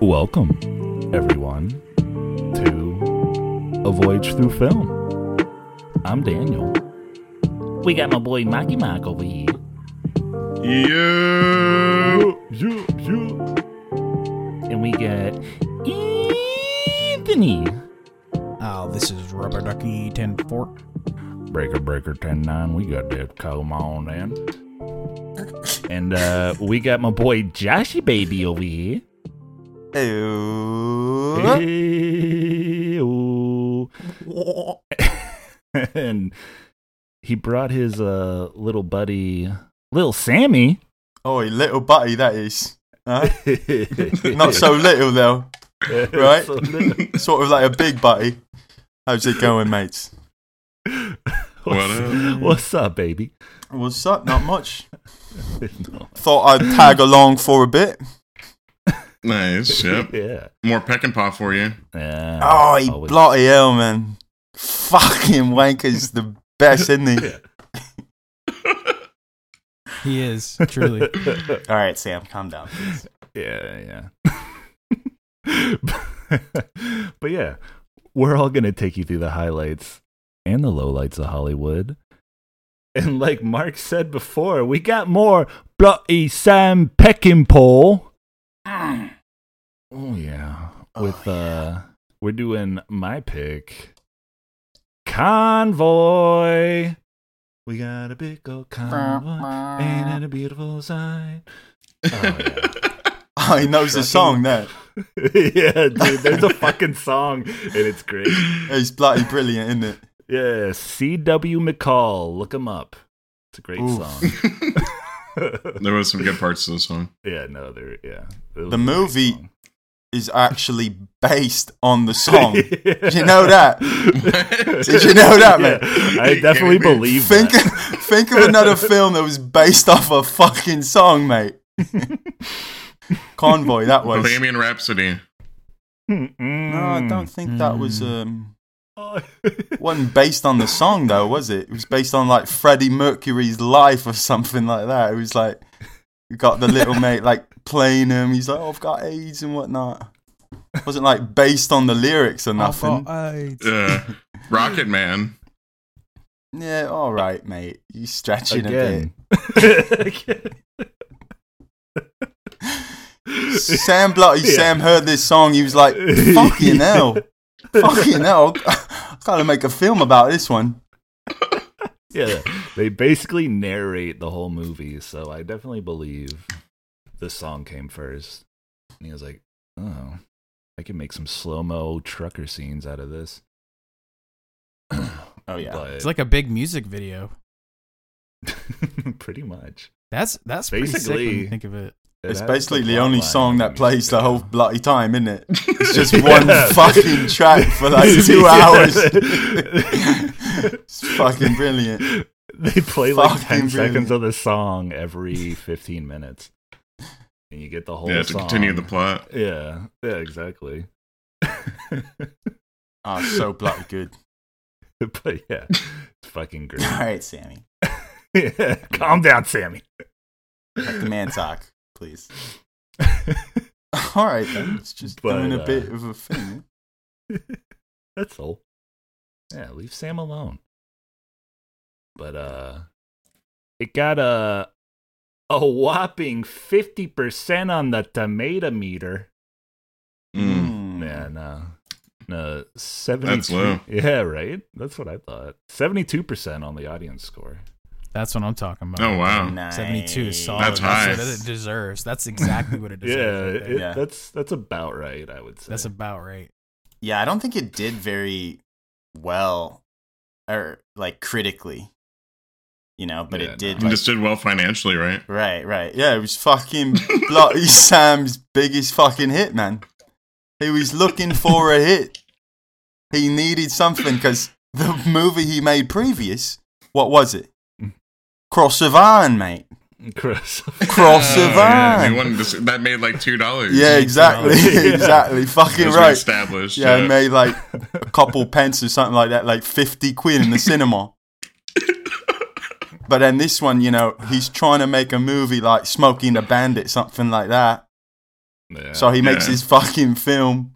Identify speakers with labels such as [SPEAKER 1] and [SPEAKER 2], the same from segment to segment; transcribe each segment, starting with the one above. [SPEAKER 1] Welcome, everyone, to A Voyage Through Film. I'm Daniel. We got my boy Mikey Mike over here.
[SPEAKER 2] Yeah.
[SPEAKER 1] And we got Anthony.
[SPEAKER 3] Oh, this is Rubber Ducky 104.
[SPEAKER 1] Breaker Breaker 109, we got that. Come on, then. And uh, we got my boy Joshy Baby over here.
[SPEAKER 4] Hello.
[SPEAKER 1] Hey-oh. and he brought his uh, little buddy, little Sammy.
[SPEAKER 4] Oi, little buddy, that is. Huh? Not
[SPEAKER 1] Not
[SPEAKER 4] so little, though. right? Sort of like a big buddy. How's it going, mates?
[SPEAKER 1] what's, what's up, baby?
[SPEAKER 4] What's up? Not much.
[SPEAKER 1] No.
[SPEAKER 4] Thought I'd tag along for a bit.
[SPEAKER 2] Nice. Yep.
[SPEAKER 1] Yeah.
[SPEAKER 2] More peck and paw for you.
[SPEAKER 1] Yeah.
[SPEAKER 4] Oh, he
[SPEAKER 1] Always-
[SPEAKER 4] bloody hell, man. Fucking wanker's the best, isn't he?
[SPEAKER 3] He is, truly.
[SPEAKER 4] All right, Sam, calm down. please.
[SPEAKER 1] Yeah, yeah. but yeah, we're all going to take you through the highlights and the lowlights of Hollywood. And like Mark said before, we got more bloody Sam Peckinpah. Oh yeah, with uh, we're doing my pick, convoy. We got a big old convoy and a beautiful sign. Oh, yeah.
[SPEAKER 4] Oh, he knows the song there.
[SPEAKER 1] yeah, dude, there's a fucking song and it's great.
[SPEAKER 4] He's bloody brilliant, isn't it?
[SPEAKER 1] Yeah, C.W. McCall, look him up. It's a great
[SPEAKER 4] Oof.
[SPEAKER 1] song.
[SPEAKER 2] There was some good parts to this one.
[SPEAKER 1] yeah, no, there. Yeah,
[SPEAKER 4] The movie Is actually based on the song. Did you know that? Did you know that, man?
[SPEAKER 1] I definitely
[SPEAKER 2] Can't
[SPEAKER 1] believe
[SPEAKER 4] Think,
[SPEAKER 1] that.
[SPEAKER 4] think of another film that was based off a fucking song, mate. Convoy, that was.
[SPEAKER 2] Bohemian Rhapsody.
[SPEAKER 4] No, I
[SPEAKER 1] Hmm.
[SPEAKER 4] don't think that was.
[SPEAKER 3] Mm.
[SPEAKER 4] Um,
[SPEAKER 1] Oh.
[SPEAKER 4] wasn't based on the song though, was it? It was based on like Freddie Mercury's life or something like that. It was like you got the little mate like playing him. He's like, oh, I've got AIDS and whatnot. wasn't like based on the
[SPEAKER 3] Oh,
[SPEAKER 4] lyrics or nothing.
[SPEAKER 2] Uh, Rocket Man.
[SPEAKER 4] Yeah, all right, mate. You stretching
[SPEAKER 1] Again.
[SPEAKER 4] a bit. Sam Bloody Sam heard this song. He was like, fucking hell, fucking hell. I gotta make a film about this one.
[SPEAKER 1] yeah, they basically narrate the whole movie, so I definitely believe the song came first. And he was like, "Oh, I can make some slow mo trucker scenes out of this."
[SPEAKER 4] Oh yeah.
[SPEAKER 1] But-
[SPEAKER 3] It's like a big music video.
[SPEAKER 1] pretty much.
[SPEAKER 3] That's that's basically pretty sick when
[SPEAKER 1] Basically.
[SPEAKER 3] you think of it.
[SPEAKER 1] It
[SPEAKER 4] It's
[SPEAKER 1] has the
[SPEAKER 4] basically the
[SPEAKER 1] plot
[SPEAKER 4] only
[SPEAKER 1] line
[SPEAKER 4] song
[SPEAKER 1] of
[SPEAKER 4] that
[SPEAKER 1] music
[SPEAKER 4] plays the
[SPEAKER 1] video.
[SPEAKER 4] whole bloody time, isn't it? It's just
[SPEAKER 1] Yeah.
[SPEAKER 4] one fucking track for like two
[SPEAKER 1] Yeah.
[SPEAKER 4] hours. it's fucking brilliant.
[SPEAKER 1] They play like
[SPEAKER 4] Fucking
[SPEAKER 1] ten seconds
[SPEAKER 4] brilliant.
[SPEAKER 1] of the song every fifteen minutes, and you get the whole.
[SPEAKER 2] Yeah, to
[SPEAKER 1] song.
[SPEAKER 2] continue the plot.
[SPEAKER 1] Yeah, yeah, exactly.
[SPEAKER 4] Oh, so bloody good.
[SPEAKER 1] but yeah, it's fucking great.
[SPEAKER 4] All right, Sammy.
[SPEAKER 1] Yeah, calm down, Sammy.
[SPEAKER 4] Let the man talk, please. All right, then. It's just
[SPEAKER 1] But,
[SPEAKER 4] doing a
[SPEAKER 1] uh,
[SPEAKER 4] bit of a thing.
[SPEAKER 1] That's all. Yeah, leave Sam alone. But uh it got a a whopping 50% on the tomato meter.
[SPEAKER 4] Hmm,
[SPEAKER 2] Mm.
[SPEAKER 1] Yeah, no. No, 72.
[SPEAKER 2] low.
[SPEAKER 1] Yeah, right? That's what I thought. 72% on the audience score.
[SPEAKER 3] That's what I'm talking about.
[SPEAKER 2] Oh wow.
[SPEAKER 4] Nice.
[SPEAKER 3] 72 is solid.
[SPEAKER 2] That's high.
[SPEAKER 3] what it deserves. That's exactly what it
[SPEAKER 1] Yeah,
[SPEAKER 3] deserves. right
[SPEAKER 1] it-
[SPEAKER 3] there.
[SPEAKER 4] Yeah.
[SPEAKER 1] that's that's about right, I would say.
[SPEAKER 3] That's about right.
[SPEAKER 4] Yeah, I don't think it did very well, or like critically, you know, but
[SPEAKER 1] Yeah,
[SPEAKER 4] it did.
[SPEAKER 2] You
[SPEAKER 4] like-
[SPEAKER 2] just did well financially, right?
[SPEAKER 4] Right, right. Yeah, it was fucking Bloody Sam's biggest fucking hit, man. He was looking for a hit. He needed something because the movie he made previous What was it? Cross of Iron, mate.
[SPEAKER 1] Chris.
[SPEAKER 4] Cross
[SPEAKER 2] Oh,
[SPEAKER 4] of
[SPEAKER 2] yeah, they
[SPEAKER 4] Iron.
[SPEAKER 2] wanted to s- that made like two dollars.
[SPEAKER 4] Yeah, exactly.
[SPEAKER 1] Yeah.
[SPEAKER 4] exactly. Fucking right.
[SPEAKER 2] Established.
[SPEAKER 4] Yeah, I made like a couple pence or something like that, like 50 quid in the cinema. But then this one, you know, he's trying to make a movie like Smoking the Bandit, something like that.
[SPEAKER 1] Yeah.
[SPEAKER 4] So he makes
[SPEAKER 2] Yeah.
[SPEAKER 4] his fucking film,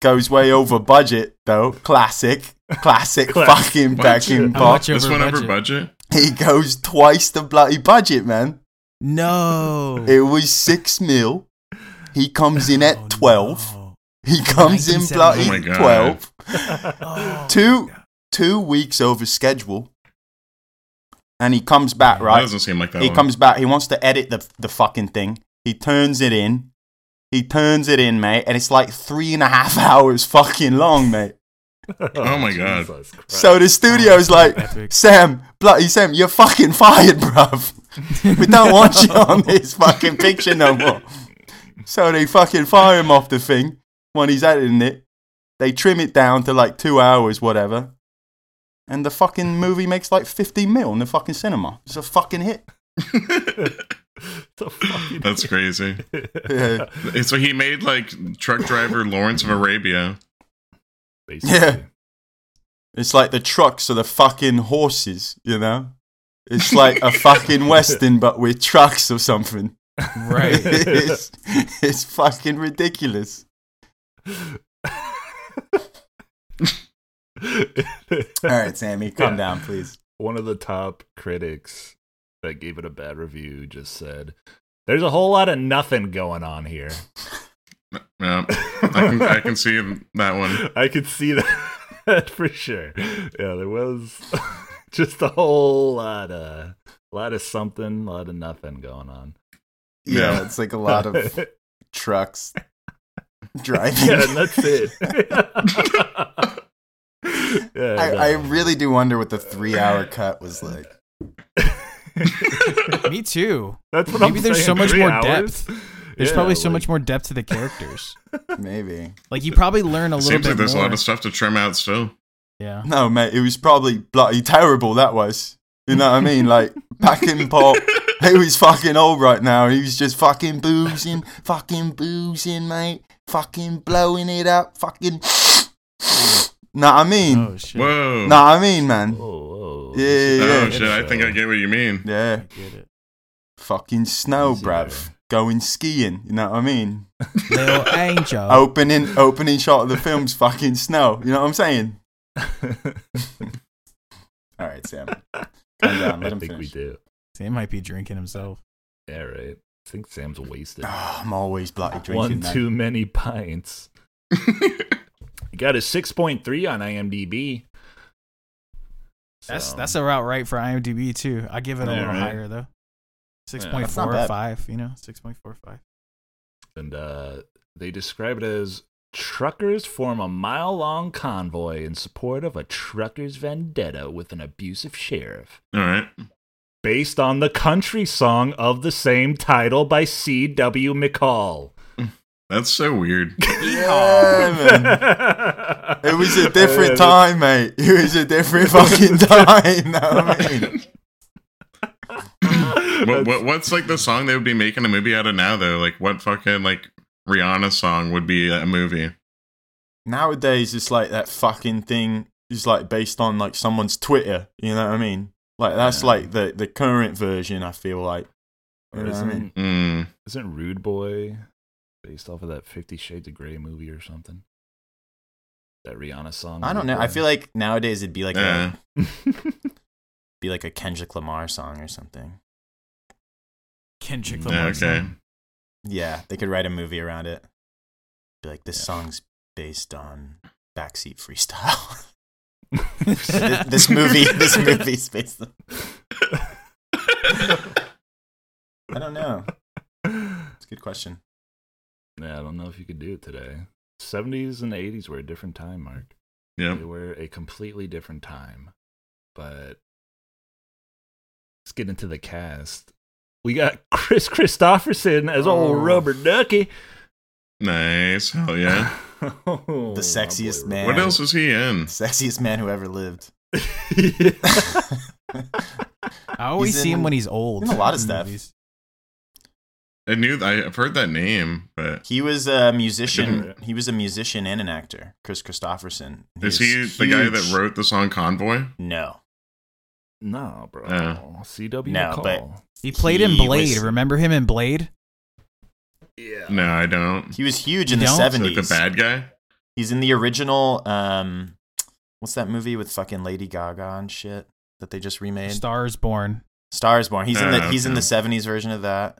[SPEAKER 4] goes way over budget though. Classic, classic
[SPEAKER 1] Classic.
[SPEAKER 4] fucking
[SPEAKER 2] Budget.
[SPEAKER 4] backing
[SPEAKER 3] How
[SPEAKER 4] box.
[SPEAKER 3] much
[SPEAKER 2] this
[SPEAKER 3] over
[SPEAKER 2] went over
[SPEAKER 3] budget?
[SPEAKER 2] budget.
[SPEAKER 4] He goes twice the bloody budget, man.
[SPEAKER 3] No.
[SPEAKER 4] It was six mil. He comes in
[SPEAKER 3] Oh,
[SPEAKER 4] at twelve.
[SPEAKER 3] no.
[SPEAKER 4] He comes in bloody
[SPEAKER 2] Oh my God.
[SPEAKER 4] twelve.
[SPEAKER 3] Oh.
[SPEAKER 4] Two two weeks over schedule. And he comes back,
[SPEAKER 2] That
[SPEAKER 4] right?
[SPEAKER 2] doesn't seem like that.
[SPEAKER 4] he
[SPEAKER 2] long.
[SPEAKER 4] comes back. He wants to edit the the fucking thing. He turns it in. He turns it in, mate, and it's like three and a half hours fucking long, mate.
[SPEAKER 2] Oh my God.
[SPEAKER 1] Jesus Christ.
[SPEAKER 4] So the studio's like,
[SPEAKER 3] Epic.
[SPEAKER 4] Sam, bloody Sam, you're fucking fired, bruv. We don't want you on this fucking picture no more. So they fucking fire him off the thing when he's editing it. They trim it down to like two hours, whatever. And the fucking movie makes like 50 mil in the fucking cinema. It's a fucking hit.
[SPEAKER 1] It's a fucking-
[SPEAKER 2] That's crazy.
[SPEAKER 4] Yeah.
[SPEAKER 2] So he made like truck driver Lawrence of Arabia.
[SPEAKER 1] Basically.
[SPEAKER 4] Yeah. It's like the trucks are the fucking horses, you know? It's like a fucking Western, but with trucks or something.
[SPEAKER 3] Right.
[SPEAKER 4] It's, it's fucking ridiculous. All right, Sammy, calm down, please.
[SPEAKER 1] One of the top critics that gave it a bad review just said, "There's a whole lot of nothing going on here."
[SPEAKER 2] Yeah, I can, I can see that one.
[SPEAKER 1] I could see that, for sure. Yeah, there was just a whole lot of lot of something, lot of nothing going on.
[SPEAKER 4] Yeah,
[SPEAKER 2] Yeah.
[SPEAKER 4] it's like a lot of trucks driving.
[SPEAKER 1] yeah, and that's it. yeah,
[SPEAKER 4] I,
[SPEAKER 1] no.
[SPEAKER 4] I really do wonder what the three hour cut was like.
[SPEAKER 3] Me too.
[SPEAKER 1] that's what
[SPEAKER 3] Maybe
[SPEAKER 1] I'm
[SPEAKER 3] there's
[SPEAKER 1] saying,
[SPEAKER 3] so much
[SPEAKER 1] three
[SPEAKER 3] more
[SPEAKER 1] hours?
[SPEAKER 3] There's
[SPEAKER 1] Yeah,
[SPEAKER 3] probably so
[SPEAKER 1] like-
[SPEAKER 3] much more depth to the characters.
[SPEAKER 4] Maybe.
[SPEAKER 3] Like you probably learn a little
[SPEAKER 2] Seems
[SPEAKER 3] bit
[SPEAKER 2] like there's
[SPEAKER 3] more.
[SPEAKER 2] a lot of stuff to trim out still.
[SPEAKER 3] yeah.
[SPEAKER 4] No, mate, it was probably bloody terrible, that was. You know what I mean? Like, back in pop, he was fucking old right now. He was just fucking boozing, fucking boozing, mate. Fucking blowing it up, fucking. Know what I mean?
[SPEAKER 3] Oh shit.
[SPEAKER 2] Whoa.
[SPEAKER 4] Know what I mean, man?
[SPEAKER 1] Whoa, whoa.
[SPEAKER 4] Yeah,
[SPEAKER 2] oh
[SPEAKER 4] yeah, yeah.
[SPEAKER 2] shit! I think I get what you mean.
[SPEAKER 3] I
[SPEAKER 4] Yeah.
[SPEAKER 3] get it.
[SPEAKER 4] Fucking snow,
[SPEAKER 1] Easy
[SPEAKER 4] bruv.
[SPEAKER 1] there.
[SPEAKER 4] Going skiing, you know what I mean?
[SPEAKER 3] Little angel.
[SPEAKER 4] Oh. Opening opening shot of the film's fucking snow. You know what I'm saying? All right, Sam. Calm down, let
[SPEAKER 1] I
[SPEAKER 4] him
[SPEAKER 1] think we
[SPEAKER 4] finish.
[SPEAKER 1] do.
[SPEAKER 3] Sam might be drinking himself.
[SPEAKER 1] Yeah, right. I think Sam's wasted.
[SPEAKER 4] Oh, I'm always bloody drinking.
[SPEAKER 1] One
[SPEAKER 4] man.
[SPEAKER 1] too many pints. He got a 6.3 on IMDb.
[SPEAKER 3] That's
[SPEAKER 1] So-
[SPEAKER 3] that's about right for IMDb too. I give it a
[SPEAKER 1] Yeah,
[SPEAKER 3] little
[SPEAKER 1] right.
[SPEAKER 3] higher though. Six point
[SPEAKER 4] That's not
[SPEAKER 3] four
[SPEAKER 4] bad.
[SPEAKER 3] five, you know, six point four five.
[SPEAKER 1] and uh, they describe it as truckers form a mile long convoy in support of a trucker's vendetta with an abusive sheriff.
[SPEAKER 2] All right.
[SPEAKER 1] Based on the country song of the same title by C.W. McCall.
[SPEAKER 2] That's so weird.
[SPEAKER 4] Yeah, man.
[SPEAKER 1] it
[SPEAKER 4] It was a different time, mate. It was a different fucking time. know what I mean?
[SPEAKER 2] What, what, what's like the song they would be making a movie out of now though? Like what fucking like Rihanna song would be a movie?
[SPEAKER 4] Nowadays, it's like that fucking thing is like based on like someone's Twitter. You know what I mean? Like that's
[SPEAKER 2] Yeah.
[SPEAKER 4] like the the current version. I feel like. You know what I mean?
[SPEAKER 1] Isn't,
[SPEAKER 2] Mm.
[SPEAKER 1] isn't Rude Boy based off of that Fifty Shades of Grey movie or something? That Rihanna song?
[SPEAKER 4] I don't know. I feel like nowadays it'd be like
[SPEAKER 2] Yeah.
[SPEAKER 4] a be like a Kendrick Lamar song or something.
[SPEAKER 3] Kendrick
[SPEAKER 1] Mm,
[SPEAKER 3] Lamar.
[SPEAKER 2] Yeah, okay.
[SPEAKER 4] Yeah, they could write a movie around it. Be like this song's based on backseat freestyle. Th- this movie, this movie's based on. I don't know. It's a good question.
[SPEAKER 1] Yeah, I don't know if you could do it today. 70s and 80s were a different time, Mark.
[SPEAKER 2] Yep.
[SPEAKER 1] They were a completely different time. But let's get into the cast. We got Chris Christopherson as
[SPEAKER 4] Oh.
[SPEAKER 1] old rubber ducky.
[SPEAKER 2] Nice. Hell yeah.
[SPEAKER 1] Oh,
[SPEAKER 4] The sexiest
[SPEAKER 1] my
[SPEAKER 4] man.
[SPEAKER 2] What else was he in?
[SPEAKER 4] Sexiest man who ever lived.
[SPEAKER 1] boy.
[SPEAKER 3] I always
[SPEAKER 4] He's
[SPEAKER 3] see him
[SPEAKER 4] in-
[SPEAKER 3] when he's old.
[SPEAKER 4] in a lot of
[SPEAKER 3] in
[SPEAKER 4] stuff.
[SPEAKER 3] movies.
[SPEAKER 2] I knew I, I've heard that name, but
[SPEAKER 4] He was a musician. He was a musician and an actor. Chris Christopherson. was
[SPEAKER 2] is he the guy that
[SPEAKER 4] huge.
[SPEAKER 2] wrote the song Convoy?
[SPEAKER 4] No,
[SPEAKER 1] Nah, bro.
[SPEAKER 2] Yeah.
[SPEAKER 1] CW
[SPEAKER 4] No,
[SPEAKER 1] call.
[SPEAKER 4] but-
[SPEAKER 3] He played in
[SPEAKER 4] He
[SPEAKER 3] Blade.
[SPEAKER 4] was-
[SPEAKER 3] Remember him in Blade?
[SPEAKER 1] yeah.
[SPEAKER 2] No, I don't.
[SPEAKER 4] he was huge
[SPEAKER 3] You
[SPEAKER 4] in the
[SPEAKER 3] don't?
[SPEAKER 2] So, like
[SPEAKER 4] seventies.
[SPEAKER 2] the bad guy.
[SPEAKER 4] He's in the original. Um, what's that movie with fucking Lady Gaga and shit that they just remade?
[SPEAKER 3] Stars Born.
[SPEAKER 4] Stars Born. He's in the
[SPEAKER 2] Ah,
[SPEAKER 4] he's in
[SPEAKER 2] okay.
[SPEAKER 4] the seventies version of that.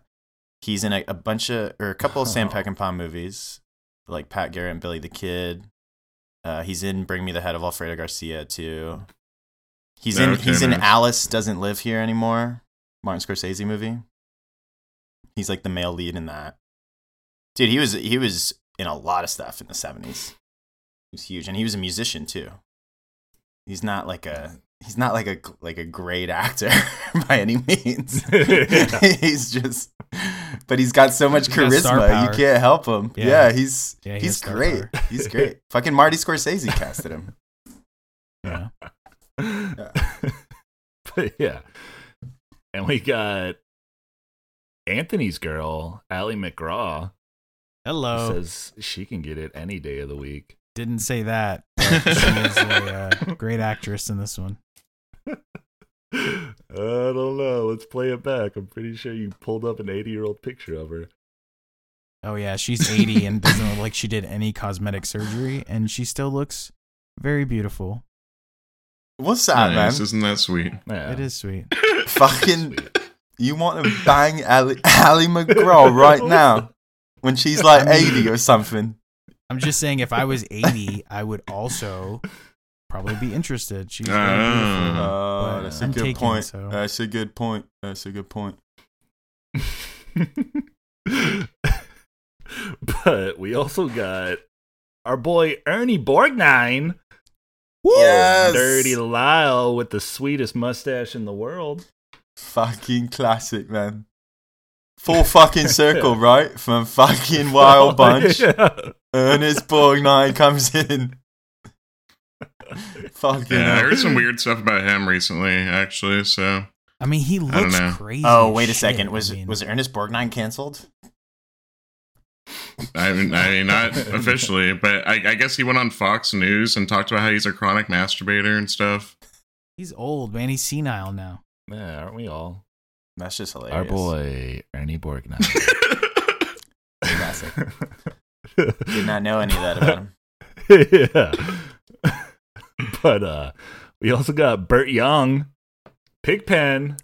[SPEAKER 4] He's in a, a bunch of or a couple of Sam
[SPEAKER 1] Oh.
[SPEAKER 4] Peckinpah movies, like Pat Garrett and Billy the Kid. Uh, he's in Bring Me the Head of Alfredo Garcia too. He's in
[SPEAKER 2] Okay,
[SPEAKER 4] he's in
[SPEAKER 2] man.
[SPEAKER 4] Alice Doesn't Live Here Anymore, Martin Scorsese movie. He's like the male lead in that. Dude, he was he was in a lot of stuff in the seventies. He was huge, and he was a musician too. He's not like a he's not like a like a great actor by any means. he's just, but he's got so much
[SPEAKER 3] He's got star
[SPEAKER 4] charisma.
[SPEAKER 3] power.
[SPEAKER 4] You can't help him.
[SPEAKER 3] Yeah.
[SPEAKER 4] Yeah, he's
[SPEAKER 3] Yeah, he has
[SPEAKER 4] he's
[SPEAKER 3] star
[SPEAKER 4] great. He's great. Fucking Marty Scorsese casted him.
[SPEAKER 3] Yeah.
[SPEAKER 1] but yeah. And we got Anthony's girl, Allie McGraw, who
[SPEAKER 4] Oh.
[SPEAKER 3] Hello.
[SPEAKER 1] says she can get it any day of the week.
[SPEAKER 3] Didn't say that. but She is a uh, great actress in this one.
[SPEAKER 1] I don't know. Let's play it back. I'm pretty sure you pulled up an 80 year old picture of her.
[SPEAKER 3] Oh yeah, she's 80 and doesn't look like she did any cosmetic surgery, and she still looks very beautiful.
[SPEAKER 4] What's that,
[SPEAKER 2] Nice,
[SPEAKER 4] man?
[SPEAKER 2] Isn't that sweet?
[SPEAKER 1] Yeah.
[SPEAKER 3] It is sweet.
[SPEAKER 4] Fucking, you want to bang Ali, Ali McGraw right now when she's like eighty or something?
[SPEAKER 3] I'm just saying, if I was 80, I would also probably be interested. She's very beautiful.
[SPEAKER 2] Ah.
[SPEAKER 4] Oh,
[SPEAKER 3] But
[SPEAKER 4] that's a
[SPEAKER 3] I'm
[SPEAKER 4] good
[SPEAKER 3] taken,
[SPEAKER 4] point. Uh,
[SPEAKER 3] so-
[SPEAKER 4] That's a good point. That's a good point.
[SPEAKER 1] but we also got our boy Ernie Borgnine.
[SPEAKER 4] Yes.
[SPEAKER 1] Dirty Lyle with the sweetest mustache in the world.
[SPEAKER 4] Fucking classic, man. Full fucking circle, right? From fucking Wild Bunch.
[SPEAKER 1] Yeah.
[SPEAKER 4] Ernest Borgnine comes in. fucking
[SPEAKER 2] Yeah, I
[SPEAKER 4] hell.
[SPEAKER 2] heard some weird stuff about him recently, actually. So
[SPEAKER 3] I mean, he
[SPEAKER 2] don't
[SPEAKER 3] looks
[SPEAKER 2] know.
[SPEAKER 3] crazy.
[SPEAKER 4] Oh, wait a
[SPEAKER 3] as shit.
[SPEAKER 4] second. Was
[SPEAKER 3] I mean,
[SPEAKER 4] was Ernest Borgnine canceled?
[SPEAKER 2] I mean, I mean, not officially, but I, I guess he went on Fox News and talked about how he's a chronic masturbator and stuff.
[SPEAKER 3] he's old, man. He's senile now.
[SPEAKER 1] Yeah, aren't we all?
[SPEAKER 4] That's just hilarious.
[SPEAKER 1] Our boy Ernie Borgnine.
[SPEAKER 4] Classic. Did not know any of that about him.
[SPEAKER 1] yeah. but uh we also got Burt Young, Pigpen,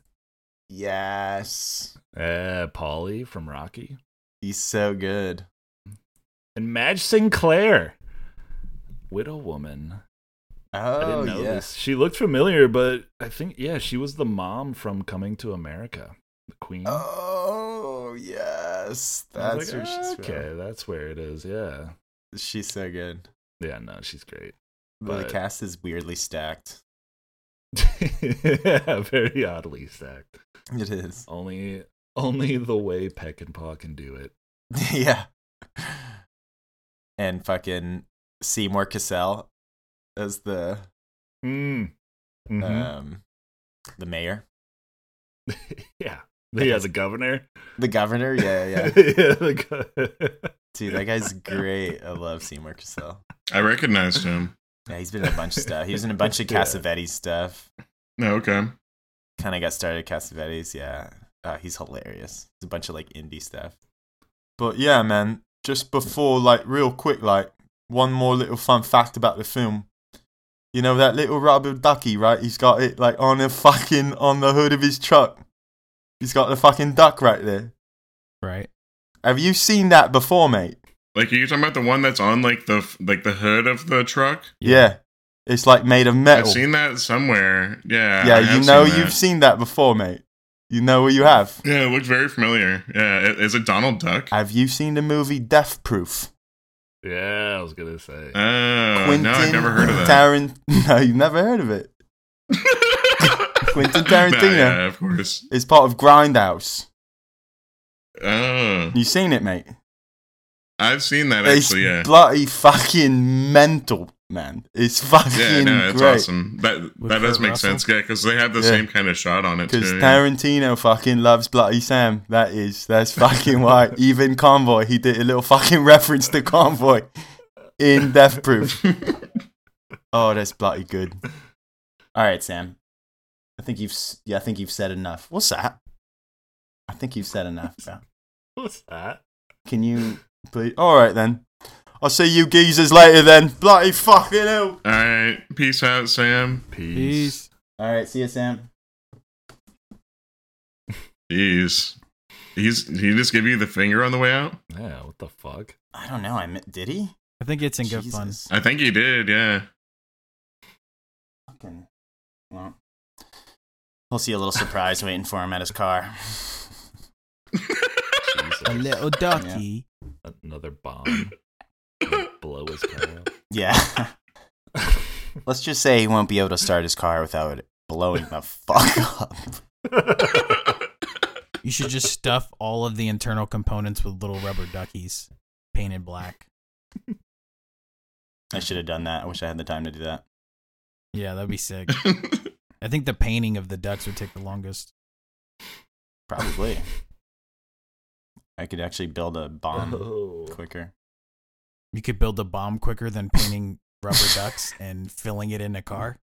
[SPEAKER 4] Yes.
[SPEAKER 1] uh Polly from Rocky,
[SPEAKER 4] He's so good.
[SPEAKER 1] and Madge Sinclair. Widow woman. I
[SPEAKER 4] Oh,
[SPEAKER 1] didn't know
[SPEAKER 4] yes.
[SPEAKER 1] this. She looked familiar, but I think yeah, she was the mom from Coming to America. The Queen.
[SPEAKER 4] Oh, yes.
[SPEAKER 1] I was
[SPEAKER 4] That's
[SPEAKER 1] like,
[SPEAKER 4] where she's from.
[SPEAKER 1] Okay, that's where it is, yeah.
[SPEAKER 4] She's so good.
[SPEAKER 1] Yeah, no, she's great.
[SPEAKER 4] Well, the
[SPEAKER 1] But-
[SPEAKER 4] cast is weirdly stacked.
[SPEAKER 1] yeah, very oddly stacked.
[SPEAKER 4] It is.
[SPEAKER 1] Only only the way Peck and Paw can do it.
[SPEAKER 4] yeah. And fucking Seymour Cassell as the
[SPEAKER 1] Mm.
[SPEAKER 4] um the mayor,
[SPEAKER 1] yeah. Yeah, the governor.
[SPEAKER 4] the governor. Yeah, yeah.
[SPEAKER 1] the go-
[SPEAKER 4] Dude, that guy's great. I love Seymour Cassell.
[SPEAKER 2] I recognized him.
[SPEAKER 4] Yeah, he's been in a bunch of stuff. He was in a bunch of
[SPEAKER 1] Yeah.
[SPEAKER 4] Cassavetes stuff.
[SPEAKER 2] No, okay.
[SPEAKER 4] Kind of got started at Cassavetes. Yeah, uh, he's hilarious. It's a bunch of like indie stuff. But yeah, man. Just before, like, real quick, like one more little fun fact about the film. You know that little rubber ducky, right? He's got it like on a fucking on the hood of his truck. He's got the fucking duck right there.
[SPEAKER 3] Right.
[SPEAKER 4] Have you seen that before, mate?
[SPEAKER 2] Like, are you talking about the one that's on like the like the hood of the truck?
[SPEAKER 4] Yeah. It's like made of
[SPEAKER 2] I've
[SPEAKER 4] metal.
[SPEAKER 2] seen that somewhere. Yeah. I
[SPEAKER 4] Oh. yeah,
[SPEAKER 2] have
[SPEAKER 4] you know
[SPEAKER 2] seen
[SPEAKER 4] you've
[SPEAKER 2] that.
[SPEAKER 4] seen that before, mate. You know what you have.
[SPEAKER 2] Yeah, it looked very familiar. Yeah, i- is it Donald Duck?
[SPEAKER 4] Have you seen the movie Death Proof?
[SPEAKER 1] yeah, I was gonna say.
[SPEAKER 2] oh, no, I've never heard of that.
[SPEAKER 4] Taran- No, you've never heard of it. Quentin Tarantino.
[SPEAKER 2] Nah, yeah, of course.
[SPEAKER 4] It's part of Grindhouse.
[SPEAKER 2] Oh,
[SPEAKER 4] You seen it, mate?
[SPEAKER 2] I've seen that
[SPEAKER 4] It's
[SPEAKER 2] actually. Yeah,
[SPEAKER 4] bloody fucking mental. man. It's fucking
[SPEAKER 2] Yeah, no, it's
[SPEAKER 4] great.
[SPEAKER 2] awesome. That
[SPEAKER 3] With
[SPEAKER 2] that does
[SPEAKER 3] Kurt
[SPEAKER 2] make
[SPEAKER 3] Russell?
[SPEAKER 2] sense, yeah, because they have the
[SPEAKER 4] Yeah.
[SPEAKER 2] same kind of shot on it too.
[SPEAKER 4] Because
[SPEAKER 2] yeah.
[SPEAKER 4] Tarantino fucking loves Bloody Sam. That is, that's fucking why. Even Convoy, he did a little fucking reference to Convoy in Death Proof. Oh, that's bloody good. All right, Sam. I think you've s- yeah, I think you've said enough. What's that? I think you've said enough, bro.
[SPEAKER 1] What's that?
[SPEAKER 4] Can you please? All right then. I'll see you geezers later then. Bloody fucking hell.
[SPEAKER 2] All right, peace out, Sam.
[SPEAKER 1] Peace.
[SPEAKER 3] Peace.
[SPEAKER 4] All right, see you, Sam.
[SPEAKER 2] Jeez, he's he just give you the finger on the way out.
[SPEAKER 1] Yeah, what the fuck?
[SPEAKER 4] I don't know. I mi- did he?
[SPEAKER 3] I think it's in good fun.
[SPEAKER 4] Jesus.
[SPEAKER 2] I think he did. Yeah.
[SPEAKER 4] Fucking. Well, we'll see a little surprise waiting for him at his car.
[SPEAKER 3] A little ducky.
[SPEAKER 1] Another bomb. Gonna Blow his car up.
[SPEAKER 4] Yeah. Let's just say he won't be able to start his car without it blowing the fuck up.
[SPEAKER 3] You should just stuff all of the internal components with little rubber duckies painted black.
[SPEAKER 4] I should have done that. I wish I had the time to do that.
[SPEAKER 3] Yeah, that'd be sick. I think the painting of the ducks would take the longest.
[SPEAKER 4] Probably. I could actually build a bomb
[SPEAKER 1] Oh.
[SPEAKER 4] quicker.
[SPEAKER 3] You could build a bomb quicker than painting rubber ducks and filling it in a car.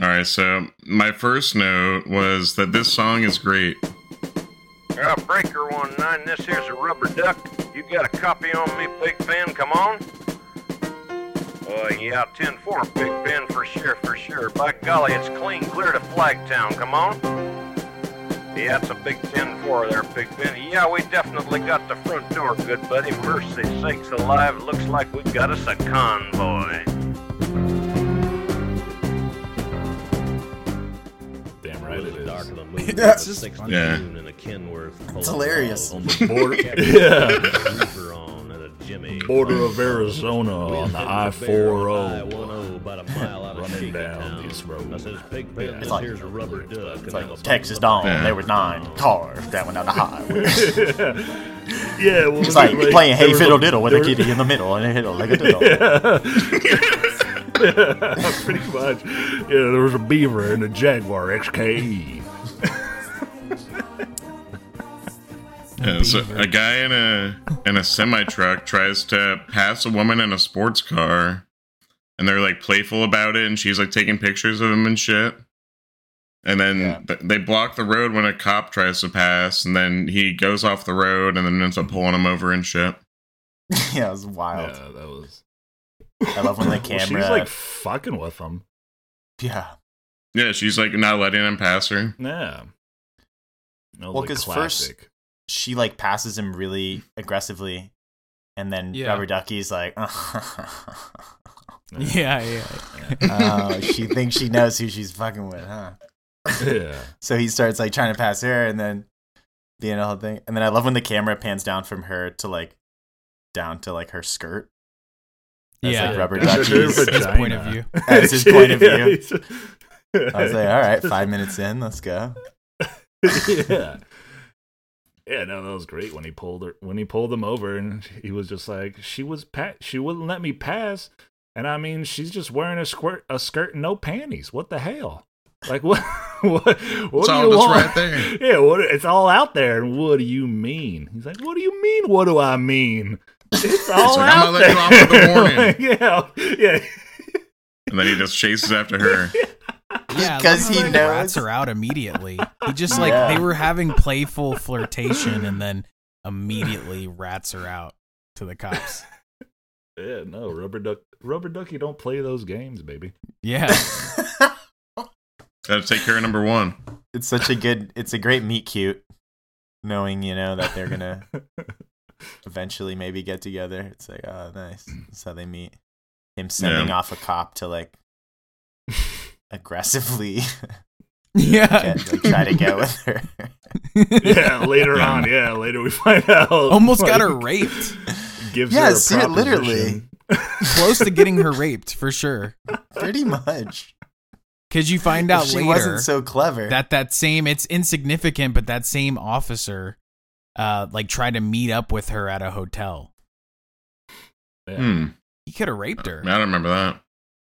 [SPEAKER 2] All right, so my first note was that this song is great.
[SPEAKER 5] Uh, breaker 1-9, this here's a rubber duck. You got a copy on me, Big Ben, come on. Uh, yeah, 10-4, Big Ben, for sure, for sure. By golly, it's clean, clear to Flagtown, come on. Yeah, it's a big 10-4 there, Big Ben. Yeah, we definitely got the front door, good buddy. Mercy sakes alive, looks like we got us a convoy.
[SPEAKER 1] Damn right it is.
[SPEAKER 4] That's
[SPEAKER 6] just
[SPEAKER 2] Yeah.
[SPEAKER 4] It's hilarious.
[SPEAKER 6] On the border,
[SPEAKER 1] Yeah.
[SPEAKER 6] Reefer on and a Jimmy.
[SPEAKER 1] Border of Arizona on the I four oh. O.
[SPEAKER 5] oh
[SPEAKER 6] Running
[SPEAKER 1] Running down these roads.
[SPEAKER 6] I says, Pig Pen, this
[SPEAKER 4] like-
[SPEAKER 6] here's a rubber duck. and have a
[SPEAKER 4] Texas Dawn.
[SPEAKER 2] Yeah.
[SPEAKER 4] There were nine cars that went down the highway.
[SPEAKER 1] Yeah, well,
[SPEAKER 4] It's like playing Hey Fiddle Diddle with a
[SPEAKER 1] there was-
[SPEAKER 4] kitty in the middle and a hiddle like a diddle.
[SPEAKER 1] Pretty much. Yeah, there was a beaver and a jaguar E. XKE.
[SPEAKER 2] Yeah, so a guy in a in a semi truck tries to pass a woman in a sports car, and they're like playful about it, and she's like taking pictures of him and shit. And then
[SPEAKER 4] Yeah.
[SPEAKER 2] th- they block the road when a cop tries to pass, and then he goes off the road, and then ends up pulling him over and shit.
[SPEAKER 4] yeah, it was wild.
[SPEAKER 1] Yeah, that was.
[SPEAKER 4] I love when the
[SPEAKER 1] Well,
[SPEAKER 4] camera.
[SPEAKER 1] she's like fucking with him.
[SPEAKER 4] yeah.
[SPEAKER 2] Yeah, she's like not letting him pass her.
[SPEAKER 1] Yeah. That was,
[SPEAKER 4] Well,
[SPEAKER 1] like,
[SPEAKER 4] 'cause first-
[SPEAKER 1] classic.
[SPEAKER 4] she like passes him really aggressively, and then
[SPEAKER 3] Yeah.
[SPEAKER 4] Rubber Ducky's like,
[SPEAKER 3] Yeah, yeah.
[SPEAKER 4] oh, she thinks she knows who she's fucking with, huh?
[SPEAKER 1] yeah.
[SPEAKER 4] So he starts like trying to pass her, and then the end of the whole thing. And then I love when the camera pans down from her to like down to like her skirt. That's
[SPEAKER 3] yeah.
[SPEAKER 4] like rubber
[SPEAKER 1] That's
[SPEAKER 4] duckies.
[SPEAKER 1] her
[SPEAKER 3] His point of
[SPEAKER 1] vagina.
[SPEAKER 3] view.
[SPEAKER 4] That's his point of
[SPEAKER 1] Yeah,
[SPEAKER 4] view.
[SPEAKER 1] he's-
[SPEAKER 4] I was like, all right, five minutes in, let's go.
[SPEAKER 1] yeah. Yeah, no, that was great when he pulled her when he pulled them over and he was just like, She was pat she wouldn't let me pass. And I mean she's just wearing a squirt a skirt and no panties. What the hell? Like what what what
[SPEAKER 2] It's
[SPEAKER 1] do
[SPEAKER 2] all
[SPEAKER 1] you
[SPEAKER 2] just
[SPEAKER 1] want?
[SPEAKER 2] right there.
[SPEAKER 1] Yeah, what it's all out there and what do you mean? He's like, What do you mean what do I mean? It's all
[SPEAKER 2] like,
[SPEAKER 1] out
[SPEAKER 2] "I'm gonna let you off with a warning."
[SPEAKER 1] there. yeah, yeah.
[SPEAKER 2] And then he just chases after her.
[SPEAKER 3] Yeah,
[SPEAKER 4] Because
[SPEAKER 3] like,
[SPEAKER 4] he
[SPEAKER 3] like,
[SPEAKER 4] knows.
[SPEAKER 3] rats her out immediately. He just like
[SPEAKER 4] Yeah.
[SPEAKER 3] they were having playful flirtation, and then immediately rats her out to the cops.
[SPEAKER 1] Yeah, no, rubber duck rubber ducky don't play those games, baby.
[SPEAKER 3] Yeah,
[SPEAKER 2] Gotta take care of number one.
[SPEAKER 4] It's such a good, it's a great meet cute, knowing you know that they're gonna eventually maybe get together. It's like, oh, nice.
[SPEAKER 1] Mm.
[SPEAKER 4] That's how they meet. Him sending
[SPEAKER 2] Yeah.
[SPEAKER 4] off a cop to like aggressively
[SPEAKER 3] yeah.
[SPEAKER 4] get, like, try to get with her.
[SPEAKER 1] yeah, later on. Yeah, later we find out.
[SPEAKER 3] Almost
[SPEAKER 1] Like,
[SPEAKER 3] got her raped.
[SPEAKER 1] Gives
[SPEAKER 4] Yeah,
[SPEAKER 1] her a
[SPEAKER 4] see, it literally.
[SPEAKER 1] proposition.
[SPEAKER 3] Close to getting her raped for sure.
[SPEAKER 4] Pretty much.
[SPEAKER 3] Because you find
[SPEAKER 4] If
[SPEAKER 3] out
[SPEAKER 4] she
[SPEAKER 3] later
[SPEAKER 4] wasn't so clever.
[SPEAKER 3] that that same it's insignificant, but that same officer, uh, like tried to meet up with her at a hotel.
[SPEAKER 1] Yeah.
[SPEAKER 2] Hmm.
[SPEAKER 3] He could have raped her.
[SPEAKER 2] I don't remember that.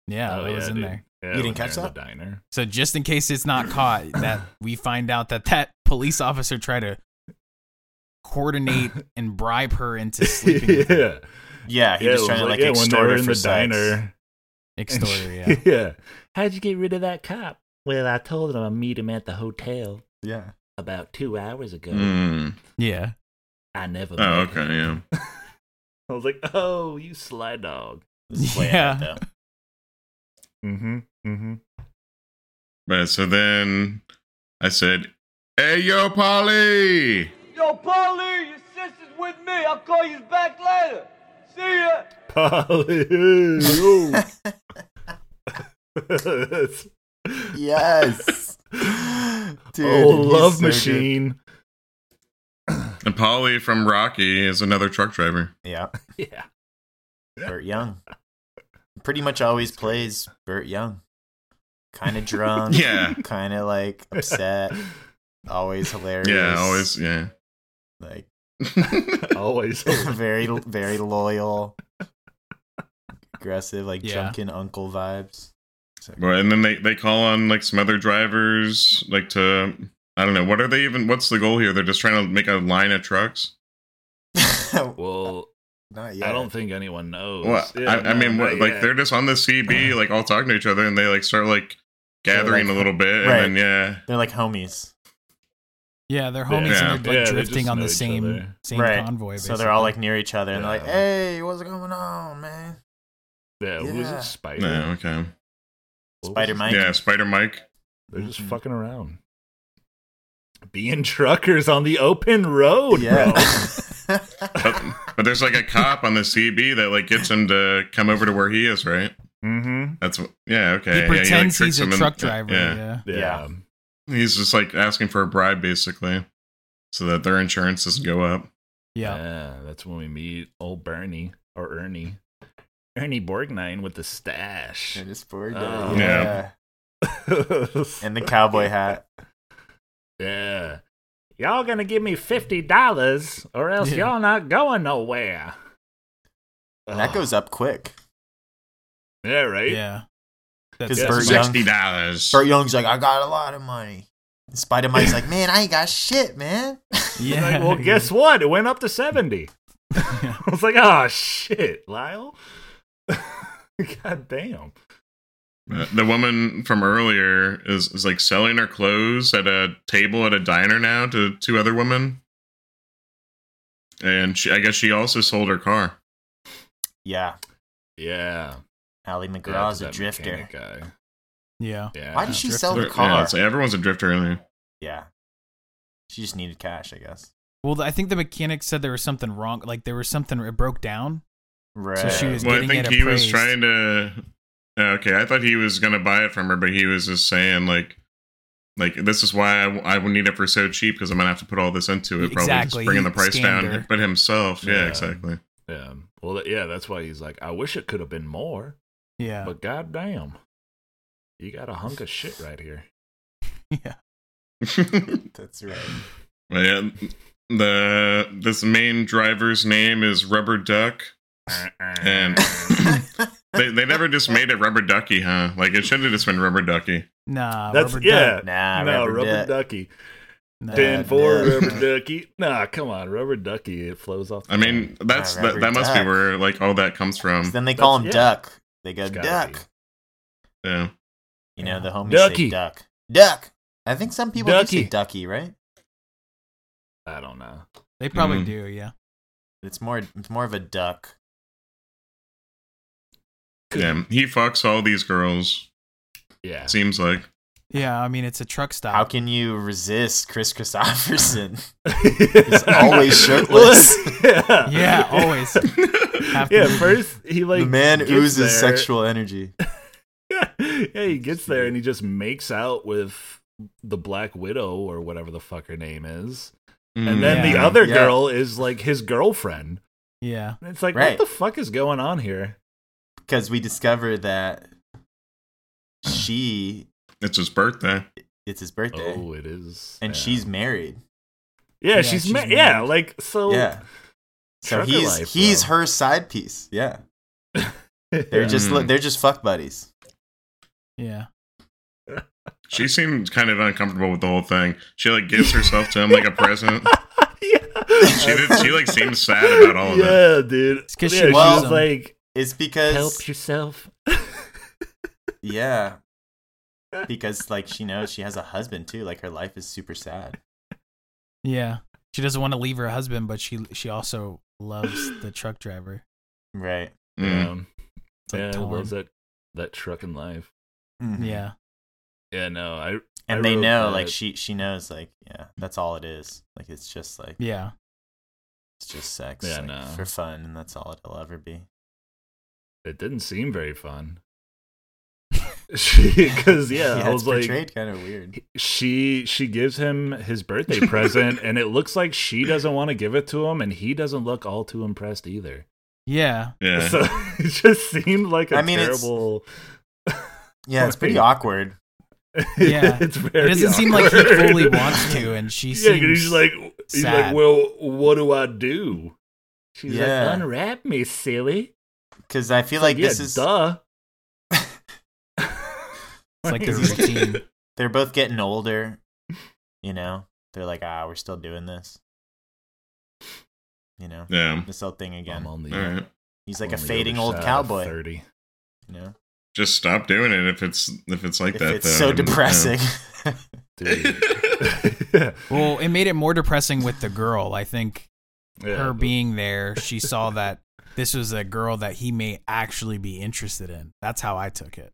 [SPEAKER 3] Yeah, that Oh, was in
[SPEAKER 1] dude.
[SPEAKER 3] there.
[SPEAKER 1] Oh, Yeah,
[SPEAKER 4] You
[SPEAKER 1] when
[SPEAKER 4] didn't catch
[SPEAKER 1] they're in
[SPEAKER 4] that?
[SPEAKER 1] The diner.
[SPEAKER 3] So just in case it's not caught, that we find out that that police officer tried to coordinate and bribe her into sleeping with him.
[SPEAKER 1] yeah.
[SPEAKER 7] Yeah, he
[SPEAKER 1] yeah,
[SPEAKER 7] was
[SPEAKER 1] it
[SPEAKER 7] trying to like
[SPEAKER 1] yeah, when they
[SPEAKER 7] extort
[SPEAKER 1] were
[SPEAKER 7] her
[SPEAKER 1] in
[SPEAKER 7] for
[SPEAKER 1] the
[SPEAKER 7] sex.
[SPEAKER 1] diner. and
[SPEAKER 3] Extort her,
[SPEAKER 1] she-
[SPEAKER 3] yeah.
[SPEAKER 1] yeah. How'd you get rid of that cop? Well, I told him I'd meet him at the hotel
[SPEAKER 7] Yeah.
[SPEAKER 1] about two hours ago.
[SPEAKER 2] Mm.
[SPEAKER 3] Yeah.
[SPEAKER 1] I never.
[SPEAKER 2] Oh,
[SPEAKER 1] met him.
[SPEAKER 2] okay, yeah.
[SPEAKER 1] I was like, oh, you sly dog.
[SPEAKER 7] This is way out
[SPEAKER 3] Yeah.
[SPEAKER 7] there.
[SPEAKER 1] Mm-hmm. Mm-hmm.
[SPEAKER 2] But so then I said, "Hey, yo, Polly."
[SPEAKER 8] Yo, Paulie, your sister's with me. I'll call you back later. See ya.
[SPEAKER 1] Polly. That's-
[SPEAKER 7] yes. Dude,
[SPEAKER 1] oh,
[SPEAKER 7] he's
[SPEAKER 1] love
[SPEAKER 7] so good.
[SPEAKER 1] machine.
[SPEAKER 2] And Polly from Rocky is another truck driver.
[SPEAKER 4] Yeah.
[SPEAKER 1] Yeah.
[SPEAKER 4] Burt Young. Pretty much always plays Burt Young. Kind of drunk.
[SPEAKER 2] Yeah,
[SPEAKER 4] Kind of like upset. Always hilarious.
[SPEAKER 2] yeah, always, yeah.
[SPEAKER 4] Like
[SPEAKER 1] Always.
[SPEAKER 4] very, very loyal. Aggressive, like
[SPEAKER 3] Yeah.
[SPEAKER 4] drunken uncle vibes.
[SPEAKER 2] But and then they they call on like some other drivers, like to I don't know what are they even? What's the goal here? They're just trying to make a line of trucks.
[SPEAKER 1] Well,
[SPEAKER 4] Not yet.
[SPEAKER 1] I don't think anyone knows.
[SPEAKER 2] Well,
[SPEAKER 1] Yeah,
[SPEAKER 2] I, I
[SPEAKER 1] no,
[SPEAKER 2] mean,
[SPEAKER 1] not
[SPEAKER 2] what, like
[SPEAKER 1] yet.
[SPEAKER 2] they're just on the CB, like all talking to each other, and they like start like gathering
[SPEAKER 4] like,
[SPEAKER 2] a little bit,
[SPEAKER 4] right.
[SPEAKER 2] and then yeah,
[SPEAKER 4] They're like homies.
[SPEAKER 3] Yeah, they're homies
[SPEAKER 2] Yeah.
[SPEAKER 3] and they're
[SPEAKER 1] Yeah,
[SPEAKER 3] like
[SPEAKER 1] they
[SPEAKER 3] drifting
[SPEAKER 1] just
[SPEAKER 3] on
[SPEAKER 1] know
[SPEAKER 3] the
[SPEAKER 1] each
[SPEAKER 3] same
[SPEAKER 1] other.
[SPEAKER 3] same
[SPEAKER 4] right.
[SPEAKER 3] convoy.
[SPEAKER 4] So they're all like
[SPEAKER 3] basically.
[SPEAKER 4] near each other and they're like,
[SPEAKER 1] Yeah.
[SPEAKER 4] hey, what's going on, man?
[SPEAKER 1] yeah, who is
[SPEAKER 4] yeah.
[SPEAKER 1] it? Spider.
[SPEAKER 2] no, okay,
[SPEAKER 1] What was
[SPEAKER 4] Spider
[SPEAKER 1] his
[SPEAKER 4] Mike.
[SPEAKER 2] yeah, Spider Mike.
[SPEAKER 1] They're just
[SPEAKER 4] Mhm.
[SPEAKER 1] fucking around. Mm-hmm. Being truckers on the open
[SPEAKER 2] Oh,
[SPEAKER 1] road,
[SPEAKER 4] Yeah.
[SPEAKER 1] bro.
[SPEAKER 2] But, but there's like a cop on the CB that like gets him to come over to where he is, right?
[SPEAKER 1] Mm-hmm.
[SPEAKER 2] That's wh- yeah, okay.
[SPEAKER 3] he
[SPEAKER 2] yeah, like,
[SPEAKER 3] pretends
[SPEAKER 2] tricks
[SPEAKER 3] he's a
[SPEAKER 2] him in-
[SPEAKER 3] truck driver.
[SPEAKER 2] yeah.
[SPEAKER 3] Yeah.
[SPEAKER 1] Yeah.
[SPEAKER 4] Yeah.
[SPEAKER 2] he's just like asking for a bribe basically, so that their insurance doesn't go up.
[SPEAKER 3] Yeah.
[SPEAKER 1] That's when we meet old Bernie or Ernie. Ernie Borgnine with the stash.
[SPEAKER 4] They're just bored.
[SPEAKER 1] Oh.
[SPEAKER 4] yeah.
[SPEAKER 2] Yeah.
[SPEAKER 4] And the cowboy hat.
[SPEAKER 1] Yeah. Y'all gonna give me fifty dollars or else
[SPEAKER 3] Yeah.
[SPEAKER 1] y'all not going nowhere. Ah.
[SPEAKER 4] That goes up quick.
[SPEAKER 1] Yeah, right?
[SPEAKER 3] Yeah. That's
[SPEAKER 4] Because
[SPEAKER 1] Yeah,
[SPEAKER 4] Burt
[SPEAKER 1] so-
[SPEAKER 4] Young
[SPEAKER 2] Sixty dollars.
[SPEAKER 4] Burt Young's like, I got a lot of money. Spider Mike's like, man, I ain't got shit, man.
[SPEAKER 1] He's
[SPEAKER 3] yeah.
[SPEAKER 1] like, well, guess what? It went up to seventy.
[SPEAKER 3] Yeah.
[SPEAKER 1] I was like, oh shit, Lyle. God damn.
[SPEAKER 2] Uh, The woman from earlier is, is like selling her clothes at a table at a diner now to two other women. And she, I guess she also sold her car.
[SPEAKER 4] yeah.
[SPEAKER 1] Yeah.
[SPEAKER 4] Allie McGraw's
[SPEAKER 1] Yeah,
[SPEAKER 4] a
[SPEAKER 1] that
[SPEAKER 4] drifter.
[SPEAKER 1] mechanic guy.
[SPEAKER 3] Yeah.
[SPEAKER 1] Yeah.
[SPEAKER 4] Why did she
[SPEAKER 3] Drifter.
[SPEAKER 4] sell the
[SPEAKER 2] Yeah,
[SPEAKER 4] car?
[SPEAKER 2] so everyone's a drifter in there.
[SPEAKER 4] yeah. She just needed cash, I guess.
[SPEAKER 3] Well, I think the mechanic said there was something wrong. Like there was something it broke down.
[SPEAKER 4] Right.
[SPEAKER 3] she was- He's
[SPEAKER 2] Well, I
[SPEAKER 3] getting
[SPEAKER 2] think
[SPEAKER 3] it
[SPEAKER 2] he was
[SPEAKER 3] appraised.
[SPEAKER 2] trying to. uh, Okay, I thought he was gonna buy it from her, but he was just saying like, like this is why I, w- I would need it for so cheap because I'm gonna have to put all this into it, probably
[SPEAKER 3] Exactly,
[SPEAKER 2] just bringing
[SPEAKER 3] he
[SPEAKER 2] the price
[SPEAKER 3] scammed
[SPEAKER 2] down.
[SPEAKER 3] her.
[SPEAKER 2] But himself, yeah,
[SPEAKER 1] Yeah.
[SPEAKER 2] exactly.
[SPEAKER 1] Yeah. Well, th- yeah, that's why he's like, I wish it could have been more,
[SPEAKER 3] Yeah.
[SPEAKER 1] but goddamn, you got a hunk of shit right here.
[SPEAKER 3] yeah.
[SPEAKER 4] That's right.
[SPEAKER 2] But yeah, the this main driver's name is Rubber Duck, and they they never just made it Rubber Ducky, huh? Like it should have just been Rubber Ducky.
[SPEAKER 3] Nah.
[SPEAKER 1] That's
[SPEAKER 3] rubber
[SPEAKER 1] yeah.
[SPEAKER 3] duck.
[SPEAKER 4] Nah,
[SPEAKER 1] no,
[SPEAKER 4] Ah, rubber,
[SPEAKER 1] rubber
[SPEAKER 4] duck. Ah,
[SPEAKER 1] ducky.
[SPEAKER 3] Nah.
[SPEAKER 1] Ten
[SPEAKER 4] Nah,
[SPEAKER 1] four
[SPEAKER 4] nah.
[SPEAKER 1] rubber ducky. Nah, come on, rubber ducky. It flows off. The
[SPEAKER 2] I mean, that's
[SPEAKER 4] Ah,
[SPEAKER 2] that,
[SPEAKER 4] Rubber
[SPEAKER 2] that must be
[SPEAKER 4] Duck.
[SPEAKER 2] where like all that comes from.
[SPEAKER 4] Then they call him
[SPEAKER 1] That's- yeah.
[SPEAKER 4] Duck. They go,
[SPEAKER 1] It's gotta
[SPEAKER 4] Duck.
[SPEAKER 2] Yeah.
[SPEAKER 4] You know, the homies
[SPEAKER 1] Ducky.
[SPEAKER 4] say Duck. Duck. I think some people do
[SPEAKER 1] Ducky.
[SPEAKER 4] say Ducky, right?
[SPEAKER 1] I don't know.
[SPEAKER 3] They probably
[SPEAKER 2] Mm.
[SPEAKER 4] Mm-hmm.
[SPEAKER 3] do. Yeah.
[SPEAKER 4] It's more it's more of a duck.
[SPEAKER 2] Yeah, he fucks all these girls.
[SPEAKER 1] Yeah.
[SPEAKER 2] Seems like
[SPEAKER 3] Yeah. I mean, it's a truck stop.
[SPEAKER 4] How can you resist Chris Christopherson?
[SPEAKER 1] He's
[SPEAKER 4] always shirtless.
[SPEAKER 1] yeah.
[SPEAKER 3] yeah. Always. Have to
[SPEAKER 1] Yeah,
[SPEAKER 3] be.
[SPEAKER 1] first he like
[SPEAKER 4] the man
[SPEAKER 1] gets
[SPEAKER 4] oozes
[SPEAKER 1] there.
[SPEAKER 4] sexual energy.
[SPEAKER 1] yeah, he gets there and he just makes out with the Black Widow or whatever the fuck her name is, and then the
[SPEAKER 2] Mm.
[SPEAKER 3] Yeah.
[SPEAKER 1] other
[SPEAKER 4] Yeah.
[SPEAKER 1] girl is like his girlfriend.
[SPEAKER 3] Yeah.
[SPEAKER 1] And it's like,
[SPEAKER 4] Right.
[SPEAKER 1] what the fuck is going on here?
[SPEAKER 4] Because we discover that she
[SPEAKER 2] it's his birthday.
[SPEAKER 4] it's his birthday.
[SPEAKER 1] Oh, it is.
[SPEAKER 4] and
[SPEAKER 1] yeah.
[SPEAKER 4] she's married.
[SPEAKER 1] yeah,
[SPEAKER 3] Yeah,
[SPEAKER 1] she's,
[SPEAKER 3] she's
[SPEAKER 1] ma- yeah,
[SPEAKER 3] married.
[SPEAKER 1] like so.
[SPEAKER 4] yeah. So
[SPEAKER 1] trucker
[SPEAKER 4] he's
[SPEAKER 1] life,
[SPEAKER 4] he's
[SPEAKER 1] bro.
[SPEAKER 4] her side piece. Yeah. They're just
[SPEAKER 2] Mm.
[SPEAKER 4] they're just fuck buddies.
[SPEAKER 3] Yeah.
[SPEAKER 2] She seemed kind of uncomfortable with the whole thing. She like gives herself to him like a present. She did, she like seems sad about all of it.
[SPEAKER 1] yeah, dude.
[SPEAKER 3] It's 'cause she
[SPEAKER 1] yeah, she
[SPEAKER 4] loves
[SPEAKER 1] was
[SPEAKER 3] him.
[SPEAKER 1] like,
[SPEAKER 4] It's because
[SPEAKER 1] help yourself.
[SPEAKER 4] yeah, because like she knows she has a husband too. Like her life is super sad.
[SPEAKER 3] Yeah. She doesn't want to leave her husband, but she she also loves the truck driver.
[SPEAKER 4] Right.
[SPEAKER 2] Mm.
[SPEAKER 1] Um,
[SPEAKER 3] It's like
[SPEAKER 1] yeah, I
[SPEAKER 3] torn.
[SPEAKER 1] love that that trucking life.
[SPEAKER 4] Mm-hmm.
[SPEAKER 3] Yeah.
[SPEAKER 1] Yeah, no, I
[SPEAKER 4] And
[SPEAKER 1] I
[SPEAKER 4] they
[SPEAKER 1] wrote
[SPEAKER 4] know
[SPEAKER 1] that-
[SPEAKER 4] like she she knows like yeah that's all it is. Like it's just like
[SPEAKER 3] Yeah.
[SPEAKER 4] it's just sex
[SPEAKER 1] Yeah,
[SPEAKER 4] like,
[SPEAKER 1] no.
[SPEAKER 4] for fun and that's all it'll ever be.
[SPEAKER 1] it didn't seem very fun. Because yeah, I
[SPEAKER 4] it's
[SPEAKER 1] was like,
[SPEAKER 4] portrayed kind of weird.
[SPEAKER 1] she she gives him his birthday present and it looks like she doesn't want to give it to him and he doesn't look all too impressed either
[SPEAKER 3] Yeah.
[SPEAKER 2] Yeah.
[SPEAKER 1] so it just seemed like a
[SPEAKER 4] I mean, it's-
[SPEAKER 1] terrible
[SPEAKER 4] Yeah, it's pretty
[SPEAKER 1] Right.
[SPEAKER 4] awkward.
[SPEAKER 3] Yeah.
[SPEAKER 1] it's very
[SPEAKER 3] It doesn't seem like he
[SPEAKER 1] awkward.
[SPEAKER 3] fully wants to, and she
[SPEAKER 1] yeah 'cause
[SPEAKER 3] seems
[SPEAKER 1] he's like he's like
[SPEAKER 3] sad.
[SPEAKER 1] well what do i do she's
[SPEAKER 4] Yeah.
[SPEAKER 1] like unwrap me silly
[SPEAKER 4] Because I feel like
[SPEAKER 1] yeah
[SPEAKER 4] this is
[SPEAKER 1] duh
[SPEAKER 3] it's like their routine.
[SPEAKER 4] they're both getting older. You know, they're like, ah, we're still doing this. You know,
[SPEAKER 2] Yeah.
[SPEAKER 4] this old thing again.
[SPEAKER 1] I'm on the,
[SPEAKER 2] All right.
[SPEAKER 4] He's like
[SPEAKER 1] on
[SPEAKER 4] a
[SPEAKER 1] the
[SPEAKER 4] fading
[SPEAKER 1] other
[SPEAKER 4] old
[SPEAKER 1] side of
[SPEAKER 4] cowboy.
[SPEAKER 1] 30
[SPEAKER 4] You know,
[SPEAKER 2] Just stop doing it if it's if it's like
[SPEAKER 4] if
[SPEAKER 2] that.
[SPEAKER 4] it's so
[SPEAKER 2] though. And,
[SPEAKER 4] depressing.
[SPEAKER 2] yeah.
[SPEAKER 1] dude
[SPEAKER 3] Well, it made it more depressing with the girl. I think
[SPEAKER 1] Yeah.
[SPEAKER 3] her being there, she saw that this was a girl that he may actually be interested in. That's how I took it.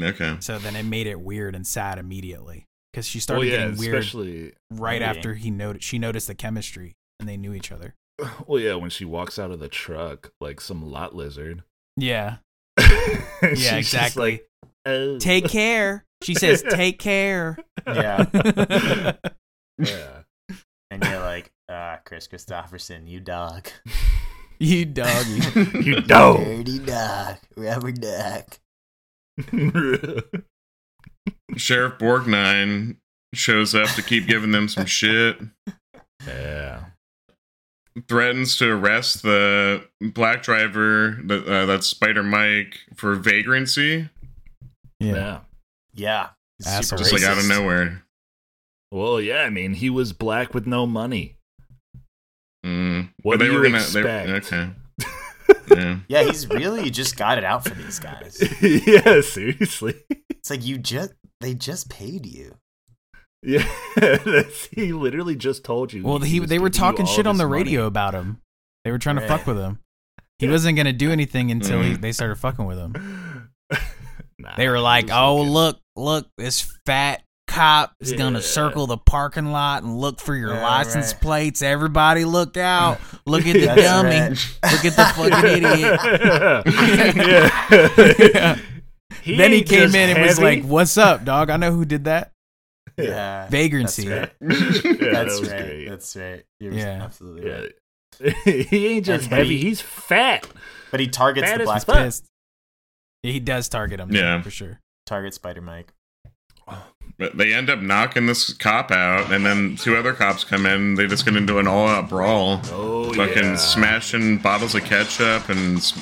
[SPEAKER 2] Okay.
[SPEAKER 3] So then it made it weird and sad immediately because she started
[SPEAKER 1] well, yeah,
[SPEAKER 3] getting weird
[SPEAKER 1] especially
[SPEAKER 3] right
[SPEAKER 4] Yeah.
[SPEAKER 3] after he noticed she noticed the chemistry and they knew each other.
[SPEAKER 1] Well, yeah, when she walks out of the truck like some lot lizard.
[SPEAKER 3] Yeah,
[SPEAKER 1] yeah,
[SPEAKER 3] yeah, exactly.
[SPEAKER 1] oh.
[SPEAKER 3] take care. She says, "Take care."
[SPEAKER 4] yeah,
[SPEAKER 1] Yeah.
[SPEAKER 4] and you're like, ah, Chris Christopherson, you dog,
[SPEAKER 3] you doggy.
[SPEAKER 1] you don't.
[SPEAKER 4] dirty dog, rubber duck.
[SPEAKER 2] Sheriff Borgnine shows up to keep giving them some shit.
[SPEAKER 1] yeah.
[SPEAKER 2] Threatens to arrest the black driver, that uh, that's Spider Mike, for vagrancy.
[SPEAKER 3] Yeah,
[SPEAKER 1] Yeah.
[SPEAKER 4] Yeah, he's
[SPEAKER 3] Asshole.
[SPEAKER 2] Just like out of nowhere.
[SPEAKER 1] Well, yeah, I mean, he was black with no money.
[SPEAKER 2] Mm.
[SPEAKER 1] What
[SPEAKER 2] But
[SPEAKER 1] do you
[SPEAKER 2] they-
[SPEAKER 1] expect?
[SPEAKER 2] okay. yeah.
[SPEAKER 4] Yeah, he's really just got it out for these guys.
[SPEAKER 1] yeah, seriously.
[SPEAKER 4] It's like you just they just paid you.
[SPEAKER 1] Yeah, that's, he literally just told you.
[SPEAKER 3] Well, he,
[SPEAKER 1] was
[SPEAKER 3] they were
[SPEAKER 1] giving you
[SPEAKER 3] talking
[SPEAKER 1] all
[SPEAKER 3] shit
[SPEAKER 1] of
[SPEAKER 3] on
[SPEAKER 1] his
[SPEAKER 3] the
[SPEAKER 1] money.
[SPEAKER 3] radio about him. They were trying to
[SPEAKER 4] Right.
[SPEAKER 3] fuck with him. He wasn't gonna do anything until he,
[SPEAKER 2] Mhm.
[SPEAKER 3] they started fucking with him.
[SPEAKER 1] Nah,
[SPEAKER 3] They were
[SPEAKER 1] he
[SPEAKER 3] like,
[SPEAKER 1] Mm. was
[SPEAKER 3] "Oh,
[SPEAKER 1] looking-
[SPEAKER 3] look, look, this fat cop is
[SPEAKER 1] Yeah.
[SPEAKER 3] gonna circle the parking lot and look for your
[SPEAKER 4] Yeah,
[SPEAKER 3] license
[SPEAKER 4] right.
[SPEAKER 3] plates. Everybody, look out! Look at the
[SPEAKER 4] That's
[SPEAKER 3] dummy!
[SPEAKER 4] right.
[SPEAKER 3] Look at the fucking idiot!"
[SPEAKER 1] yeah.
[SPEAKER 3] then he
[SPEAKER 1] ain't
[SPEAKER 3] came
[SPEAKER 1] just
[SPEAKER 3] in and was
[SPEAKER 1] heavy.
[SPEAKER 3] like, "What's up, dog? I know who did that.
[SPEAKER 4] Yeah,
[SPEAKER 3] Vagrancy.
[SPEAKER 4] That's right.
[SPEAKER 1] yeah,
[SPEAKER 4] That's
[SPEAKER 1] that was
[SPEAKER 4] right.
[SPEAKER 1] great.
[SPEAKER 4] That's right. You're
[SPEAKER 3] Yeah.
[SPEAKER 4] absolutely
[SPEAKER 1] yeah.
[SPEAKER 4] right.
[SPEAKER 1] he ain't just
[SPEAKER 4] Everybody-
[SPEAKER 1] heavy, he's fat.
[SPEAKER 4] But he targets
[SPEAKER 1] Bad
[SPEAKER 4] the
[SPEAKER 1] as
[SPEAKER 4] black
[SPEAKER 1] fuck.
[SPEAKER 3] Pissed. Yeah, he does target him.
[SPEAKER 2] Yeah.
[SPEAKER 3] for sure.
[SPEAKER 4] target Spider Mike.
[SPEAKER 2] But they end up knocking this cop out, and then two other cops come in. They just get into an all-out brawl,
[SPEAKER 1] Oh,
[SPEAKER 2] fucking
[SPEAKER 1] yeah.
[SPEAKER 2] smashing bottles of ketchup and s-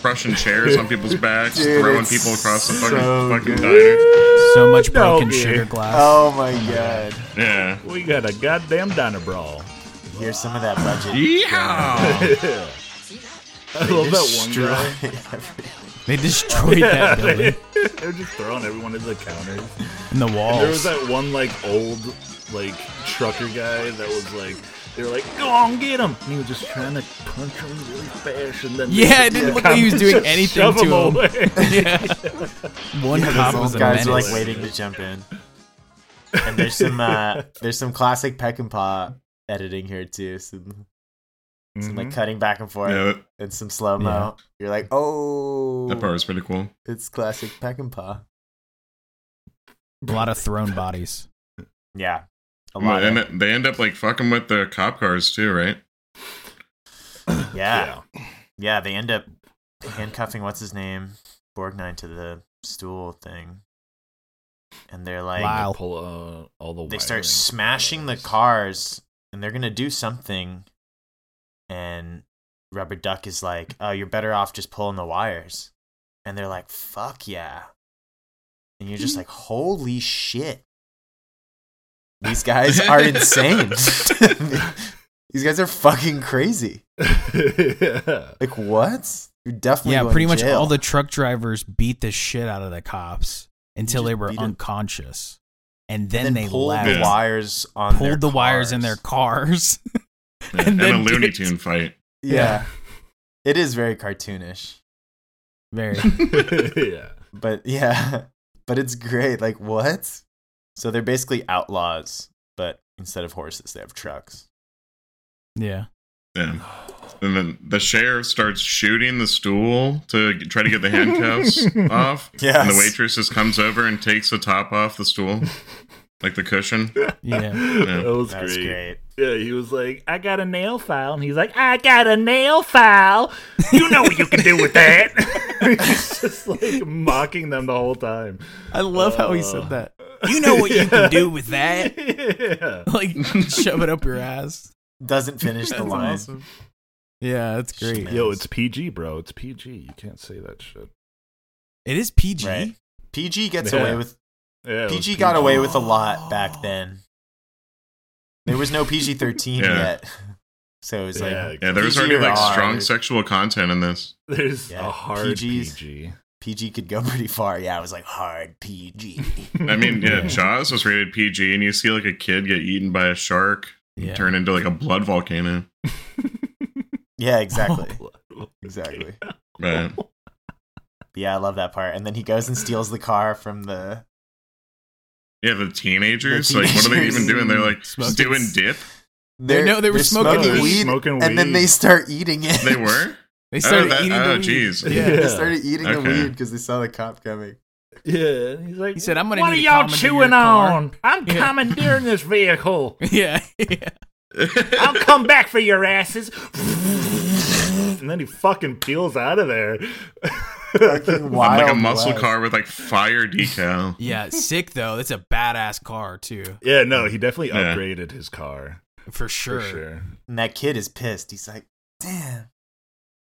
[SPEAKER 2] crushing chairs on people's backs,
[SPEAKER 4] Dude,
[SPEAKER 2] throwing
[SPEAKER 4] it's
[SPEAKER 2] people across the fucking,
[SPEAKER 4] so
[SPEAKER 2] fucking
[SPEAKER 4] good.
[SPEAKER 3] So much
[SPEAKER 1] no,
[SPEAKER 3] broken
[SPEAKER 1] dude.
[SPEAKER 3] sugar glass.
[SPEAKER 4] Oh my god!
[SPEAKER 2] diner. Yeah.
[SPEAKER 1] We got a goddamn diner brawl.
[SPEAKER 4] Here's some of that budget.
[SPEAKER 2] Yeehaw!
[SPEAKER 1] I love that one guy.
[SPEAKER 3] They destroyed
[SPEAKER 1] Oh. Yeah,
[SPEAKER 3] that building
[SPEAKER 1] They're just throwing everyone into the counters.
[SPEAKER 3] and the walls.
[SPEAKER 1] There was that one like old like trucker guy that was like they were like, go on, get him. And he was just trying to punch him really fast, and then
[SPEAKER 3] Yeah, it didn't look like he was doing
[SPEAKER 1] Just
[SPEAKER 3] anything
[SPEAKER 1] shove
[SPEAKER 3] to him.
[SPEAKER 1] away.
[SPEAKER 3] yeah. One cop
[SPEAKER 4] Those
[SPEAKER 3] was a menace.
[SPEAKER 4] guys are like waiting to jump in. And there's some uh, there's some classic Peck and Paw editing here too. Some, some
[SPEAKER 1] Mm-hmm.
[SPEAKER 4] like cutting back and forth
[SPEAKER 2] Yeah, that,
[SPEAKER 4] and some slow mo. You're like, oh,
[SPEAKER 2] that part was pretty cool.
[SPEAKER 4] it's classic Peck and Paw.
[SPEAKER 3] a lot of thrown bodies.
[SPEAKER 4] Yeah, a lot.
[SPEAKER 2] And
[SPEAKER 4] of,
[SPEAKER 2] it- they end up like fucking with the cop cars too, right?
[SPEAKER 4] yeah. Yeah, they end up handcuffing what's his name Borgnine to the stool thing, and they're like,
[SPEAKER 3] Lyle.
[SPEAKER 1] Pull out
[SPEAKER 3] uh,
[SPEAKER 1] all the
[SPEAKER 4] they
[SPEAKER 1] wiring.
[SPEAKER 4] start smashing the cars, and they're gonna do something, and Rubber Duck is like, "Oh, you're better off just pulling the wires." and they're like, "Fuck yeah," and you're just like, "Holy shit." These guys are insane. These guys are fucking crazy.
[SPEAKER 1] yeah.
[SPEAKER 4] Like what? You're definitely
[SPEAKER 3] yeah,
[SPEAKER 4] going
[SPEAKER 3] pretty
[SPEAKER 4] to
[SPEAKER 3] much
[SPEAKER 4] jail.
[SPEAKER 3] all the truck drivers beat the shit out of the cops until
[SPEAKER 4] just
[SPEAKER 3] they were
[SPEAKER 4] beat 'em.
[SPEAKER 3] unconscious, and then,
[SPEAKER 4] and
[SPEAKER 3] they
[SPEAKER 4] pulled
[SPEAKER 3] left,
[SPEAKER 4] the wires on
[SPEAKER 3] pulled
[SPEAKER 4] their
[SPEAKER 3] the wires in
[SPEAKER 4] cars.
[SPEAKER 3] their cars.
[SPEAKER 2] Yeah,
[SPEAKER 3] And
[SPEAKER 2] And,
[SPEAKER 3] then
[SPEAKER 2] a Looney
[SPEAKER 3] did-
[SPEAKER 2] Tune fight.
[SPEAKER 4] Yeah. It is very cartoonish.
[SPEAKER 3] Very
[SPEAKER 1] yeah.
[SPEAKER 4] But yeah. But it's great. Like what? So they're basically outlaws, but instead of horses, they have trucks.
[SPEAKER 3] yeah.
[SPEAKER 2] Yeah. And then the sheriff starts shooting the stool to g- try to get the handcuffs off. And
[SPEAKER 4] Yes.
[SPEAKER 2] the waitress just comes over and takes the top off the stool, like the cushion.
[SPEAKER 3] Yeah.
[SPEAKER 1] That was
[SPEAKER 4] That's
[SPEAKER 1] great.
[SPEAKER 4] great.
[SPEAKER 1] Yeah, he was like, I got a nail file. And he's like, I got a nail file. You know what you can do with that. he's just like mocking them the whole time.
[SPEAKER 3] I love how he
[SPEAKER 1] Uh,
[SPEAKER 3] said that. You know what you can do with that.
[SPEAKER 1] yeah.
[SPEAKER 3] Like shove it up your ass.
[SPEAKER 4] Doesn't finish the line.
[SPEAKER 3] Yeah, that's great.
[SPEAKER 4] Shit.
[SPEAKER 1] Yo, it's PG, bro. It's PG. You can't say that shit.
[SPEAKER 3] It is PG.
[SPEAKER 4] Right. PG gets
[SPEAKER 1] Yeah.
[SPEAKER 4] away with
[SPEAKER 1] Yeah, it was
[SPEAKER 4] PG got away with a
[SPEAKER 3] Oh.
[SPEAKER 4] lot back then. There was no PG thirteen
[SPEAKER 2] Yeah.
[SPEAKER 4] yet. So it was
[SPEAKER 1] Yeah,
[SPEAKER 4] like
[SPEAKER 2] Yeah, there was already like
[SPEAKER 4] PG or
[SPEAKER 2] strong
[SPEAKER 4] R.
[SPEAKER 2] sexual content in this.
[SPEAKER 1] There's
[SPEAKER 4] Yeah,
[SPEAKER 1] a hard
[SPEAKER 4] PGs.
[SPEAKER 1] PG.
[SPEAKER 4] PG could go pretty far. Yeah, it was like hard PG.
[SPEAKER 2] I mean, yeah, Jaws was rated PG, and you see like a kid get eaten by a shark,
[SPEAKER 3] Yeah.
[SPEAKER 2] turn into like a blood volcano. Oh
[SPEAKER 4] yeah, exactly.
[SPEAKER 1] Blood.
[SPEAKER 4] Exactly.
[SPEAKER 2] But
[SPEAKER 4] Yeah, I love that part. And then he goes and steals the car from the
[SPEAKER 2] yeah, the teenagers,
[SPEAKER 4] The
[SPEAKER 2] like, what are they
[SPEAKER 4] teenagers
[SPEAKER 2] even doing? They're like
[SPEAKER 3] smoking
[SPEAKER 2] doing
[SPEAKER 3] s-
[SPEAKER 2] dip.
[SPEAKER 4] they're,
[SPEAKER 3] no, they were
[SPEAKER 4] they're
[SPEAKER 3] smoking
[SPEAKER 1] weed. Smoking
[SPEAKER 4] and then
[SPEAKER 1] weed.
[SPEAKER 4] they start eating it.
[SPEAKER 2] They were.
[SPEAKER 3] They started
[SPEAKER 2] oh, that,
[SPEAKER 3] eating the
[SPEAKER 2] oh,
[SPEAKER 3] weed.
[SPEAKER 2] jeez.
[SPEAKER 1] Yeah.
[SPEAKER 4] they started eating the
[SPEAKER 2] Okay.
[SPEAKER 4] weed because they saw the cop coming.
[SPEAKER 1] Yeah, and he's like,
[SPEAKER 3] He said, "I'm gonna
[SPEAKER 1] What are
[SPEAKER 3] need to
[SPEAKER 1] y'all
[SPEAKER 3] commandeer
[SPEAKER 1] chewing
[SPEAKER 3] your car."
[SPEAKER 1] on? I'm
[SPEAKER 3] Yeah.
[SPEAKER 1] commandeering this vehicle.
[SPEAKER 3] Yeah. yeah.
[SPEAKER 1] I'll come back for your asses." and then he fucking peels out of there.
[SPEAKER 4] Fucking
[SPEAKER 2] On like a
[SPEAKER 4] Wild
[SPEAKER 2] muscle
[SPEAKER 4] West.
[SPEAKER 2] car with like fire decal.
[SPEAKER 3] Yeah, sick though. That's a badass car too.
[SPEAKER 1] yeah, no, he definitely
[SPEAKER 2] Yeah.
[SPEAKER 1] upgraded his car
[SPEAKER 3] For sure.
[SPEAKER 1] for sure.
[SPEAKER 4] And that kid is pissed. He's like, "Damn,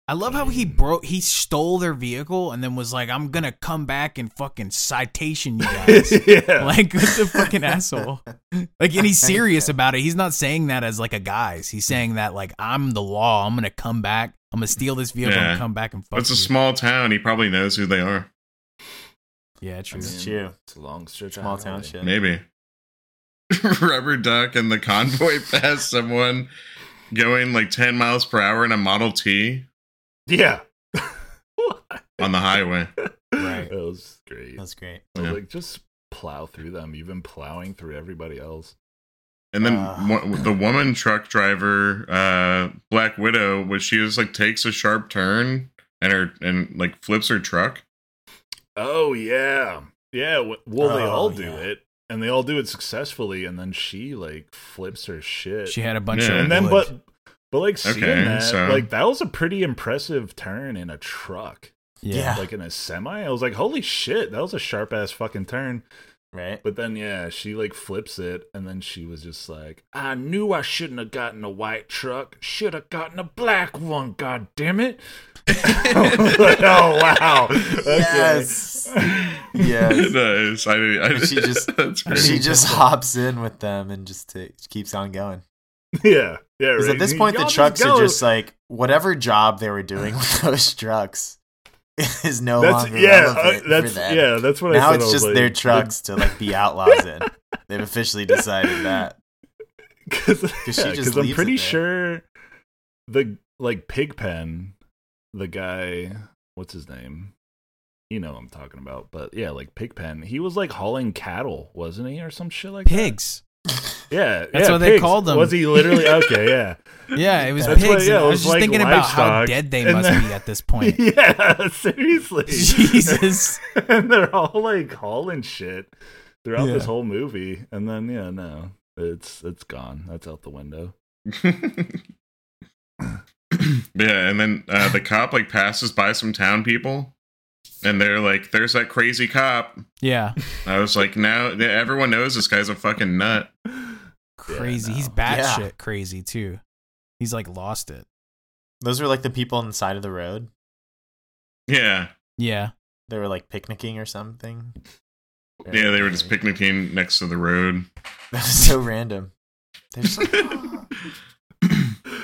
[SPEAKER 3] I love how he broke he stole their vehicle and then was like, I'm gonna come back and fucking citation you guys.
[SPEAKER 1] yeah,
[SPEAKER 3] like what the fucking asshole. Like and he's serious about it. He's not saying that as like a guise. He's saying that like I'm the law. I'm gonna come back. I'm gonna steal this vehicle
[SPEAKER 2] Yeah.
[SPEAKER 3] and come back and fuck.
[SPEAKER 2] That's a
[SPEAKER 3] you.
[SPEAKER 2] small town. He probably knows who they are.
[SPEAKER 3] Yeah, true.
[SPEAKER 4] it's true."
[SPEAKER 1] it's a long stretch.
[SPEAKER 4] Small town shit.
[SPEAKER 2] Maybe. Rubber duck and the convoy pass someone going like 10 miles per hour in a Model T
[SPEAKER 1] Yeah,
[SPEAKER 2] on the highway.
[SPEAKER 1] right. That was great.
[SPEAKER 4] That's great.
[SPEAKER 1] I was
[SPEAKER 2] Yeah.
[SPEAKER 1] like, just plow through them. You've been plowing through everybody else.
[SPEAKER 2] And then
[SPEAKER 4] Uh.
[SPEAKER 2] wo- the woman truck driver, uh, Black Widow, was she just like takes a sharp turn and her and like flips her truck.
[SPEAKER 1] Oh yeah, yeah. w- Well, they
[SPEAKER 4] Oh,
[SPEAKER 1] all do
[SPEAKER 4] yeah.
[SPEAKER 1] it, and they all do it successfully, and then she like flips her shit.
[SPEAKER 3] She had a bunch
[SPEAKER 2] Yeah.
[SPEAKER 3] of
[SPEAKER 2] her
[SPEAKER 1] and then
[SPEAKER 3] wood.
[SPEAKER 1] but but like seeing
[SPEAKER 2] Okay,
[SPEAKER 1] that,
[SPEAKER 2] so-
[SPEAKER 1] like that was a pretty impressive turn in a truck,
[SPEAKER 4] Yeah.
[SPEAKER 1] like in a semi. I was like, holy shit, that was a sharp ass fucking turn.
[SPEAKER 4] Right?
[SPEAKER 1] But then yeah, she like flips it, and then she was just like, I knew I shouldn't have gotten a white truck. Should have gotten a black one. God damn it. oh wow! Okay.
[SPEAKER 4] Yes. yes.
[SPEAKER 2] nice. uh, I, didn't- I,
[SPEAKER 4] She just-
[SPEAKER 2] that's great.
[SPEAKER 4] She just hops in with them and just takes, keeps on going.
[SPEAKER 1] Yeah, yeah.
[SPEAKER 4] Because
[SPEAKER 1] right.
[SPEAKER 4] at this
[SPEAKER 1] You-
[SPEAKER 4] point, the
[SPEAKER 1] y'all
[SPEAKER 4] trucks
[SPEAKER 1] go.
[SPEAKER 4] are just like whatever job they were doing with those trucks is no
[SPEAKER 1] that's
[SPEAKER 4] longer
[SPEAKER 1] yeah, uh,
[SPEAKER 4] relevant
[SPEAKER 1] that's
[SPEAKER 4] for them.
[SPEAKER 1] yeah, that's what I said.
[SPEAKER 4] now
[SPEAKER 1] I
[SPEAKER 4] it's
[SPEAKER 1] was
[SPEAKER 4] just
[SPEAKER 1] like,
[SPEAKER 4] their trucks to like be outlaws in. They've officially decided that.
[SPEAKER 1] Because
[SPEAKER 4] she just
[SPEAKER 1] I'm
[SPEAKER 4] leaves it
[SPEAKER 1] pretty
[SPEAKER 4] there.
[SPEAKER 1] sure the like Pigpen, the guy, what's his name? You know what I'm talking about, but yeah, like Pigpen, he was like hauling cattle, wasn't he, or some shit like that?
[SPEAKER 3] pigs.
[SPEAKER 1] Yeah,
[SPEAKER 3] That's
[SPEAKER 1] yeah,
[SPEAKER 3] what they
[SPEAKER 1] pigs.
[SPEAKER 3] called them.
[SPEAKER 1] Was he literally okay? Yeah,
[SPEAKER 3] Yeah, it was
[SPEAKER 1] That's
[SPEAKER 3] pigs.
[SPEAKER 1] what- yeah,
[SPEAKER 3] and
[SPEAKER 1] it
[SPEAKER 3] I
[SPEAKER 1] was
[SPEAKER 3] was just
[SPEAKER 1] like
[SPEAKER 3] thinking about how
[SPEAKER 1] livestock.
[SPEAKER 3] dead they
[SPEAKER 1] And
[SPEAKER 3] must
[SPEAKER 1] then-
[SPEAKER 3] be at this point.
[SPEAKER 1] yeah, seriously,
[SPEAKER 3] Jesus.
[SPEAKER 1] and they're all like hauling shit throughout
[SPEAKER 3] Yeah.
[SPEAKER 1] this whole movie, and then yeah, no, it's it's gone. That's out the window.
[SPEAKER 2] yeah, and then uh, the cop like passes by some town people, and they're like, "There's that crazy cop."
[SPEAKER 3] Yeah.
[SPEAKER 2] I was like, "Now that everyone knows this guy's a fucking nut."
[SPEAKER 3] Crazy.
[SPEAKER 1] no.
[SPEAKER 3] He's
[SPEAKER 4] Yeah.
[SPEAKER 3] batshit crazy too. He's like lost it.
[SPEAKER 4] Those were like the people on the side of the road.
[SPEAKER 2] Yeah,
[SPEAKER 3] Yeah.
[SPEAKER 4] They were like picnicking or something.
[SPEAKER 2] Yeah, they were just picnicking next to the road.
[SPEAKER 4] That was so random. They're just like,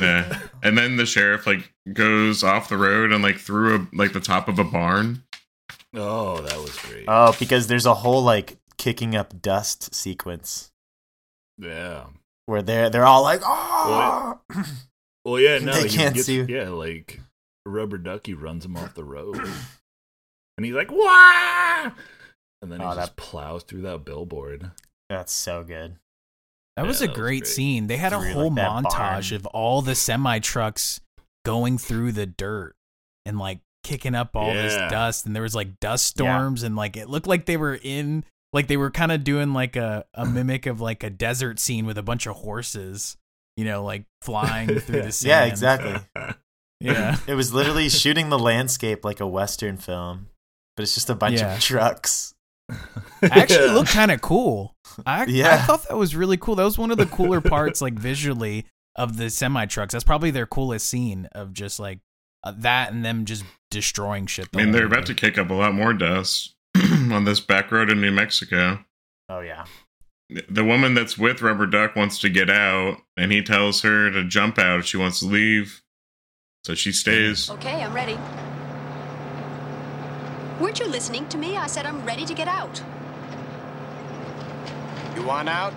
[SPEAKER 2] Yeah. And then the sheriff like goes off the road and like through a like the top of a barn.
[SPEAKER 1] Oh, that was great.
[SPEAKER 4] oh, because there's a whole like kicking up dust sequence
[SPEAKER 1] yeah.
[SPEAKER 4] where they're they're all like, oh,
[SPEAKER 1] Well, yeah, no,
[SPEAKER 4] They
[SPEAKER 1] you
[SPEAKER 4] can't
[SPEAKER 1] get-
[SPEAKER 4] see you.
[SPEAKER 1] Yeah, like rubber ducky runs him off the road, and he's like, "Wah!" And then he
[SPEAKER 4] Oh,
[SPEAKER 1] just
[SPEAKER 4] that-
[SPEAKER 1] plows through that billboard.
[SPEAKER 4] that's so good.
[SPEAKER 3] That was
[SPEAKER 1] Yeah,
[SPEAKER 3] a
[SPEAKER 1] that was
[SPEAKER 3] great,
[SPEAKER 1] great.
[SPEAKER 3] scene. They had a
[SPEAKER 4] Through,
[SPEAKER 3] whole
[SPEAKER 4] like, that
[SPEAKER 3] montage
[SPEAKER 4] barn.
[SPEAKER 3] of all the semi trucks going through the dirt and like kicking up all this
[SPEAKER 1] Yeah.
[SPEAKER 3] dust. And there was like dust
[SPEAKER 4] Yeah.
[SPEAKER 3] storms and like it looked like they were in like they were kind of doing like a, a mimic of like a desert scene with a bunch of horses, you know, like flying through the sand.
[SPEAKER 4] Yeah, exactly.
[SPEAKER 3] Yeah.
[SPEAKER 4] It was literally shooting the landscape like a western film, but it's just a bunch
[SPEAKER 3] Yeah.
[SPEAKER 4] of trucks.
[SPEAKER 3] actually looked kind of cool. I, I
[SPEAKER 4] Yeah.
[SPEAKER 3] thought that was really cool. That was one of the cooler parts, like visually, of the semi trucks. That's probably their coolest scene of just like uh, that and them just destroying shit.
[SPEAKER 2] I
[SPEAKER 3] the
[SPEAKER 2] mean, they're
[SPEAKER 3] whole
[SPEAKER 2] about
[SPEAKER 3] way.
[SPEAKER 2] to kick up a lot more dust on this back road in New Mexico.
[SPEAKER 4] Oh yeah,
[SPEAKER 2] The woman that's with Rubber Duck wants to get out, and he tells her to jump out if she wants to leave. So she stays.
[SPEAKER 9] Okay, I'm ready. Weren't you listening to me? I said I'm ready to get out.
[SPEAKER 10] You want out?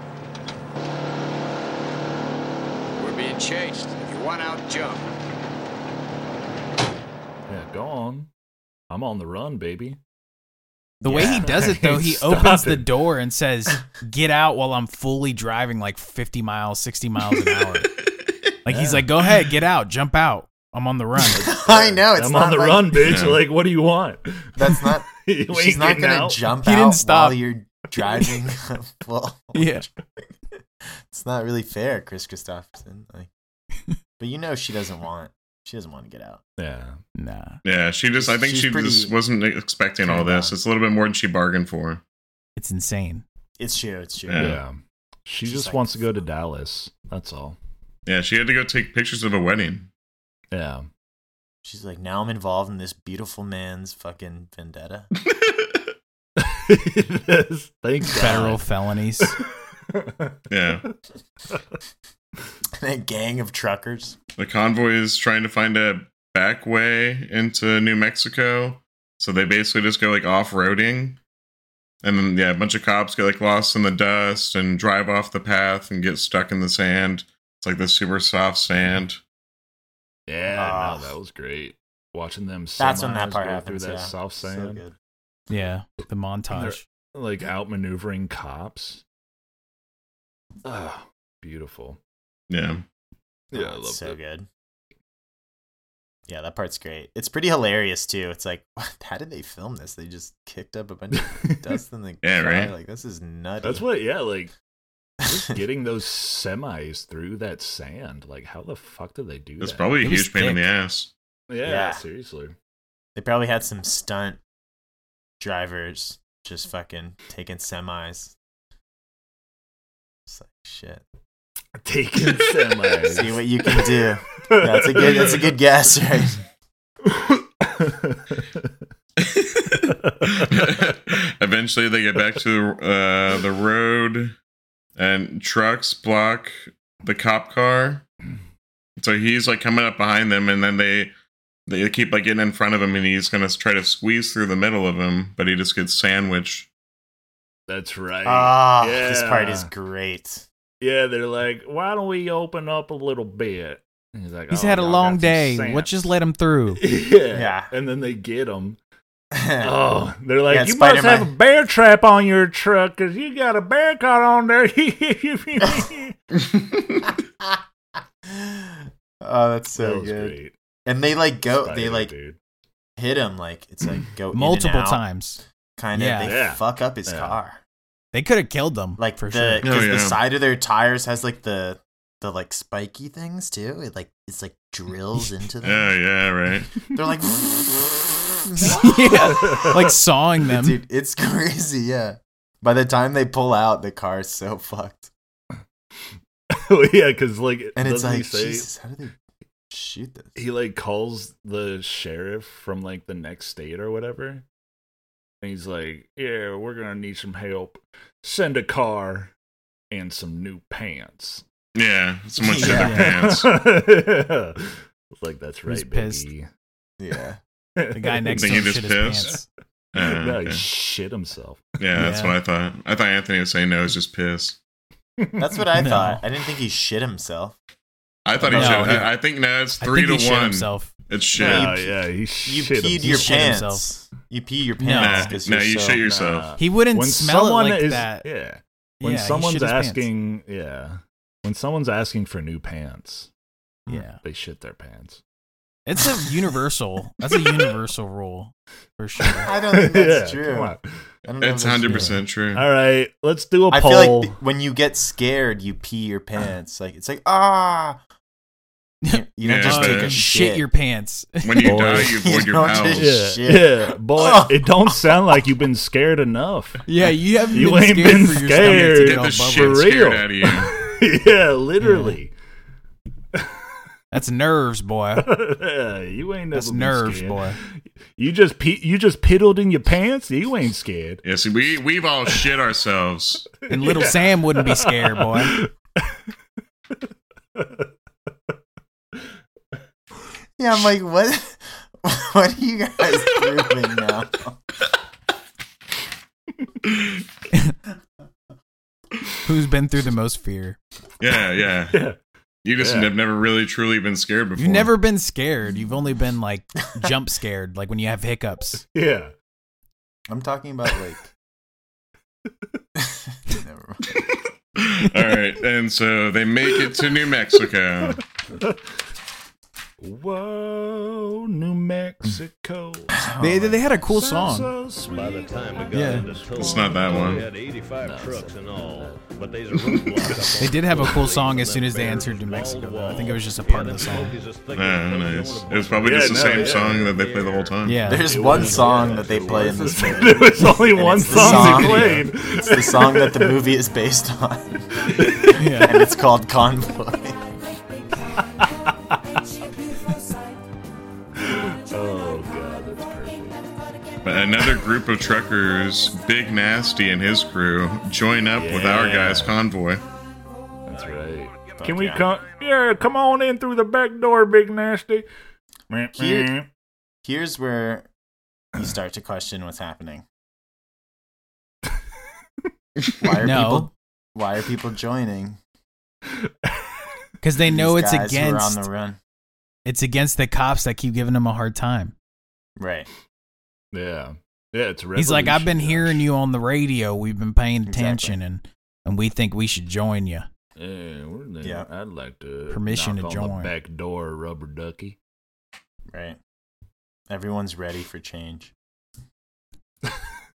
[SPEAKER 10] We're being chased. If you want out, jump.
[SPEAKER 1] Yeah, go on. I'm on the run, baby.
[SPEAKER 3] The way he does it, though, he
[SPEAKER 1] Stop
[SPEAKER 3] opens the
[SPEAKER 1] it.
[SPEAKER 3] door and says, "Get out!" While I'm fully driving like 50 miles, 60 miles an hour. like he's
[SPEAKER 1] Yeah.
[SPEAKER 3] like, "Go ahead, get out, jump out. I'm on the run."
[SPEAKER 4] I know. It's
[SPEAKER 1] I'm
[SPEAKER 4] not
[SPEAKER 1] on the
[SPEAKER 4] like-
[SPEAKER 1] run, bitch.
[SPEAKER 2] Yeah.
[SPEAKER 1] Like, what do you want?
[SPEAKER 4] That's not.
[SPEAKER 1] You ain't
[SPEAKER 4] she's not
[SPEAKER 1] getting
[SPEAKER 4] gonna
[SPEAKER 1] out.
[SPEAKER 4] jump
[SPEAKER 3] He
[SPEAKER 4] out
[SPEAKER 3] didn't stop.
[SPEAKER 4] while you're driving. well,
[SPEAKER 3] yeah,
[SPEAKER 4] it's not really fair, Chris Christopherson. Like, but you know she doesn't want. She doesn't want to get out.
[SPEAKER 1] Yeah.
[SPEAKER 3] nah.
[SPEAKER 2] Yeah, she just, I think
[SPEAKER 4] She's
[SPEAKER 2] she
[SPEAKER 4] pretty-
[SPEAKER 2] just wasn't expecting all
[SPEAKER 4] Yeah.
[SPEAKER 2] this. It's a little bit more than she bargained for.
[SPEAKER 3] It's insane.
[SPEAKER 4] It's true. It's true.
[SPEAKER 1] Yeah.
[SPEAKER 2] Yeah.
[SPEAKER 1] She
[SPEAKER 4] She's
[SPEAKER 1] just
[SPEAKER 4] like,
[SPEAKER 1] wants to go to Dallas. That's all.
[SPEAKER 2] Yeah, she had to go take pictures of a wedding.
[SPEAKER 1] Yeah.
[SPEAKER 4] She's like, now I'm involved in this beautiful man's fucking vendetta.
[SPEAKER 1] Yes, Thank
[SPEAKER 3] Federal felonies.
[SPEAKER 1] God.
[SPEAKER 2] Yeah.
[SPEAKER 4] a gang of truckers.
[SPEAKER 2] The convoy is trying to find a back way into New Mexico. So they basically just go like off roading. And then, yeah, a bunch of cops get like lost in the dust and drive off the path and get stuck in the sand. It's like the super soft sand.
[SPEAKER 1] Yeah,
[SPEAKER 4] Ah.
[SPEAKER 1] no, that was great. Watching them
[SPEAKER 4] That's when that
[SPEAKER 1] semis
[SPEAKER 4] part
[SPEAKER 1] go
[SPEAKER 4] happens.
[SPEAKER 1] through that
[SPEAKER 4] yeah.
[SPEAKER 1] soft
[SPEAKER 4] So
[SPEAKER 1] sand,
[SPEAKER 4] good.
[SPEAKER 3] Yeah, the montage.
[SPEAKER 1] like out maneuvering cops. Ah, beautiful.
[SPEAKER 2] Yeah.
[SPEAKER 1] Yeah, I
[SPEAKER 4] Oh, It's
[SPEAKER 1] love
[SPEAKER 4] so
[SPEAKER 1] it.
[SPEAKER 4] good. Yeah, that part's great. It's pretty hilarious too. It's like, what? how did they film this? They just kicked up a bunch of dust in the
[SPEAKER 2] Yeah,
[SPEAKER 4] car?
[SPEAKER 2] right?
[SPEAKER 4] Like this is nutty.
[SPEAKER 1] That's what. Yeah, like getting those semis through that sand. Like, how the fuck did they do
[SPEAKER 2] It's
[SPEAKER 1] that?
[SPEAKER 2] probably
[SPEAKER 3] It
[SPEAKER 2] a
[SPEAKER 3] was
[SPEAKER 2] huge pain in the
[SPEAKER 3] thick.
[SPEAKER 2] ass.
[SPEAKER 1] yeah,
[SPEAKER 4] Yeah.
[SPEAKER 1] seriously.
[SPEAKER 4] they probably had some stunt drivers just fucking taking semis. It's like shit.
[SPEAKER 1] Taking semis.
[SPEAKER 4] See what you can do. That's a good. That's a good guess, right?
[SPEAKER 2] Eventually, they get back to uh, the road, and trucks block the cop car. So he's like coming up behind them, and then they they keep like getting in front of him, and he's gonna try to squeeze through the middle of him, but he just gets sandwiched.
[SPEAKER 1] That's right.
[SPEAKER 4] Ah, this part is
[SPEAKER 1] Yeah.
[SPEAKER 4] great.
[SPEAKER 1] Yeah, they're like, why don't we open up a little bit? And he's like,
[SPEAKER 3] He's
[SPEAKER 1] "Oh,
[SPEAKER 3] had a
[SPEAKER 1] y'all got
[SPEAKER 3] long
[SPEAKER 1] some
[SPEAKER 3] day.
[SPEAKER 1] sense."
[SPEAKER 3] What just let him through?
[SPEAKER 1] yeah.
[SPEAKER 4] Yeah.
[SPEAKER 1] and then they get him.
[SPEAKER 4] oh,
[SPEAKER 1] Oh, they're like,
[SPEAKER 4] Yeah,
[SPEAKER 1] you
[SPEAKER 4] Spider-Man."
[SPEAKER 1] must have a bear trap on your truck because you got a bear caught on there. that
[SPEAKER 4] Oh, that's so
[SPEAKER 1] was
[SPEAKER 4] good.
[SPEAKER 1] great.
[SPEAKER 4] And they like go. they
[SPEAKER 1] Spider,
[SPEAKER 4] like
[SPEAKER 1] dude.
[SPEAKER 4] hit him. Like it's like go
[SPEAKER 3] Multiple times.
[SPEAKER 4] Kind of.
[SPEAKER 3] Yeah.
[SPEAKER 4] They
[SPEAKER 1] Yeah.
[SPEAKER 4] fuck up his
[SPEAKER 1] Yeah.
[SPEAKER 4] car.
[SPEAKER 3] They could have killed them.
[SPEAKER 4] Like
[SPEAKER 3] for
[SPEAKER 4] the
[SPEAKER 3] sure.
[SPEAKER 4] because
[SPEAKER 2] Oh, yeah.
[SPEAKER 4] the side of their tires has like the the like spiky things too. It like it's like drills into
[SPEAKER 2] Oh
[SPEAKER 4] them.
[SPEAKER 2] yeah, right.
[SPEAKER 4] They're like.
[SPEAKER 3] yeah. Like sawing them.
[SPEAKER 4] Dude, it's crazy. Yeah. By the time they pull out, the car's so fucked.
[SPEAKER 1] Oh, yeah, because like,
[SPEAKER 4] And it's
[SPEAKER 1] doesn't he
[SPEAKER 4] like,
[SPEAKER 1] say-
[SPEAKER 4] Jesus, how did they shoot this?
[SPEAKER 1] he like calls the sheriff from like the next state or whatever And he's like, Yeah, we're gonna need some help. Send a car and some new pants.
[SPEAKER 2] Yeah, someone shit their pants.
[SPEAKER 1] Yeah. like that's right,
[SPEAKER 3] He's pissed.
[SPEAKER 1] baby.
[SPEAKER 7] Yeah.
[SPEAKER 3] The guy next to
[SPEAKER 2] Think he
[SPEAKER 3] him
[SPEAKER 2] just
[SPEAKER 3] shit his
[SPEAKER 2] pissed?
[SPEAKER 3] pants.
[SPEAKER 2] Uh,
[SPEAKER 1] no, he
[SPEAKER 2] okay.
[SPEAKER 1] shit himself.
[SPEAKER 2] Yeah, that's
[SPEAKER 3] Yeah.
[SPEAKER 2] what I thought. I thought Anthony was saying no, it's just piss.
[SPEAKER 4] That's what I
[SPEAKER 3] No.
[SPEAKER 4] thought. I didn't think he shit himself.
[SPEAKER 2] I thought he
[SPEAKER 3] No,
[SPEAKER 2] should.
[SPEAKER 3] he-
[SPEAKER 2] I, I think no, it's
[SPEAKER 3] I
[SPEAKER 2] three
[SPEAKER 3] think he
[SPEAKER 2] to
[SPEAKER 3] shit
[SPEAKER 2] one.
[SPEAKER 3] himself.
[SPEAKER 2] It's shit.
[SPEAKER 1] Yeah,
[SPEAKER 2] No,
[SPEAKER 1] yeah, he
[SPEAKER 4] You
[SPEAKER 1] shit himself.
[SPEAKER 4] peed your
[SPEAKER 3] He shit
[SPEAKER 4] pants.
[SPEAKER 3] himself.
[SPEAKER 4] You pee your
[SPEAKER 3] No.
[SPEAKER 4] pants because
[SPEAKER 2] no,
[SPEAKER 4] you're
[SPEAKER 2] you
[SPEAKER 4] so.
[SPEAKER 2] shit yourself.
[SPEAKER 1] Nah.
[SPEAKER 3] He wouldn't
[SPEAKER 1] when
[SPEAKER 3] smell it
[SPEAKER 1] someone
[SPEAKER 3] like
[SPEAKER 1] is
[SPEAKER 3] that.
[SPEAKER 1] yeah when
[SPEAKER 3] Yeah, he
[SPEAKER 1] someone's
[SPEAKER 3] shit his pants.
[SPEAKER 1] asking yeah when someone's asking for new pants
[SPEAKER 3] Yeah.
[SPEAKER 1] they shit their pants
[SPEAKER 3] It's a universal. That's a universal rule for sure.
[SPEAKER 4] I don't think that's
[SPEAKER 1] Yeah,
[SPEAKER 4] true.
[SPEAKER 1] come on.
[SPEAKER 4] I don't know if that's
[SPEAKER 2] It's
[SPEAKER 4] true.
[SPEAKER 2] hundred percent true.
[SPEAKER 1] all right let's do a
[SPEAKER 4] I
[SPEAKER 1] poll
[SPEAKER 4] feel like th- when you get scared, you pee your pants. Like it's like ah. You, you don't
[SPEAKER 2] Yeah,
[SPEAKER 4] just
[SPEAKER 2] but-
[SPEAKER 4] take
[SPEAKER 3] you
[SPEAKER 4] a
[SPEAKER 3] shit
[SPEAKER 4] shit.
[SPEAKER 3] your pants.
[SPEAKER 2] When you
[SPEAKER 1] Boy.
[SPEAKER 2] die, you void your
[SPEAKER 4] Don't
[SPEAKER 2] powers.
[SPEAKER 4] just-
[SPEAKER 1] yeah,
[SPEAKER 4] shit.
[SPEAKER 1] yeah, boy.
[SPEAKER 4] Ugh.
[SPEAKER 1] It don't sound like you've been scared enough.
[SPEAKER 3] Yeah, you haven't
[SPEAKER 1] You
[SPEAKER 3] been
[SPEAKER 1] ain't
[SPEAKER 3] scared
[SPEAKER 1] been
[SPEAKER 3] for your
[SPEAKER 1] scared.
[SPEAKER 3] stomach to
[SPEAKER 1] Get
[SPEAKER 3] get
[SPEAKER 2] Get
[SPEAKER 3] all
[SPEAKER 2] the
[SPEAKER 3] bubbly.
[SPEAKER 2] shit scared
[SPEAKER 1] real.
[SPEAKER 2] out of you.
[SPEAKER 1] yeah, literally.
[SPEAKER 3] That's nerves, boy.
[SPEAKER 1] Yeah, you ain't never
[SPEAKER 3] That's
[SPEAKER 1] been
[SPEAKER 3] nerves,
[SPEAKER 1] scared.
[SPEAKER 3] boy.
[SPEAKER 1] You just pe- you just piddled in your pants. You ain't scared.
[SPEAKER 2] Yeah, see, we we've all shit ourselves.
[SPEAKER 3] And little Sam wouldn't be scared, boy.
[SPEAKER 4] Yeah, I'm like what? What are you guys doing now?
[SPEAKER 3] Who's been through the most fear?
[SPEAKER 2] Yeah, yeah.
[SPEAKER 1] Yeah.
[SPEAKER 2] You just
[SPEAKER 1] Yeah.
[SPEAKER 2] have never really truly been scared before.
[SPEAKER 3] You've never been scared. You've only been like jump scared, like when you have hiccups.
[SPEAKER 1] Yeah.
[SPEAKER 4] I'm talking about like. Never mind.
[SPEAKER 2] all right, and so they make it to New Mexico.
[SPEAKER 1] Whoa, New Mexico.
[SPEAKER 3] They they had a cool song.
[SPEAKER 1] So sweet.
[SPEAKER 5] By the time we got
[SPEAKER 3] Yeah.
[SPEAKER 5] into Tulsa,
[SPEAKER 2] It's not that one.
[SPEAKER 5] We had 85 trucks in all, but there's a roadblock up on
[SPEAKER 3] They did have a cool
[SPEAKER 5] the
[SPEAKER 3] song
[SPEAKER 5] way
[SPEAKER 3] as soon as they
[SPEAKER 5] from
[SPEAKER 3] answered
[SPEAKER 5] the
[SPEAKER 3] New
[SPEAKER 5] barracks,
[SPEAKER 3] Mexico,
[SPEAKER 5] wall to
[SPEAKER 3] though. I think it was just a
[SPEAKER 5] wall.
[SPEAKER 3] part of
[SPEAKER 5] Yeah,
[SPEAKER 3] the song.
[SPEAKER 5] them smokies is thick
[SPEAKER 2] Yeah,
[SPEAKER 5] as
[SPEAKER 2] who
[SPEAKER 5] fuck. You
[SPEAKER 2] knows? It was Ah,
[SPEAKER 5] don't wanna
[SPEAKER 2] probably
[SPEAKER 1] Yeah,
[SPEAKER 2] just the
[SPEAKER 1] no,
[SPEAKER 2] same
[SPEAKER 1] yeah.
[SPEAKER 2] song that they play the whole time.
[SPEAKER 3] Yeah.
[SPEAKER 4] There's one song that they play in this movie.
[SPEAKER 1] there was only one
[SPEAKER 4] it's the
[SPEAKER 1] song,
[SPEAKER 4] song.
[SPEAKER 1] he played.
[SPEAKER 4] It's the song that the movie is based on,
[SPEAKER 3] Yeah.
[SPEAKER 4] and it's called Convoy.
[SPEAKER 1] Oh god, that's perfect.
[SPEAKER 2] But another group of truckers, Big Nasty and his crew, join up with our
[SPEAKER 1] Yeah.
[SPEAKER 2] guys' convoy.
[SPEAKER 1] That's right. Can we come? Yeah, come on in through the back door, big nasty.
[SPEAKER 4] Here- Here's where you start to question what's happening. Why are
[SPEAKER 3] No.
[SPEAKER 4] people? Why are people joining?
[SPEAKER 3] Because they know
[SPEAKER 4] these
[SPEAKER 3] it's
[SPEAKER 4] guys who are
[SPEAKER 3] against
[SPEAKER 4] on the run.
[SPEAKER 3] it's against the cops that keep giving him a hard time.
[SPEAKER 4] Right.
[SPEAKER 1] Yeah, yeah, it's
[SPEAKER 3] He's like, I've been
[SPEAKER 1] revolution,
[SPEAKER 3] hearing you on the radio. We've been paying
[SPEAKER 4] Exactly.
[SPEAKER 3] attention, and and we think we should join you.
[SPEAKER 1] Josh. Yeah, we're there.
[SPEAKER 4] Yeah.
[SPEAKER 1] I'd like to
[SPEAKER 3] Permission
[SPEAKER 1] knock
[SPEAKER 3] to
[SPEAKER 1] on
[SPEAKER 3] join.
[SPEAKER 1] the back door, rubber ducky.
[SPEAKER 4] Right. Everyone's ready for change.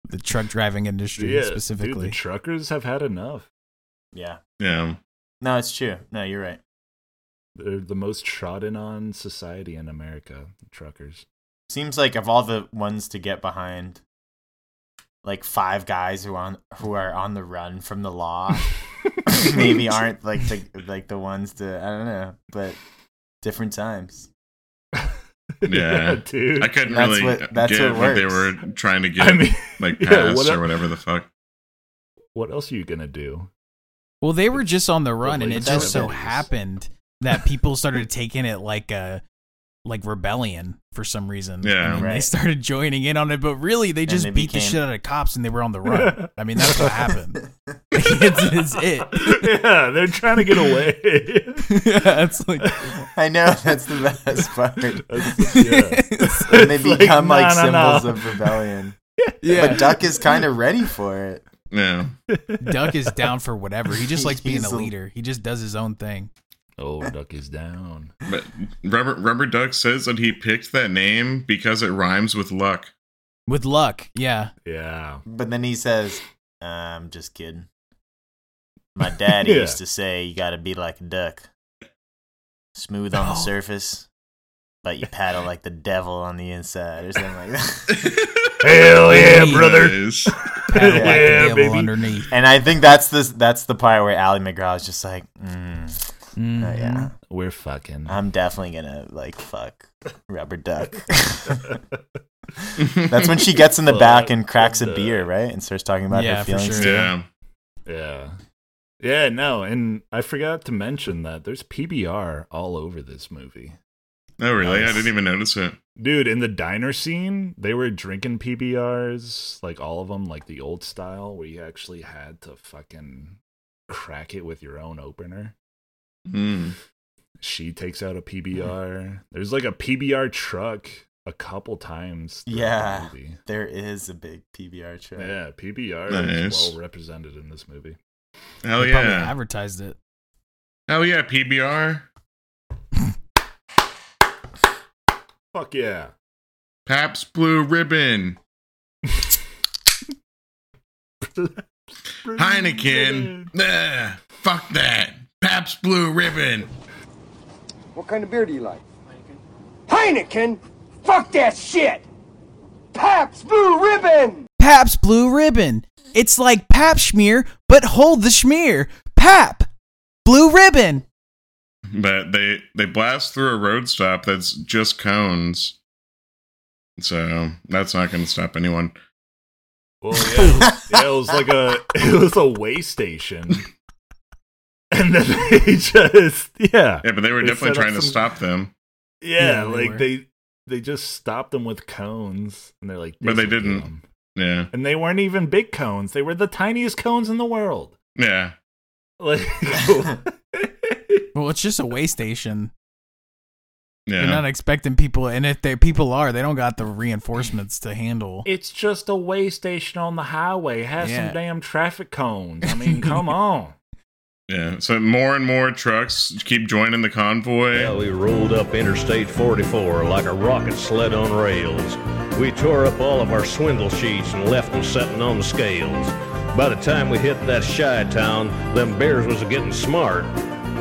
[SPEAKER 3] The truck driving industry
[SPEAKER 1] yeah, dude,
[SPEAKER 3] specifically.
[SPEAKER 1] the truckers have had enough.
[SPEAKER 4] Yeah.
[SPEAKER 2] Yeah.
[SPEAKER 4] No, it's true. No, you're right.
[SPEAKER 1] They're the most trodden on society in America. Truckers.
[SPEAKER 4] Seems like of all the ones to get behind, like five guys who on who are on the run from the law, maybe aren't like the like the ones to I don't know, but different times.
[SPEAKER 2] Yeah.
[SPEAKER 1] dude.
[SPEAKER 2] I couldn't
[SPEAKER 4] That's
[SPEAKER 2] really
[SPEAKER 4] what- that's
[SPEAKER 2] get
[SPEAKER 4] what
[SPEAKER 2] what, they were
[SPEAKER 4] works.
[SPEAKER 2] trying to get,
[SPEAKER 1] I mean,
[SPEAKER 2] like
[SPEAKER 1] yeah,
[SPEAKER 2] passed
[SPEAKER 1] what
[SPEAKER 2] or
[SPEAKER 1] el-
[SPEAKER 2] whatever the fuck.
[SPEAKER 1] what else are you gonna do?
[SPEAKER 3] well, they were just on the run, and
[SPEAKER 1] like
[SPEAKER 3] it
[SPEAKER 1] that
[SPEAKER 3] just so
[SPEAKER 1] was-
[SPEAKER 3] happened that people started taking it like a like rebellion for some reason.
[SPEAKER 2] Yeah.
[SPEAKER 3] and then they
[SPEAKER 4] Right.
[SPEAKER 3] started joining in on it, but really they just
[SPEAKER 4] they
[SPEAKER 3] beat the
[SPEAKER 4] became-
[SPEAKER 3] shit out of cops, and they were on the run. I mean, that's what happened. it's, it's it.
[SPEAKER 1] yeah, they're trying to get away.
[SPEAKER 3] it's like
[SPEAKER 4] I know that's the best part.
[SPEAKER 1] yeah.
[SPEAKER 4] And they
[SPEAKER 1] It's like,
[SPEAKER 4] become like,
[SPEAKER 1] "No, no, no."
[SPEAKER 4] symbols of rebellion.
[SPEAKER 3] yeah.
[SPEAKER 4] But Duck is kind of ready for it.
[SPEAKER 2] Yeah.
[SPEAKER 3] Duck is down for whatever. He just likes being
[SPEAKER 4] He's
[SPEAKER 3] a
[SPEAKER 4] a-
[SPEAKER 3] leader. He just does his own thing.
[SPEAKER 1] Oh, duck is down.
[SPEAKER 2] But Rubber, Rubber Duck says that he picked that name because it rhymes with luck.
[SPEAKER 3] With luck, yeah.
[SPEAKER 1] Yeah.
[SPEAKER 4] But then he says, "I'm just kidding." My daddy
[SPEAKER 1] Yeah.
[SPEAKER 4] used to say, "You got to be like a duck, smooth on the
[SPEAKER 3] No.
[SPEAKER 4] surface, but you paddle like the devil on the inside," or something like that.
[SPEAKER 1] Hell yeah,
[SPEAKER 3] Hey.
[SPEAKER 1] brother.
[SPEAKER 2] Nice.
[SPEAKER 3] Pat the black
[SPEAKER 1] Yeah,
[SPEAKER 3] devil
[SPEAKER 1] baby.
[SPEAKER 3] underneath.
[SPEAKER 4] And I think that's the that's the part where Ally McGraw is just like, mm,
[SPEAKER 3] Mhm.
[SPEAKER 4] oh, "Yeah,
[SPEAKER 1] We're fucking.
[SPEAKER 4] I'm definitely gonna like fuck rubber duck." That's when she gets in the
[SPEAKER 1] Fuck
[SPEAKER 4] back and cracks a
[SPEAKER 1] the-
[SPEAKER 4] beer, right? And starts talking about
[SPEAKER 3] Yeah,
[SPEAKER 4] her
[SPEAKER 3] for
[SPEAKER 4] feelings.
[SPEAKER 3] sure.
[SPEAKER 2] Yeah.
[SPEAKER 1] Yeah. Yeah, no, and I forgot to mention that there's PBR all over this movie.
[SPEAKER 2] Oh, really? I
[SPEAKER 1] Nice.
[SPEAKER 2] didn't even notice it.
[SPEAKER 1] Dude, in the diner scene, they were drinking PBRs, like all of them, like the old style, where you actually had to fucking crack it with your own opener.
[SPEAKER 2] Mm.
[SPEAKER 1] She takes out a PBR. There's like a PBR truck a couple times. throughout the
[SPEAKER 4] Yeah.
[SPEAKER 1] movie.
[SPEAKER 4] There is a big PBR trip.
[SPEAKER 1] Yeah, PBR
[SPEAKER 2] Nice.
[SPEAKER 1] is well represented in this movie.
[SPEAKER 2] Hell
[SPEAKER 3] They probably
[SPEAKER 2] Oh, yeah.
[SPEAKER 3] advertised it.
[SPEAKER 2] Hell yeah, PBR.
[SPEAKER 1] Fuck yeah.
[SPEAKER 2] Paps Blue Ribbon. Heineken. Nah, fuck that. Paps Blue Ribbon.
[SPEAKER 11] What kind of beer do you like? Heineken. Heineken? Fuck that shit! Paps Blue Ribbon!
[SPEAKER 3] Pap's Blue Ribbon. It's like Pap Schmear, but hold the schmear. Pap Blue Ribbon.
[SPEAKER 2] But they they blast through a road stop that's just cones. So that's not going to stop anyone.
[SPEAKER 1] Well, yeah, yeah, it was like a it was a way station, and then they just yeah,
[SPEAKER 2] Yeah, but they were
[SPEAKER 1] They
[SPEAKER 2] definitely
[SPEAKER 1] set up
[SPEAKER 2] trying to
[SPEAKER 1] some-
[SPEAKER 2] stop them.
[SPEAKER 1] yeah,
[SPEAKER 3] Yeah, they
[SPEAKER 1] like
[SPEAKER 3] were.
[SPEAKER 1] they they just stopped them with cones, and they're like,
[SPEAKER 2] But they
[SPEAKER 1] "This'll get
[SPEAKER 2] didn't.
[SPEAKER 1] 'em."
[SPEAKER 2] Yeah,
[SPEAKER 1] and they weren't even big cones; they were the tiniest cones in the world.
[SPEAKER 2] yeah.
[SPEAKER 1] Like,
[SPEAKER 3] Well, it's just a way station. You're
[SPEAKER 2] Yeah.
[SPEAKER 3] not expecting people, and if they people are, they don't got the reinforcements to handle.
[SPEAKER 1] it's just a way station on the highway. Has
[SPEAKER 3] Yeah.
[SPEAKER 1] some damn traffic cones. I mean, come on.
[SPEAKER 2] Yeah. So more and more trucks keep joining the convoy.
[SPEAKER 5] Well, we rolled up Interstate 44 like a rocket sled on rails. We tore up all of our swindle sheets and left them setting on the scales. By the time we hit that shy town, them bears was getting smart.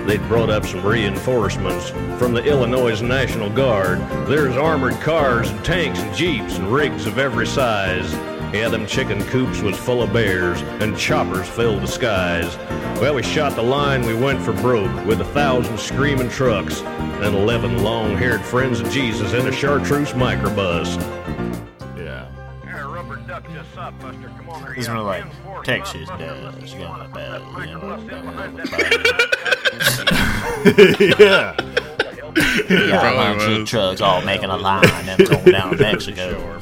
[SPEAKER 5] They'd brought up some reinforcements from the Illinois National Guard. There's armored cars and tanks and jeeps and rigs of every size. Yeah, them chicken coops was full of bears and choppers filled the skies. Well, we shot the line, we went for broke with a thousand screaming trucks and 11 long-haired friends of Jesus in a chartreuse microbus.
[SPEAKER 1] Yeah.
[SPEAKER 12] Yeah, rubber duck just saw Buster. Come on,
[SPEAKER 4] He's more like, Texas does gonna bad, you
[SPEAKER 1] yeah.
[SPEAKER 4] Yeah, a
[SPEAKER 2] probably
[SPEAKER 4] bunch of
[SPEAKER 2] was.
[SPEAKER 4] trucks all making a line and going down Mexico.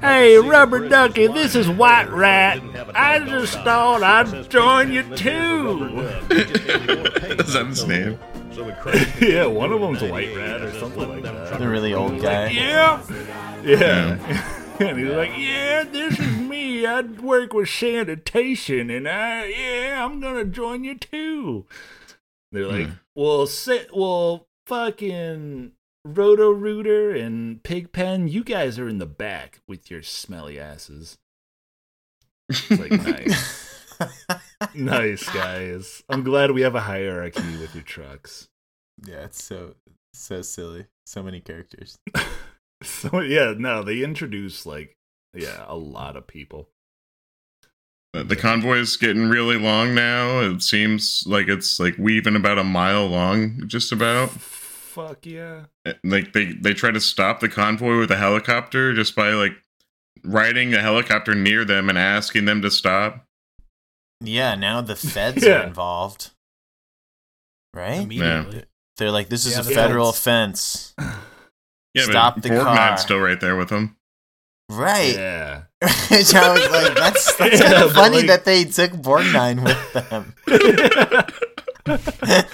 [SPEAKER 1] Hey, Rubber Ducky, this is White Rat. I just thought I'd join you too.
[SPEAKER 2] Is that his name?
[SPEAKER 1] Yeah, one of them's a White Rat or something like that.
[SPEAKER 4] The really old guy.
[SPEAKER 1] Yeah. Yeah. And he's like, yeah, this is me. I work with sanitation, and I, yeah, I'm gonna join you too. They're like, well, sit, well, fucking Roto Rooter and Pigpen, you guys are in the back with your smelly asses. It's like nice. nice guys. I'm glad we have a hierarchy with your trucks.
[SPEAKER 4] Yeah, it's so so silly. So many characters.
[SPEAKER 1] So yeah, no, they introduce like yeah, a lot of people.
[SPEAKER 2] But The convoy is getting really long now. It seems like it's like weaving about a mile long, just about.
[SPEAKER 1] Fuck yeah.
[SPEAKER 2] Like they they try to stop the convoy with a helicopter just by like riding a helicopter near them and asking them to stop.
[SPEAKER 4] Yeah, now the feds
[SPEAKER 1] Yeah.
[SPEAKER 4] are involved. Right?
[SPEAKER 3] Immediately.
[SPEAKER 4] They're like, this is
[SPEAKER 3] Yeah,
[SPEAKER 4] a
[SPEAKER 3] the
[SPEAKER 4] federal
[SPEAKER 3] feds.
[SPEAKER 4] offense.
[SPEAKER 2] Yeah,
[SPEAKER 4] Stop
[SPEAKER 2] but
[SPEAKER 4] the car.
[SPEAKER 2] Borgnine's still right there with them.
[SPEAKER 4] Right.
[SPEAKER 1] Yeah.
[SPEAKER 4] Which I was like, that's, that's
[SPEAKER 1] Yeah,
[SPEAKER 4] kinda
[SPEAKER 1] but
[SPEAKER 4] funny
[SPEAKER 1] like-
[SPEAKER 4] that they took Borgnine with them.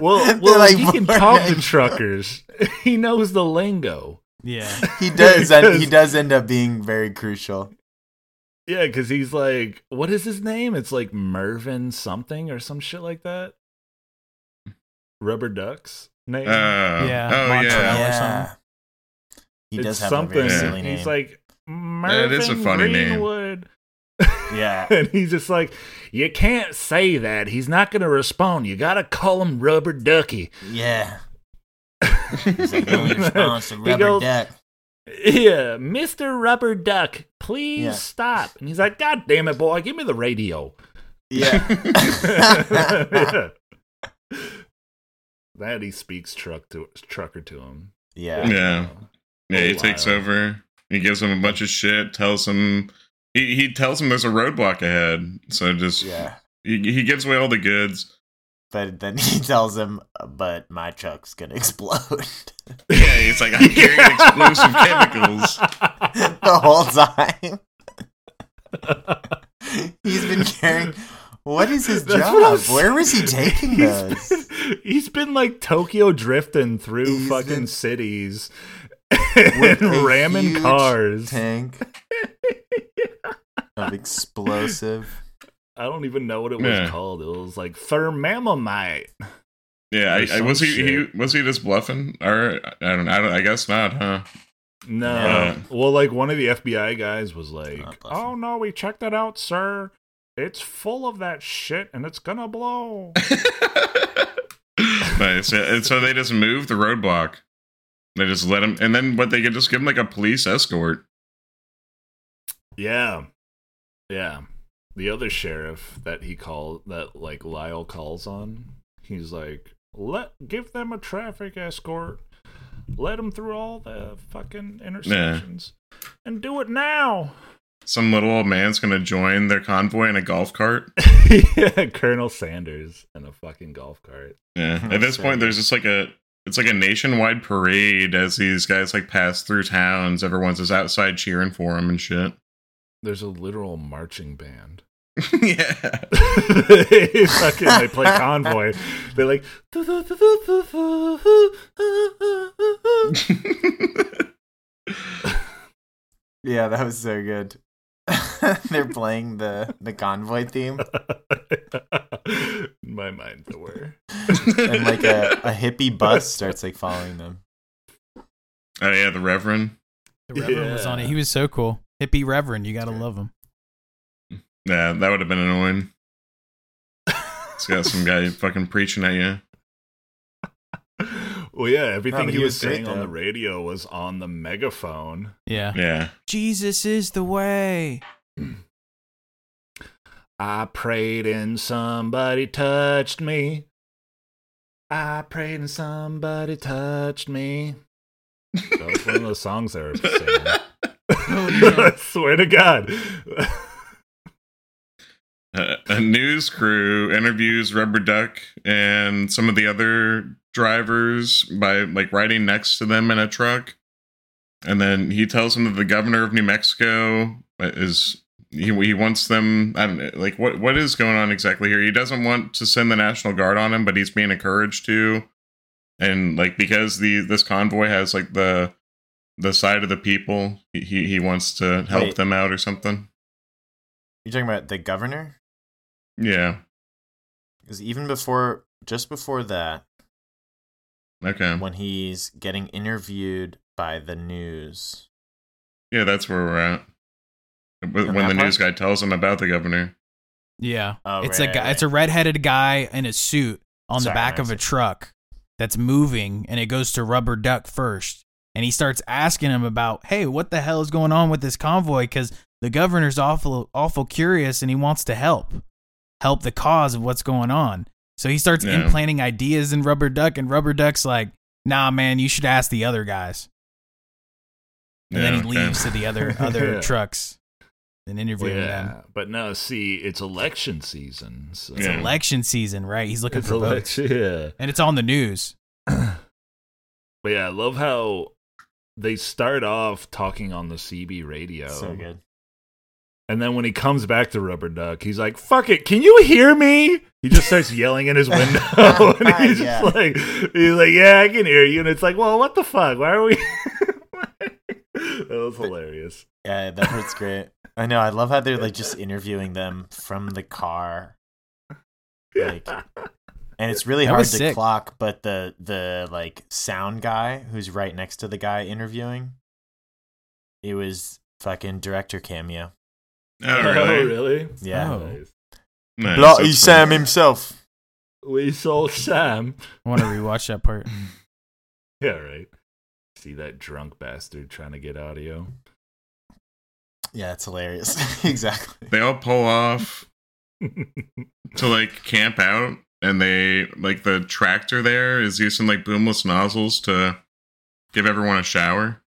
[SPEAKER 1] well,
[SPEAKER 4] They're
[SPEAKER 1] well
[SPEAKER 4] like,
[SPEAKER 1] he can
[SPEAKER 4] "We're
[SPEAKER 1] talk
[SPEAKER 4] not-"
[SPEAKER 1] to truckers. he knows the lingo.
[SPEAKER 3] Yeah.
[SPEAKER 4] He does.
[SPEAKER 1] Yes.
[SPEAKER 4] He does end up being very crucial.
[SPEAKER 1] Yeah, because he's like, what is his name? It's like Mervin something or some shit like that. Rubber Ducks
[SPEAKER 2] Oh,
[SPEAKER 1] name.
[SPEAKER 3] Yeah,
[SPEAKER 2] oh
[SPEAKER 3] Montreal.
[SPEAKER 2] yeah.
[SPEAKER 3] or
[SPEAKER 4] He
[SPEAKER 1] It's
[SPEAKER 4] does have a
[SPEAKER 1] something.
[SPEAKER 4] very
[SPEAKER 2] Yeah.
[SPEAKER 4] silly name.
[SPEAKER 1] He's like Mervin
[SPEAKER 2] That is a funny name.
[SPEAKER 1] Greenwood.
[SPEAKER 4] yeah.
[SPEAKER 1] and he's just like, you can't say that. He's not going to respond. You got to call him Rubber Ducky.
[SPEAKER 4] Yeah. He's like, only response to
[SPEAKER 1] He
[SPEAKER 4] rubber
[SPEAKER 1] goes-
[SPEAKER 4] duck.
[SPEAKER 1] Yeah, Mr. Rubber Duck, please
[SPEAKER 4] Yeah.
[SPEAKER 1] stop. And he's like, God damn it, boy, give me the radio.
[SPEAKER 4] Yeah.
[SPEAKER 1] Yeah. That he speaks truck to trucker to him.
[SPEAKER 4] yeah.
[SPEAKER 2] Yeah. Yeah, he takes over. He gives him a bunch of shit. Tells him he, he tells him there's a roadblock ahead. So just
[SPEAKER 4] Yeah.
[SPEAKER 2] he, he gives away all the goods.
[SPEAKER 4] But then he tells him, "But my truck's gonna explode."
[SPEAKER 2] Yeah, he's
[SPEAKER 1] Uh,
[SPEAKER 2] like I'm carrying explosive chemicals.
[SPEAKER 4] the whole time. He's been carrying. What is his
[SPEAKER 1] That's what
[SPEAKER 4] job?
[SPEAKER 1] I'm
[SPEAKER 4] Where was he
[SPEAKER 1] saying.
[SPEAKER 4] taking
[SPEAKER 1] He's been-
[SPEAKER 4] us?
[SPEAKER 1] He's been like Tokyo drifting through
[SPEAKER 4] He's
[SPEAKER 1] fucking
[SPEAKER 4] been-
[SPEAKER 1] cities
[SPEAKER 4] With
[SPEAKER 1] and
[SPEAKER 4] a
[SPEAKER 1] ramming
[SPEAKER 4] huge
[SPEAKER 1] cars.
[SPEAKER 4] Tank of explosive.
[SPEAKER 1] I don't even know what it was
[SPEAKER 2] Yeah.
[SPEAKER 1] called. It was like thermamamite.
[SPEAKER 2] Yeah,
[SPEAKER 1] Or
[SPEAKER 2] I, I,
[SPEAKER 1] some
[SPEAKER 2] was he,
[SPEAKER 1] shit.
[SPEAKER 2] he was he just bluffing? Or I don't know. I, don't, I guess not, huh?
[SPEAKER 1] No.
[SPEAKER 2] Yeah.
[SPEAKER 1] Well, like one of the FBI guys was like,
[SPEAKER 4] Not blessing.
[SPEAKER 1] "Oh no, we checked it out, sir. It's full of that shit, and it's gonna blow."
[SPEAKER 2] nice. And so they just moved the roadblock. They just let him, and then what they could just give him like a police escort.
[SPEAKER 1] yeah, yeah. The other sheriff that he called, that like Lyle calls on, he's like, "Let give them a traffic escort. Let them through all the fucking intersections, and do it now."
[SPEAKER 2] Some little old man's gonna join their convoy in a golf cart.
[SPEAKER 1] yeah, Colonel Sanders in a fucking golf cart.
[SPEAKER 2] Yeah. At this point, there's just like a it's like a nationwide parade as these guys like pass through towns. Everyone's just outside cheering for him and shit.
[SPEAKER 1] There's a literal marching band.
[SPEAKER 2] yeah.
[SPEAKER 1] they fucking they play convoy. They're like
[SPEAKER 4] Yeah, that was so good. They're playing the the convoy theme
[SPEAKER 1] in my mind they were.
[SPEAKER 4] and like a, a hippie bus starts like following them.
[SPEAKER 2] oh yeah, the Reverend.
[SPEAKER 3] The Reverend was on it.
[SPEAKER 1] Yeah.
[SPEAKER 3] He was so cool. Hippie Reverend, you gotta love him.
[SPEAKER 2] Yeah, that would have been annoying. It's got some guy fucking preaching at you.
[SPEAKER 1] Well yeah, everything
[SPEAKER 4] but
[SPEAKER 1] he,
[SPEAKER 4] he
[SPEAKER 1] was
[SPEAKER 4] was great,
[SPEAKER 1] saying on
[SPEAKER 4] though.
[SPEAKER 1] the radio was on the megaphone.
[SPEAKER 3] Yeah.
[SPEAKER 2] Yeah.
[SPEAKER 3] Jesus is the way.
[SPEAKER 1] I prayed and somebody touched me. I prayed and somebody touched me. That was one of those songs I was singing.
[SPEAKER 3] Oh,
[SPEAKER 1] I swear to God.
[SPEAKER 2] Uh, a news crew interviews Rubber Duck and some of the other drivers by like riding next to them in a truck. And then he tells them that the governor of New Mexico uh, is he, he wants them I don't know, like what what is going on exactly here? He doesn't want to send the National Guard on him, but he's being encouraged to. And like because the this convoy has like the the side of the people, he- he he wants to help
[SPEAKER 4] Wait.
[SPEAKER 2] them out or something.
[SPEAKER 4] You're talking about the governor?
[SPEAKER 2] Yeah.
[SPEAKER 4] Because even before, just before that,
[SPEAKER 2] Okay.
[SPEAKER 4] when he's getting interviewed by the news,
[SPEAKER 2] Yeah, that's where we're at. When,
[SPEAKER 4] On
[SPEAKER 2] when
[SPEAKER 4] that
[SPEAKER 2] the
[SPEAKER 4] part?
[SPEAKER 2] news guy tells him about the governor.
[SPEAKER 3] Yeah.
[SPEAKER 4] Oh,
[SPEAKER 3] it's
[SPEAKER 4] right,
[SPEAKER 3] a
[SPEAKER 4] right,
[SPEAKER 3] guy
[SPEAKER 4] right.
[SPEAKER 3] it's a redheaded guy in a suit on
[SPEAKER 4] Sorry,
[SPEAKER 3] the back
[SPEAKER 4] I
[SPEAKER 3] of a
[SPEAKER 4] see.
[SPEAKER 3] truck that's moving and it goes to rubber duck first. And he starts asking him about, hey, what the hell is going on with this convoy? Because the governor's awful awful curious and he wants to help. Help the cause of what's going on. So he starts
[SPEAKER 2] Yeah.
[SPEAKER 3] implanting ideas in Rubber Duck, and Rubber Duck's like, nah, man, you should ask the other guys. And then he
[SPEAKER 2] Yeah, okay.
[SPEAKER 3] leaves to the other other
[SPEAKER 1] Yeah.
[SPEAKER 3] trucks and interviewing them.
[SPEAKER 1] yeah. But no, see, it's election season. So
[SPEAKER 2] It's Yeah.
[SPEAKER 3] election season, right? He's looking
[SPEAKER 1] It's
[SPEAKER 3] for votes,
[SPEAKER 1] election. Yeah.
[SPEAKER 3] and it's on the news.
[SPEAKER 1] But yeah, I love how they start off talking on the CB radio.
[SPEAKER 4] so good.
[SPEAKER 1] And then when he comes back to Rubber Duck, he's like, fuck it, can you hear me? He just starts yelling in his window. and he's
[SPEAKER 4] Yeah.
[SPEAKER 1] just like, he's like, yeah, I can hear you. And it's like, well, what the fuck? Why are we. that was hilarious.
[SPEAKER 4] Yeah, that part's great. I know. I love how they're like just interviewing them from the car, like, and it's really
[SPEAKER 3] That
[SPEAKER 4] hard
[SPEAKER 3] was
[SPEAKER 4] to
[SPEAKER 3] sick.
[SPEAKER 4] clock. But the the like sound guy who's right next to the guy interviewing, it was fucking director cameo.
[SPEAKER 2] Oh, really?
[SPEAKER 1] Oh, really?
[SPEAKER 4] Yeah,
[SPEAKER 3] Oh.
[SPEAKER 1] Nice.
[SPEAKER 2] Nice,
[SPEAKER 4] Bloody
[SPEAKER 2] that's
[SPEAKER 4] Sam
[SPEAKER 2] cool.
[SPEAKER 4] himself.
[SPEAKER 1] We saw Sam.
[SPEAKER 3] I want to rewatch that part.
[SPEAKER 1] Yeah, right. See that drunk bastard trying to get audio.
[SPEAKER 4] Yeah, it's hilarious. exactly.
[SPEAKER 2] They all pull off to like camp out, and they like the tractor there is using like boomless nozzles to give everyone a shower.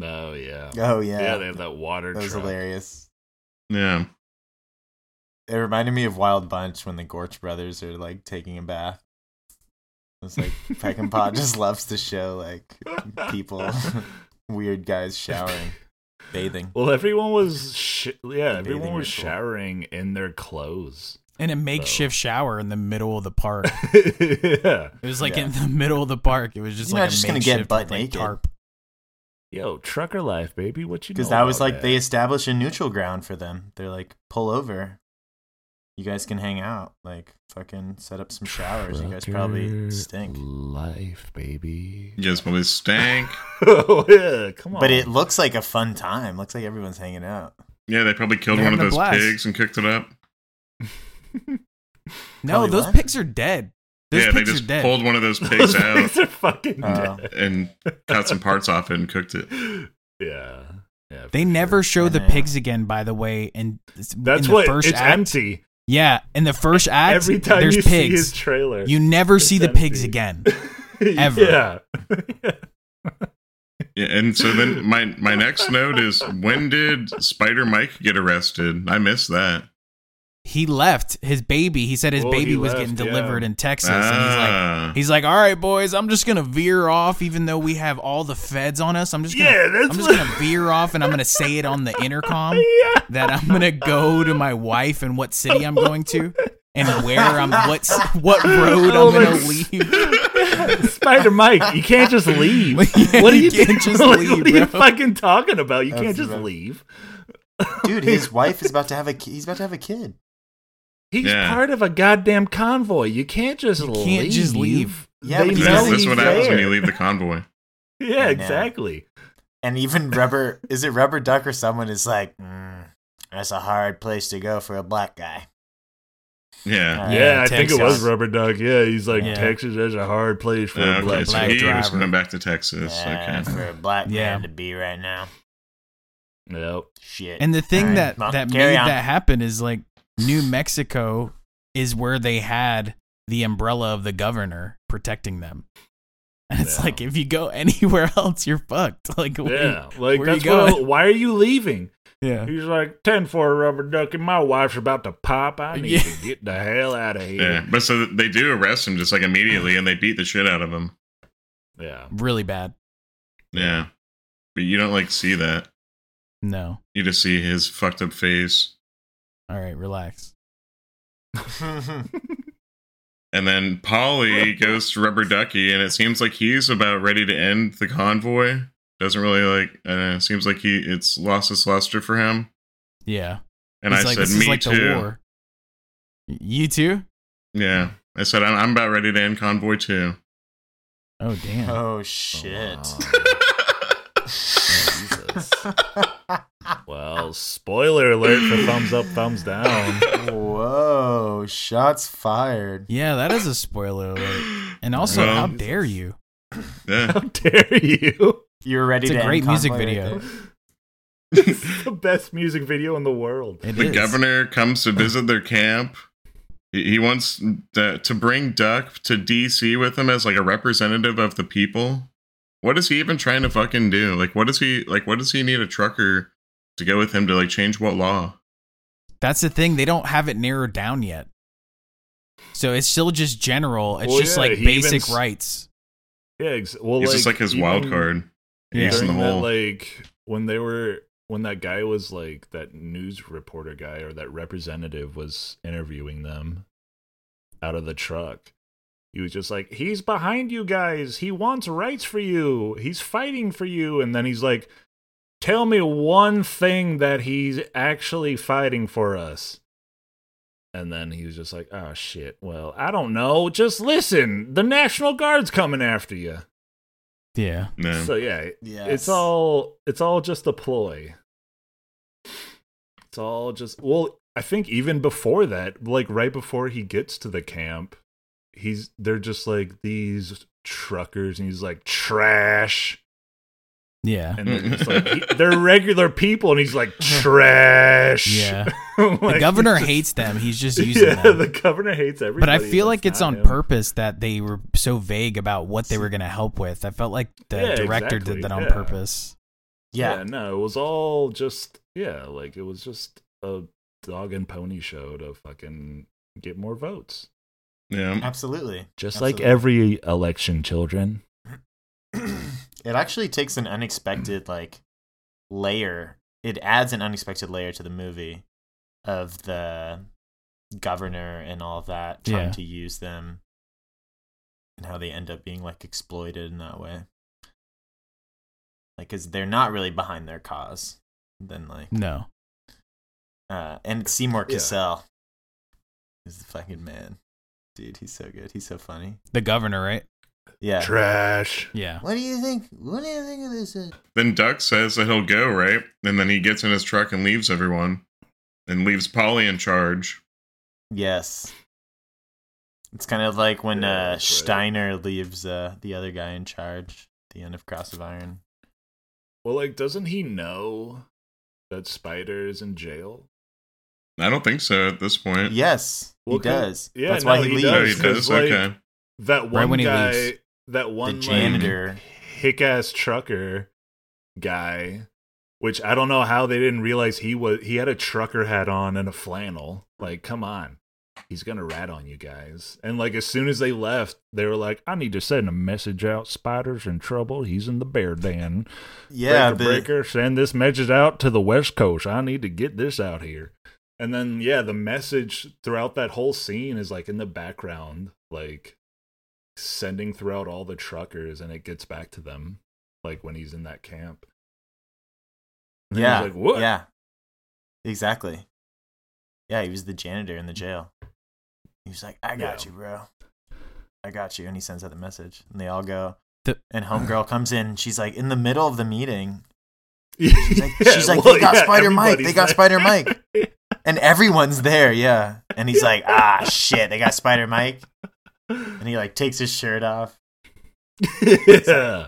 [SPEAKER 1] Oh yeah.
[SPEAKER 4] Oh, yeah.
[SPEAKER 1] Yeah, they have that water.
[SPEAKER 4] That was
[SPEAKER 1] truck.
[SPEAKER 4] hilarious.
[SPEAKER 2] Yeah.
[SPEAKER 4] It reminded me of Wild Bunch when the Gorch brothers are like taking a bath. It's like Peckinpah just loves to show like people, weird guys showering, bathing.
[SPEAKER 1] Well, everyone was sh- yeah, everyone
[SPEAKER 4] bathing
[SPEAKER 1] was
[SPEAKER 4] ritual.
[SPEAKER 1] showering in their clothes.
[SPEAKER 3] in a makeshift shower in the middle of the park.
[SPEAKER 1] yeah.
[SPEAKER 3] It was like
[SPEAKER 4] Yeah.
[SPEAKER 3] in the middle of the park. It was just
[SPEAKER 4] You're
[SPEAKER 3] like
[SPEAKER 4] not
[SPEAKER 3] a
[SPEAKER 4] just gonna get
[SPEAKER 3] makeshift, like,
[SPEAKER 4] butt naked.
[SPEAKER 3] tarp.
[SPEAKER 1] Yo, trucker life, baby. What you?
[SPEAKER 4] Because
[SPEAKER 1] Because
[SPEAKER 4] that was like they established a neutral ground for them. They're like, pull over. You guys can hang out. Like, fucking set up some showers. You guys probably stink.
[SPEAKER 1] Life, baby.
[SPEAKER 2] You guys probably stank.
[SPEAKER 1] oh yeah, come on.
[SPEAKER 4] But it looks like a fun time. Looks like everyone's hanging out.
[SPEAKER 2] Yeah, they probably killed
[SPEAKER 3] They're
[SPEAKER 2] one of
[SPEAKER 3] having a
[SPEAKER 2] those
[SPEAKER 3] blast.
[SPEAKER 2] pigs and cooked it up.
[SPEAKER 3] No,
[SPEAKER 4] Probably
[SPEAKER 3] those
[SPEAKER 4] what?
[SPEAKER 3] pigs are dead. Those
[SPEAKER 2] yeah, they
[SPEAKER 3] pigs
[SPEAKER 2] just
[SPEAKER 3] are dead.
[SPEAKER 2] pulled one of those pigs
[SPEAKER 1] Those
[SPEAKER 2] out
[SPEAKER 1] things are fucking
[SPEAKER 4] Oh.
[SPEAKER 1] dead.
[SPEAKER 2] and cut some parts off it and cooked it.
[SPEAKER 1] Yeah. Yeah.
[SPEAKER 3] they
[SPEAKER 1] for
[SPEAKER 3] never
[SPEAKER 1] sure.
[SPEAKER 3] show the
[SPEAKER 4] Yeah.
[SPEAKER 3] pigs again, by the way. And it's-
[SPEAKER 1] That's
[SPEAKER 3] in the
[SPEAKER 1] what
[SPEAKER 3] first
[SPEAKER 1] it's
[SPEAKER 3] act,
[SPEAKER 1] empty.
[SPEAKER 3] Yeah, in the first act,
[SPEAKER 1] Every time
[SPEAKER 3] there's
[SPEAKER 1] you see
[SPEAKER 3] pigs.
[SPEAKER 1] his trailer,
[SPEAKER 3] you never see the
[SPEAKER 1] it's
[SPEAKER 3] pigs
[SPEAKER 1] empty.
[SPEAKER 3] again. ever.
[SPEAKER 1] yeah.
[SPEAKER 2] Yeah, and so then my my next note is when did Spider Mike get arrested? I missed that.
[SPEAKER 3] He left his baby. He said his
[SPEAKER 1] Well,
[SPEAKER 3] baby
[SPEAKER 1] he
[SPEAKER 3] was
[SPEAKER 1] left,
[SPEAKER 3] getting
[SPEAKER 1] yeah.
[SPEAKER 3] delivered in Texas, and he's like,
[SPEAKER 2] Ah,
[SPEAKER 3] He's like, all right, boys, I'm just gonna veer off, even though we have all the feds on us. I'm just gonna,
[SPEAKER 1] Yeah, that's
[SPEAKER 3] I'm just
[SPEAKER 1] what-
[SPEAKER 3] gonna veer off, and I'm gonna say it on the intercom
[SPEAKER 1] yeah.
[SPEAKER 3] that I'm gonna go to my wife and what city I'm going to, and where I'm, what s- what road
[SPEAKER 1] Oh,
[SPEAKER 3] I'm gonna
[SPEAKER 1] my-
[SPEAKER 3] leave.
[SPEAKER 1] Spider Mike, you can't just leave.
[SPEAKER 3] Yeah,
[SPEAKER 1] what are
[SPEAKER 3] you
[SPEAKER 1] you,
[SPEAKER 3] can't just
[SPEAKER 1] like,
[SPEAKER 3] leave,
[SPEAKER 1] What are you
[SPEAKER 3] bro.
[SPEAKER 1] fucking talking about? You can't
[SPEAKER 4] That's
[SPEAKER 1] just
[SPEAKER 4] right.
[SPEAKER 1] leave.
[SPEAKER 4] Dude, his wife is about to have a. ki- He's about to have a kid.
[SPEAKER 1] He's
[SPEAKER 2] Yeah.
[SPEAKER 1] part of a goddamn convoy. You can't just
[SPEAKER 3] You
[SPEAKER 1] leave.
[SPEAKER 3] can't just leave.
[SPEAKER 4] Yeah,
[SPEAKER 1] They
[SPEAKER 4] but
[SPEAKER 2] This-
[SPEAKER 4] now
[SPEAKER 1] know
[SPEAKER 2] this
[SPEAKER 1] he's
[SPEAKER 2] is what happens when
[SPEAKER 1] there.
[SPEAKER 2] you leave the convoy.
[SPEAKER 1] Yeah,
[SPEAKER 4] I know.
[SPEAKER 1] exactly.
[SPEAKER 4] And even rubber is it rubber duck or someone is like, mm, that's a hard place to go for a black guy.
[SPEAKER 2] Yeah. Ah,
[SPEAKER 4] Yeah,
[SPEAKER 1] Yeah, I think it was
[SPEAKER 3] Texas.
[SPEAKER 1] Rubber Duck. Yeah, he's like
[SPEAKER 3] Yeah.
[SPEAKER 1] Texas is a hard place for
[SPEAKER 2] Uh,
[SPEAKER 1] a black.
[SPEAKER 2] okay, so
[SPEAKER 3] black
[SPEAKER 2] he was
[SPEAKER 3] driver.
[SPEAKER 2] coming back to Texas.
[SPEAKER 4] Yeah,
[SPEAKER 2] Okay.
[SPEAKER 4] For a black
[SPEAKER 3] Yeah.
[SPEAKER 4] man to be right now.
[SPEAKER 1] Yep.
[SPEAKER 4] Shit.
[SPEAKER 3] And the thing
[SPEAKER 4] All right,
[SPEAKER 3] that
[SPEAKER 4] well,
[SPEAKER 3] that
[SPEAKER 4] carry
[SPEAKER 3] made
[SPEAKER 4] on.
[SPEAKER 3] that happen is like New Mexico is where they had the umbrella of the governor protecting them. And it's
[SPEAKER 1] Yeah.
[SPEAKER 3] like if you go anywhere else, you're fucked. Like where-
[SPEAKER 1] Yeah, like
[SPEAKER 3] where
[SPEAKER 1] that's
[SPEAKER 3] you going?
[SPEAKER 1] what. I- why are you leaving?
[SPEAKER 3] yeah.
[SPEAKER 1] He's like ten for a rubber duck, and my wife's about to pop. I need
[SPEAKER 3] Yeah.
[SPEAKER 1] to get the hell out of
[SPEAKER 2] Yeah.
[SPEAKER 1] here.
[SPEAKER 2] But so they do arrest him just like immediately and they beat the shit out of him.
[SPEAKER 1] Yeah,
[SPEAKER 3] really bad.
[SPEAKER 2] Yeah. But you don't like see that.
[SPEAKER 3] No.
[SPEAKER 2] You just see his fucked up face.
[SPEAKER 3] All right, relax.
[SPEAKER 2] And then Polly goes to Rubber Ducky, and it seems like he's about ready to end the convoy. Doesn't really like. Uh, seems like he it's lost its luster for him.
[SPEAKER 3] Yeah.
[SPEAKER 2] And
[SPEAKER 3] He's
[SPEAKER 2] I
[SPEAKER 3] like,
[SPEAKER 2] said,
[SPEAKER 3] this
[SPEAKER 2] "Me
[SPEAKER 3] is like
[SPEAKER 2] too."
[SPEAKER 3] the war. Y- You too?
[SPEAKER 2] Yeah, I said, "I'm, I'm about ready to end convoy too."
[SPEAKER 3] Oh damn.
[SPEAKER 1] Uh,
[SPEAKER 4] oh shit.
[SPEAKER 1] Oh, Jesus. well, spoiler alert for thumbs up, thumbs down.
[SPEAKER 4] Whoa. Shots fired.
[SPEAKER 3] Yeah, that is a spoiler alert. And also,
[SPEAKER 2] Well-
[SPEAKER 3] how dare you?
[SPEAKER 2] Yeah.
[SPEAKER 1] How dare you?
[SPEAKER 4] You were ready
[SPEAKER 3] It's a
[SPEAKER 4] to end
[SPEAKER 3] great music
[SPEAKER 4] Convoy right
[SPEAKER 3] video.
[SPEAKER 4] there.
[SPEAKER 1] It's the best music video in the world.
[SPEAKER 3] It
[SPEAKER 2] the
[SPEAKER 3] is.
[SPEAKER 2] governor comes to visit their camp. He he wants the, to bring Duck to DC with him as like a representative of the people. What is he even trying to fucking do? Like, what does he like? What does he need a trucker to go with him to like change what law?
[SPEAKER 3] That's the thing. They don't have it narrowed down yet. So it's still just general. It's
[SPEAKER 1] Well,
[SPEAKER 3] just
[SPEAKER 1] yeah,
[SPEAKER 3] like
[SPEAKER 1] he even
[SPEAKER 3] basic
[SPEAKER 1] s-
[SPEAKER 3] rights.
[SPEAKER 1] Yeah, ex- well,
[SPEAKER 2] He's
[SPEAKER 1] like,
[SPEAKER 2] just like his
[SPEAKER 1] even
[SPEAKER 2] wild card.
[SPEAKER 3] Yeah.
[SPEAKER 2] He's in the
[SPEAKER 1] during that,
[SPEAKER 2] hole.
[SPEAKER 1] like when they were when that guy was like that news reporter guy or that representative was interviewing them out of the truck. He was just like, "He's behind you guys. He wants rights for you. He's fighting for you." And then he's like, "Tell me one thing that he's actually fighting for us." And then he was just like, "Oh shit. Well, I don't know. Just listen. The National Guard's coming after you."
[SPEAKER 3] Yeah.
[SPEAKER 2] no.
[SPEAKER 1] So yeah,
[SPEAKER 4] Yes.
[SPEAKER 1] it's all it's all just a ploy. It's all just well, I think even before that, like right before he gets to the camp, he's they're just like these truckers, and he's like trash,
[SPEAKER 3] Yeah.
[SPEAKER 1] and they're just like he- they're regular people, and he's like trash.
[SPEAKER 3] Yeah.
[SPEAKER 1] Like,
[SPEAKER 3] The governor
[SPEAKER 1] he's
[SPEAKER 3] hates them. He's just
[SPEAKER 1] just-
[SPEAKER 3] using
[SPEAKER 1] yeah,
[SPEAKER 3] them.
[SPEAKER 1] the governor hates everybody.
[SPEAKER 3] but I feel
[SPEAKER 1] That's
[SPEAKER 3] like it's
[SPEAKER 1] not
[SPEAKER 3] on
[SPEAKER 1] him.
[SPEAKER 3] purpose that they were so vague about what they were going to help with. I felt like the
[SPEAKER 1] Yeah,
[SPEAKER 3] director
[SPEAKER 1] exactly,
[SPEAKER 3] did that on
[SPEAKER 1] yeah.
[SPEAKER 3] purpose.
[SPEAKER 4] Yeah.
[SPEAKER 1] no, it was all just yeah, like it was just a dog and pony show to fucking get more votes.
[SPEAKER 2] Yeah.
[SPEAKER 4] Absolutely.
[SPEAKER 1] Just like
[SPEAKER 4] Absolutely.
[SPEAKER 1] every election, children.
[SPEAKER 4] it actually takes an unexpected like layer. It adds an unexpected layer to the movie of the governor and all of that trying
[SPEAKER 3] Yeah.
[SPEAKER 4] to use them and how they end up being like exploited in that way. Like, cause they're not really behind their cause. Then like,
[SPEAKER 3] No.
[SPEAKER 4] uh, and Seymour
[SPEAKER 1] Yeah.
[SPEAKER 4] Cassell is the fucking man, dude. He's so good. He's so funny.
[SPEAKER 3] The governor, right?
[SPEAKER 4] Yeah.
[SPEAKER 1] Trash.
[SPEAKER 3] Yeah.
[SPEAKER 4] What do you think? What do you think of this? uh,
[SPEAKER 2] Then Duck says that he'll go, right? And then he gets in his truck and leaves everyone and leaves Polly in charge.
[SPEAKER 4] Yes. It's kind of like when
[SPEAKER 1] Yeah,
[SPEAKER 4] uh,
[SPEAKER 1] that's right.
[SPEAKER 4] Steiner leaves uh, the other guy in charge at the end of Cross of Iron.
[SPEAKER 1] Well, like, doesn't he know that Spider is in jail?
[SPEAKER 2] I don't think so at this point.
[SPEAKER 4] Yes,
[SPEAKER 1] Well,
[SPEAKER 4] he
[SPEAKER 1] 'cause-
[SPEAKER 4] does.
[SPEAKER 1] yeah,
[SPEAKER 4] That's
[SPEAKER 1] no,
[SPEAKER 4] why he,
[SPEAKER 1] he
[SPEAKER 4] leaves.
[SPEAKER 2] Oh, he
[SPEAKER 1] does.
[SPEAKER 2] does?
[SPEAKER 1] 'cause, like,
[SPEAKER 2] okay.
[SPEAKER 1] That one
[SPEAKER 3] when he
[SPEAKER 1] guy,
[SPEAKER 3] leaves.
[SPEAKER 1] that one
[SPEAKER 4] the
[SPEAKER 1] like,
[SPEAKER 4] janitor.
[SPEAKER 1] hick ass trucker guy, which I don't know how they didn't realize he was he had a trucker hat on and a flannel. Like, come on. He's gonna rat on you guys. And like as soon as they left, they were like, I need to send a message out. Spider's in trouble. He's in the bear den.
[SPEAKER 4] yeah,
[SPEAKER 1] breaker,
[SPEAKER 4] the,
[SPEAKER 1] breaker, send this message out to the West Coast. I need to get this out here. And then yeah, the message throughout that whole scene is like in the background, like sending throughout all the truckers, and it gets back to them, like when he's in that camp. And then he's
[SPEAKER 4] yeah,
[SPEAKER 1] like what?
[SPEAKER 4] yeah, exactly. Yeah, he was the janitor in the jail. He was like, "I got
[SPEAKER 1] Yeah.
[SPEAKER 4] you, bro. I got you," and he sends out the message, and they all go.
[SPEAKER 3] The-
[SPEAKER 4] and homegirl comes in. and She's like in the middle of the meeting,
[SPEAKER 1] she's
[SPEAKER 4] like- she's like, "They got Spider Mike, they got Spider Mike." and everyone's there. Yeah, and he's like, "Ah, shit, they got Spider Mike," and he like takes his shirt off.
[SPEAKER 1] yeah.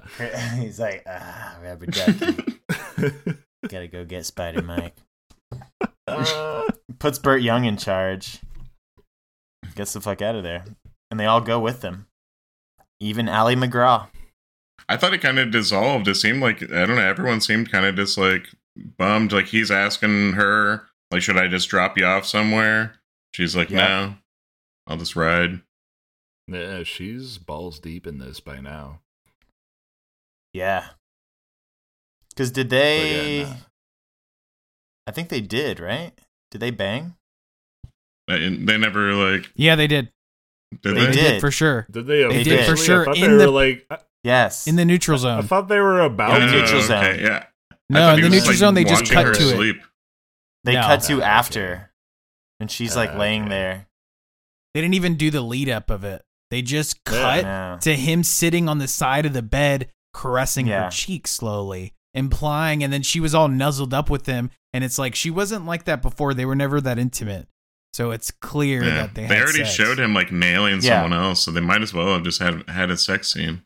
[SPEAKER 4] He's like, "Ah, rubber ducky, gotta go get Spider Mike." Uh, puts Burt Young in charge, gets the fuck out of there, and they all go with them. Even Ally McGraw.
[SPEAKER 2] I thought it kind of dissolved. It seemed like I don't know. Everyone seemed kind of just like bummed. Like he's asking her, like, should I just drop you off somewhere? She's like,
[SPEAKER 4] Yeah.
[SPEAKER 2] no, I'll just ride.
[SPEAKER 1] yeah, she's balls deep in this by now.
[SPEAKER 4] Yeah. Because did
[SPEAKER 1] But
[SPEAKER 4] they?
[SPEAKER 1] yeah, nah.
[SPEAKER 4] I think they did, right? Did they bang?
[SPEAKER 2] And they never like
[SPEAKER 3] Yeah, they did.
[SPEAKER 2] did
[SPEAKER 4] They
[SPEAKER 2] they?
[SPEAKER 3] They
[SPEAKER 4] did.
[SPEAKER 3] did for sure.
[SPEAKER 1] Did they?
[SPEAKER 4] They did.
[SPEAKER 1] officially?
[SPEAKER 4] For
[SPEAKER 1] I
[SPEAKER 3] sure,
[SPEAKER 1] thought
[SPEAKER 3] in
[SPEAKER 1] they
[SPEAKER 3] the-
[SPEAKER 1] were like. I,
[SPEAKER 4] Yes.
[SPEAKER 3] In the neutral
[SPEAKER 1] I
[SPEAKER 3] zone.
[SPEAKER 1] thought they were about.
[SPEAKER 4] um, Yeah,
[SPEAKER 1] to.
[SPEAKER 4] neutral zone.
[SPEAKER 2] Yeah. I
[SPEAKER 3] No, in
[SPEAKER 2] thought he
[SPEAKER 3] the
[SPEAKER 2] was,
[SPEAKER 3] neutral
[SPEAKER 2] like,
[SPEAKER 3] zone, they just
[SPEAKER 2] watching her
[SPEAKER 3] cut to it.
[SPEAKER 2] sleep.
[SPEAKER 4] they
[SPEAKER 3] No.
[SPEAKER 4] cut to
[SPEAKER 1] Okay.
[SPEAKER 4] after, and she's like
[SPEAKER 1] Uh,
[SPEAKER 4] laying
[SPEAKER 1] okay.
[SPEAKER 4] there.
[SPEAKER 3] They didn't even do the lead up of it. They just
[SPEAKER 1] Yeah.
[SPEAKER 3] cut
[SPEAKER 4] Yeah.
[SPEAKER 3] to him sitting on the side of the bed, caressing
[SPEAKER 4] Yeah.
[SPEAKER 3] her cheek slowly, implying, and then she was all nuzzled up with him. And it's like she wasn't like that before. They were never that intimate. So it's clear
[SPEAKER 2] Yeah.
[SPEAKER 3] that they
[SPEAKER 2] They,
[SPEAKER 3] had
[SPEAKER 2] already
[SPEAKER 3] sex.
[SPEAKER 2] showed him like nailing
[SPEAKER 4] Yeah.
[SPEAKER 2] someone else, so they might as well have just had had a sex scene.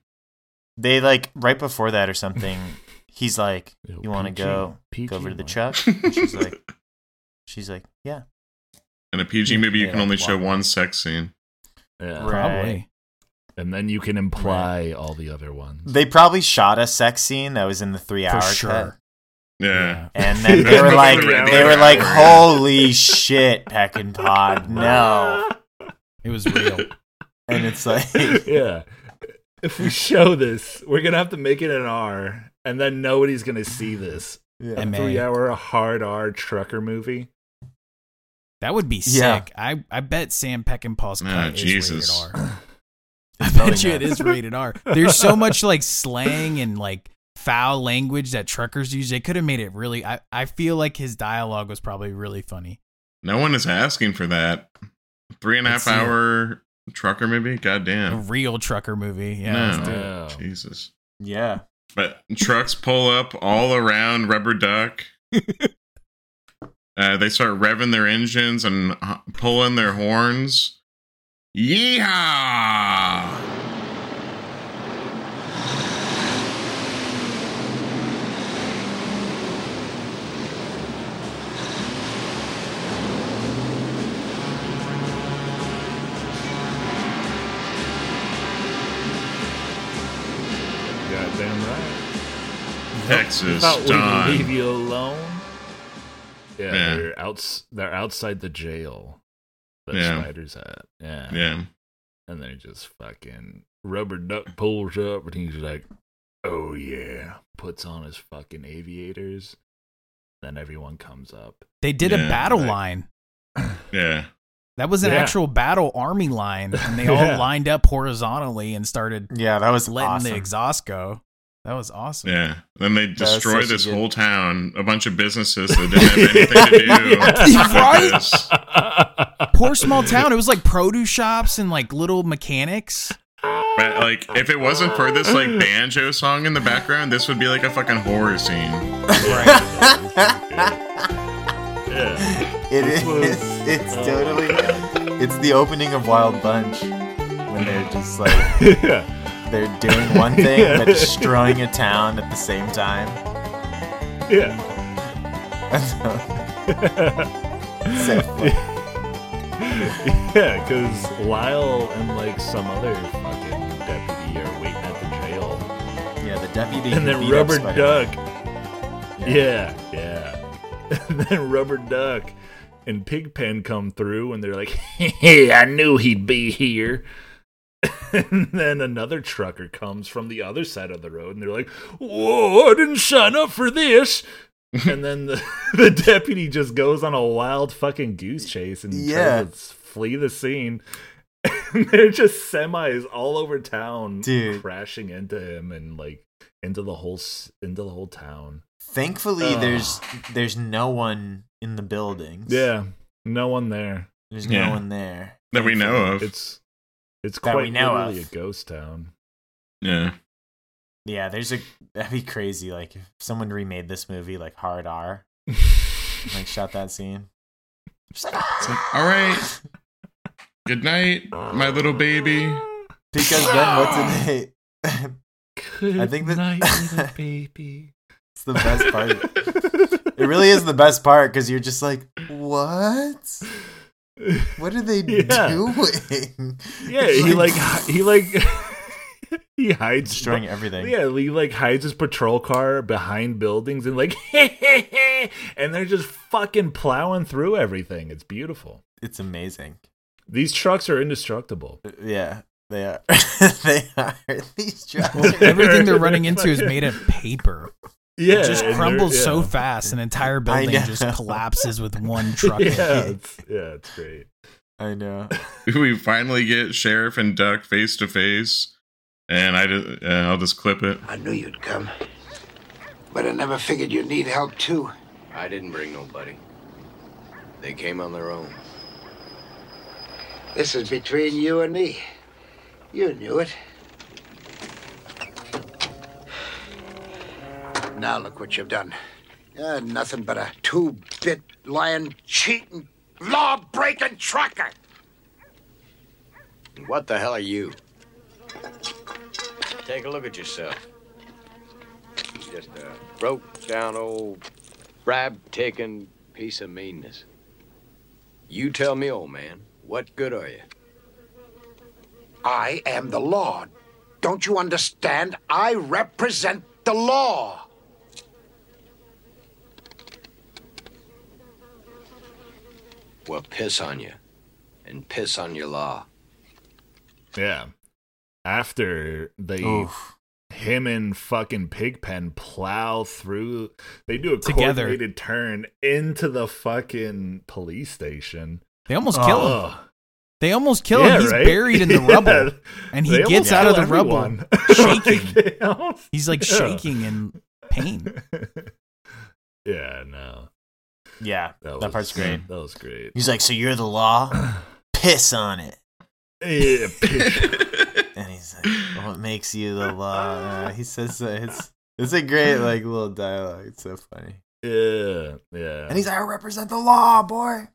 [SPEAKER 4] They like right before that or something. He's like,
[SPEAKER 1] Yo,
[SPEAKER 4] "You want to
[SPEAKER 1] PG,
[SPEAKER 4] go
[SPEAKER 1] PG
[SPEAKER 4] go over to the
[SPEAKER 1] one."
[SPEAKER 4] truck?" And she's like, "She's like, yeah."
[SPEAKER 2] In a PG movie, you
[SPEAKER 4] Yeah,
[SPEAKER 2] can only show
[SPEAKER 4] wow.
[SPEAKER 2] one sex scene.
[SPEAKER 1] Yeah.
[SPEAKER 4] Right.
[SPEAKER 3] Probably.
[SPEAKER 1] And then you can imply all the other ones.
[SPEAKER 4] They probably shot a sex scene that was in the three hour
[SPEAKER 3] For sure.
[SPEAKER 4] cut,
[SPEAKER 2] Yeah.
[SPEAKER 4] and then they were like, they were like, "Holy shit, Peck and Pod, no!"
[SPEAKER 3] It was real.
[SPEAKER 4] And it's like,
[SPEAKER 1] yeah. If we show this, we're gonna have to make it an R, and then nobody's gonna see this.
[SPEAKER 4] yeah.
[SPEAKER 1] A
[SPEAKER 3] MA.
[SPEAKER 1] three-hour hard R trucker movie.
[SPEAKER 3] That would be sick.
[SPEAKER 4] Yeah.
[SPEAKER 3] I, I bet Sam Peckinpah's cut
[SPEAKER 2] Ah,
[SPEAKER 3] is
[SPEAKER 2] Jesus.
[SPEAKER 3] rated R. I
[SPEAKER 4] probably
[SPEAKER 3] bet you it
[SPEAKER 4] not.
[SPEAKER 3] is rated R. There's so much like slang and like foul language that truckers use. They could have made it really. I, I feel like his dialogue was probably really funny.
[SPEAKER 2] No one is asking for that. Three and a
[SPEAKER 3] Let's see
[SPEAKER 2] half
[SPEAKER 3] it.
[SPEAKER 2] hour trucker movie.
[SPEAKER 3] A
[SPEAKER 2] Goddamn.
[SPEAKER 3] real trucker movie. Yeah.
[SPEAKER 2] no.
[SPEAKER 3] let's do it.
[SPEAKER 1] Yeah.
[SPEAKER 2] Jesus.
[SPEAKER 4] yeah,
[SPEAKER 2] But trucks pull up all around Rubber Duck. uh, they start revving their engines and h- pulling their horns. Yeehaw!
[SPEAKER 1] Goddamn right.
[SPEAKER 2] Texas,
[SPEAKER 1] Thought we'd
[SPEAKER 2] Don.
[SPEAKER 1] leave you alone. Yeah,
[SPEAKER 2] Yeah.
[SPEAKER 1] they're outs. They're outside the jail that
[SPEAKER 2] Yeah.
[SPEAKER 1] Snyder's at. Yeah,
[SPEAKER 2] Yeah.
[SPEAKER 1] And they just fucking rubber duck pulls up, and he's like, "Oh yeah," puts on his fucking aviators. Then everyone comes up.
[SPEAKER 3] They did
[SPEAKER 2] Yeah,
[SPEAKER 3] a battle
[SPEAKER 2] right.
[SPEAKER 3] line.
[SPEAKER 2] Yeah.
[SPEAKER 3] That was an
[SPEAKER 1] Yeah.
[SPEAKER 3] actual battle army line, and they all
[SPEAKER 1] Yeah.
[SPEAKER 3] lined up horizontally and started
[SPEAKER 4] Yeah, that was
[SPEAKER 3] letting
[SPEAKER 4] awesome.
[SPEAKER 3] the exhaust go. That was awesome.
[SPEAKER 2] Yeah. Then they destroy
[SPEAKER 4] such a
[SPEAKER 2] this
[SPEAKER 4] good-
[SPEAKER 2] whole town, a bunch of businesses that didn't have anything to do. with
[SPEAKER 3] Right?
[SPEAKER 2] this.
[SPEAKER 3] Poor small town. It was like produce shops and like little mechanics.
[SPEAKER 2] But like, if it wasn't for this like banjo song in the background, this would be like a fucking horror scene.
[SPEAKER 1] Yeah,
[SPEAKER 7] It
[SPEAKER 1] This
[SPEAKER 7] is.
[SPEAKER 1] was-
[SPEAKER 7] It's totally. It's the opening of Wild Bunch when they're just like
[SPEAKER 1] yeah,
[SPEAKER 7] they're doing one thing but destroying a town at the same time.
[SPEAKER 1] yeah.
[SPEAKER 7] So funny.
[SPEAKER 1] Yeah, because Lyle and like some other fucking deputy are waiting at the jail,
[SPEAKER 7] yeah, the deputy.
[SPEAKER 1] and
[SPEAKER 7] who
[SPEAKER 1] then
[SPEAKER 7] beat up
[SPEAKER 1] Rubber
[SPEAKER 7] Spider-Man.
[SPEAKER 1] Duck. Yeah, yeah. And then Rubber Duck and Pigpen come through, and they're like, "Hey, I knew he'd be here." And then another trucker comes from the other side of the road, and they're like, "Whoa, I didn't sign up for this." and then the, the deputy just goes on a wild fucking goose chase and
[SPEAKER 7] Yeah.
[SPEAKER 1] tries to s- flee the scene. And they're just semis all over town,
[SPEAKER 7] Dude.
[SPEAKER 1] crashing into him and like into the whole s- into the whole town.
[SPEAKER 4] Thankfully,
[SPEAKER 1] Ugh.
[SPEAKER 4] there's there's no one in the buildings.
[SPEAKER 1] Yeah, no one there.
[SPEAKER 4] there's
[SPEAKER 2] Yeah.
[SPEAKER 4] no one there.
[SPEAKER 2] That we know of.
[SPEAKER 1] It's it's
[SPEAKER 4] That we
[SPEAKER 1] quite
[SPEAKER 4] know
[SPEAKER 1] literally
[SPEAKER 4] of.
[SPEAKER 1] a ghost town.
[SPEAKER 2] yeah.
[SPEAKER 4] Yeah, there's a that'd be crazy. Like if someone remade this movie like hard R, like shot that scene. Just like,
[SPEAKER 2] It's
[SPEAKER 7] "Ah!"
[SPEAKER 2] like, all right. Good night, my little baby.
[SPEAKER 7] Because then what's in it?
[SPEAKER 1] Good
[SPEAKER 7] think that-
[SPEAKER 1] night, little baby.
[SPEAKER 7] It's the best part. It really is the best part because you're just like, what? What are they
[SPEAKER 1] Yeah.
[SPEAKER 7] doing?
[SPEAKER 1] yeah, he like "Ah." hi- he like he hides
[SPEAKER 4] destroying everything.
[SPEAKER 1] Yeah, he like hides his patrol car behind buildings and like and they're just fucking plowing through everything. It's beautiful.
[SPEAKER 4] It's amazing.
[SPEAKER 1] These trucks are indestructible.
[SPEAKER 4] Yeah.
[SPEAKER 7] they are. they are. These drugs.
[SPEAKER 3] Well, everything they're running into is made of paper.
[SPEAKER 1] Yeah,
[SPEAKER 3] It just
[SPEAKER 1] and they're-
[SPEAKER 3] crumbles so
[SPEAKER 1] yeah.
[SPEAKER 3] fast, an entire
[SPEAKER 7] I
[SPEAKER 3] building
[SPEAKER 7] know.
[SPEAKER 3] just collapses with one truck. hit.
[SPEAKER 1] Yeah, it's, yeah, it's great.
[SPEAKER 7] I know.
[SPEAKER 2] We finally get Sheriff and Duck face to face, and I just, uh, I'll just clip it.
[SPEAKER 10] I knew you'd come. But I never figured you'd need help, too. I didn't bring nobody. They came on their own. This is between you and me. You knew it. Now look what you've done. You're nothing but a two bit lying, cheating, law breaking trucker. What the hell are you? Take a look at yourself. Just a broke down old bribe taking piece of meanness. You tell me, old man, what good are you?
[SPEAKER 12] I am the law. Don't you understand? I represent the law.
[SPEAKER 10] Well, piss on you and piss on your law.
[SPEAKER 1] Yeah. After they
[SPEAKER 4] Oof.
[SPEAKER 1] him and fucking Pigpen plow through. They do a
[SPEAKER 3] Together.
[SPEAKER 1] coordinated turn into the fucking police station.
[SPEAKER 3] They almost kill him.
[SPEAKER 1] Ugh.
[SPEAKER 3] They almost kill him. He's
[SPEAKER 1] right?
[SPEAKER 3] buried in the
[SPEAKER 1] Uh, Yeah.
[SPEAKER 3] rubble, and he
[SPEAKER 1] They almost
[SPEAKER 3] gets out of
[SPEAKER 1] kill
[SPEAKER 3] the
[SPEAKER 1] everyone.
[SPEAKER 3] rubble shaking.
[SPEAKER 1] Like, they almost-
[SPEAKER 3] He's like
[SPEAKER 1] Yeah.
[SPEAKER 3] shaking in pain.
[SPEAKER 1] yeah, no.
[SPEAKER 4] Yeah,
[SPEAKER 1] That,
[SPEAKER 4] that,
[SPEAKER 1] was,
[SPEAKER 4] part's great.
[SPEAKER 1] That was great.
[SPEAKER 4] He's like, so you're the law. Piss on it.
[SPEAKER 1] Yeah, pish.
[SPEAKER 4] And he's like, what makes you the law? Uh, he says that it's it's a great like little dialogue. It's so funny.
[SPEAKER 1] yeah, yeah.
[SPEAKER 4] And he's like, I represent the law, boy.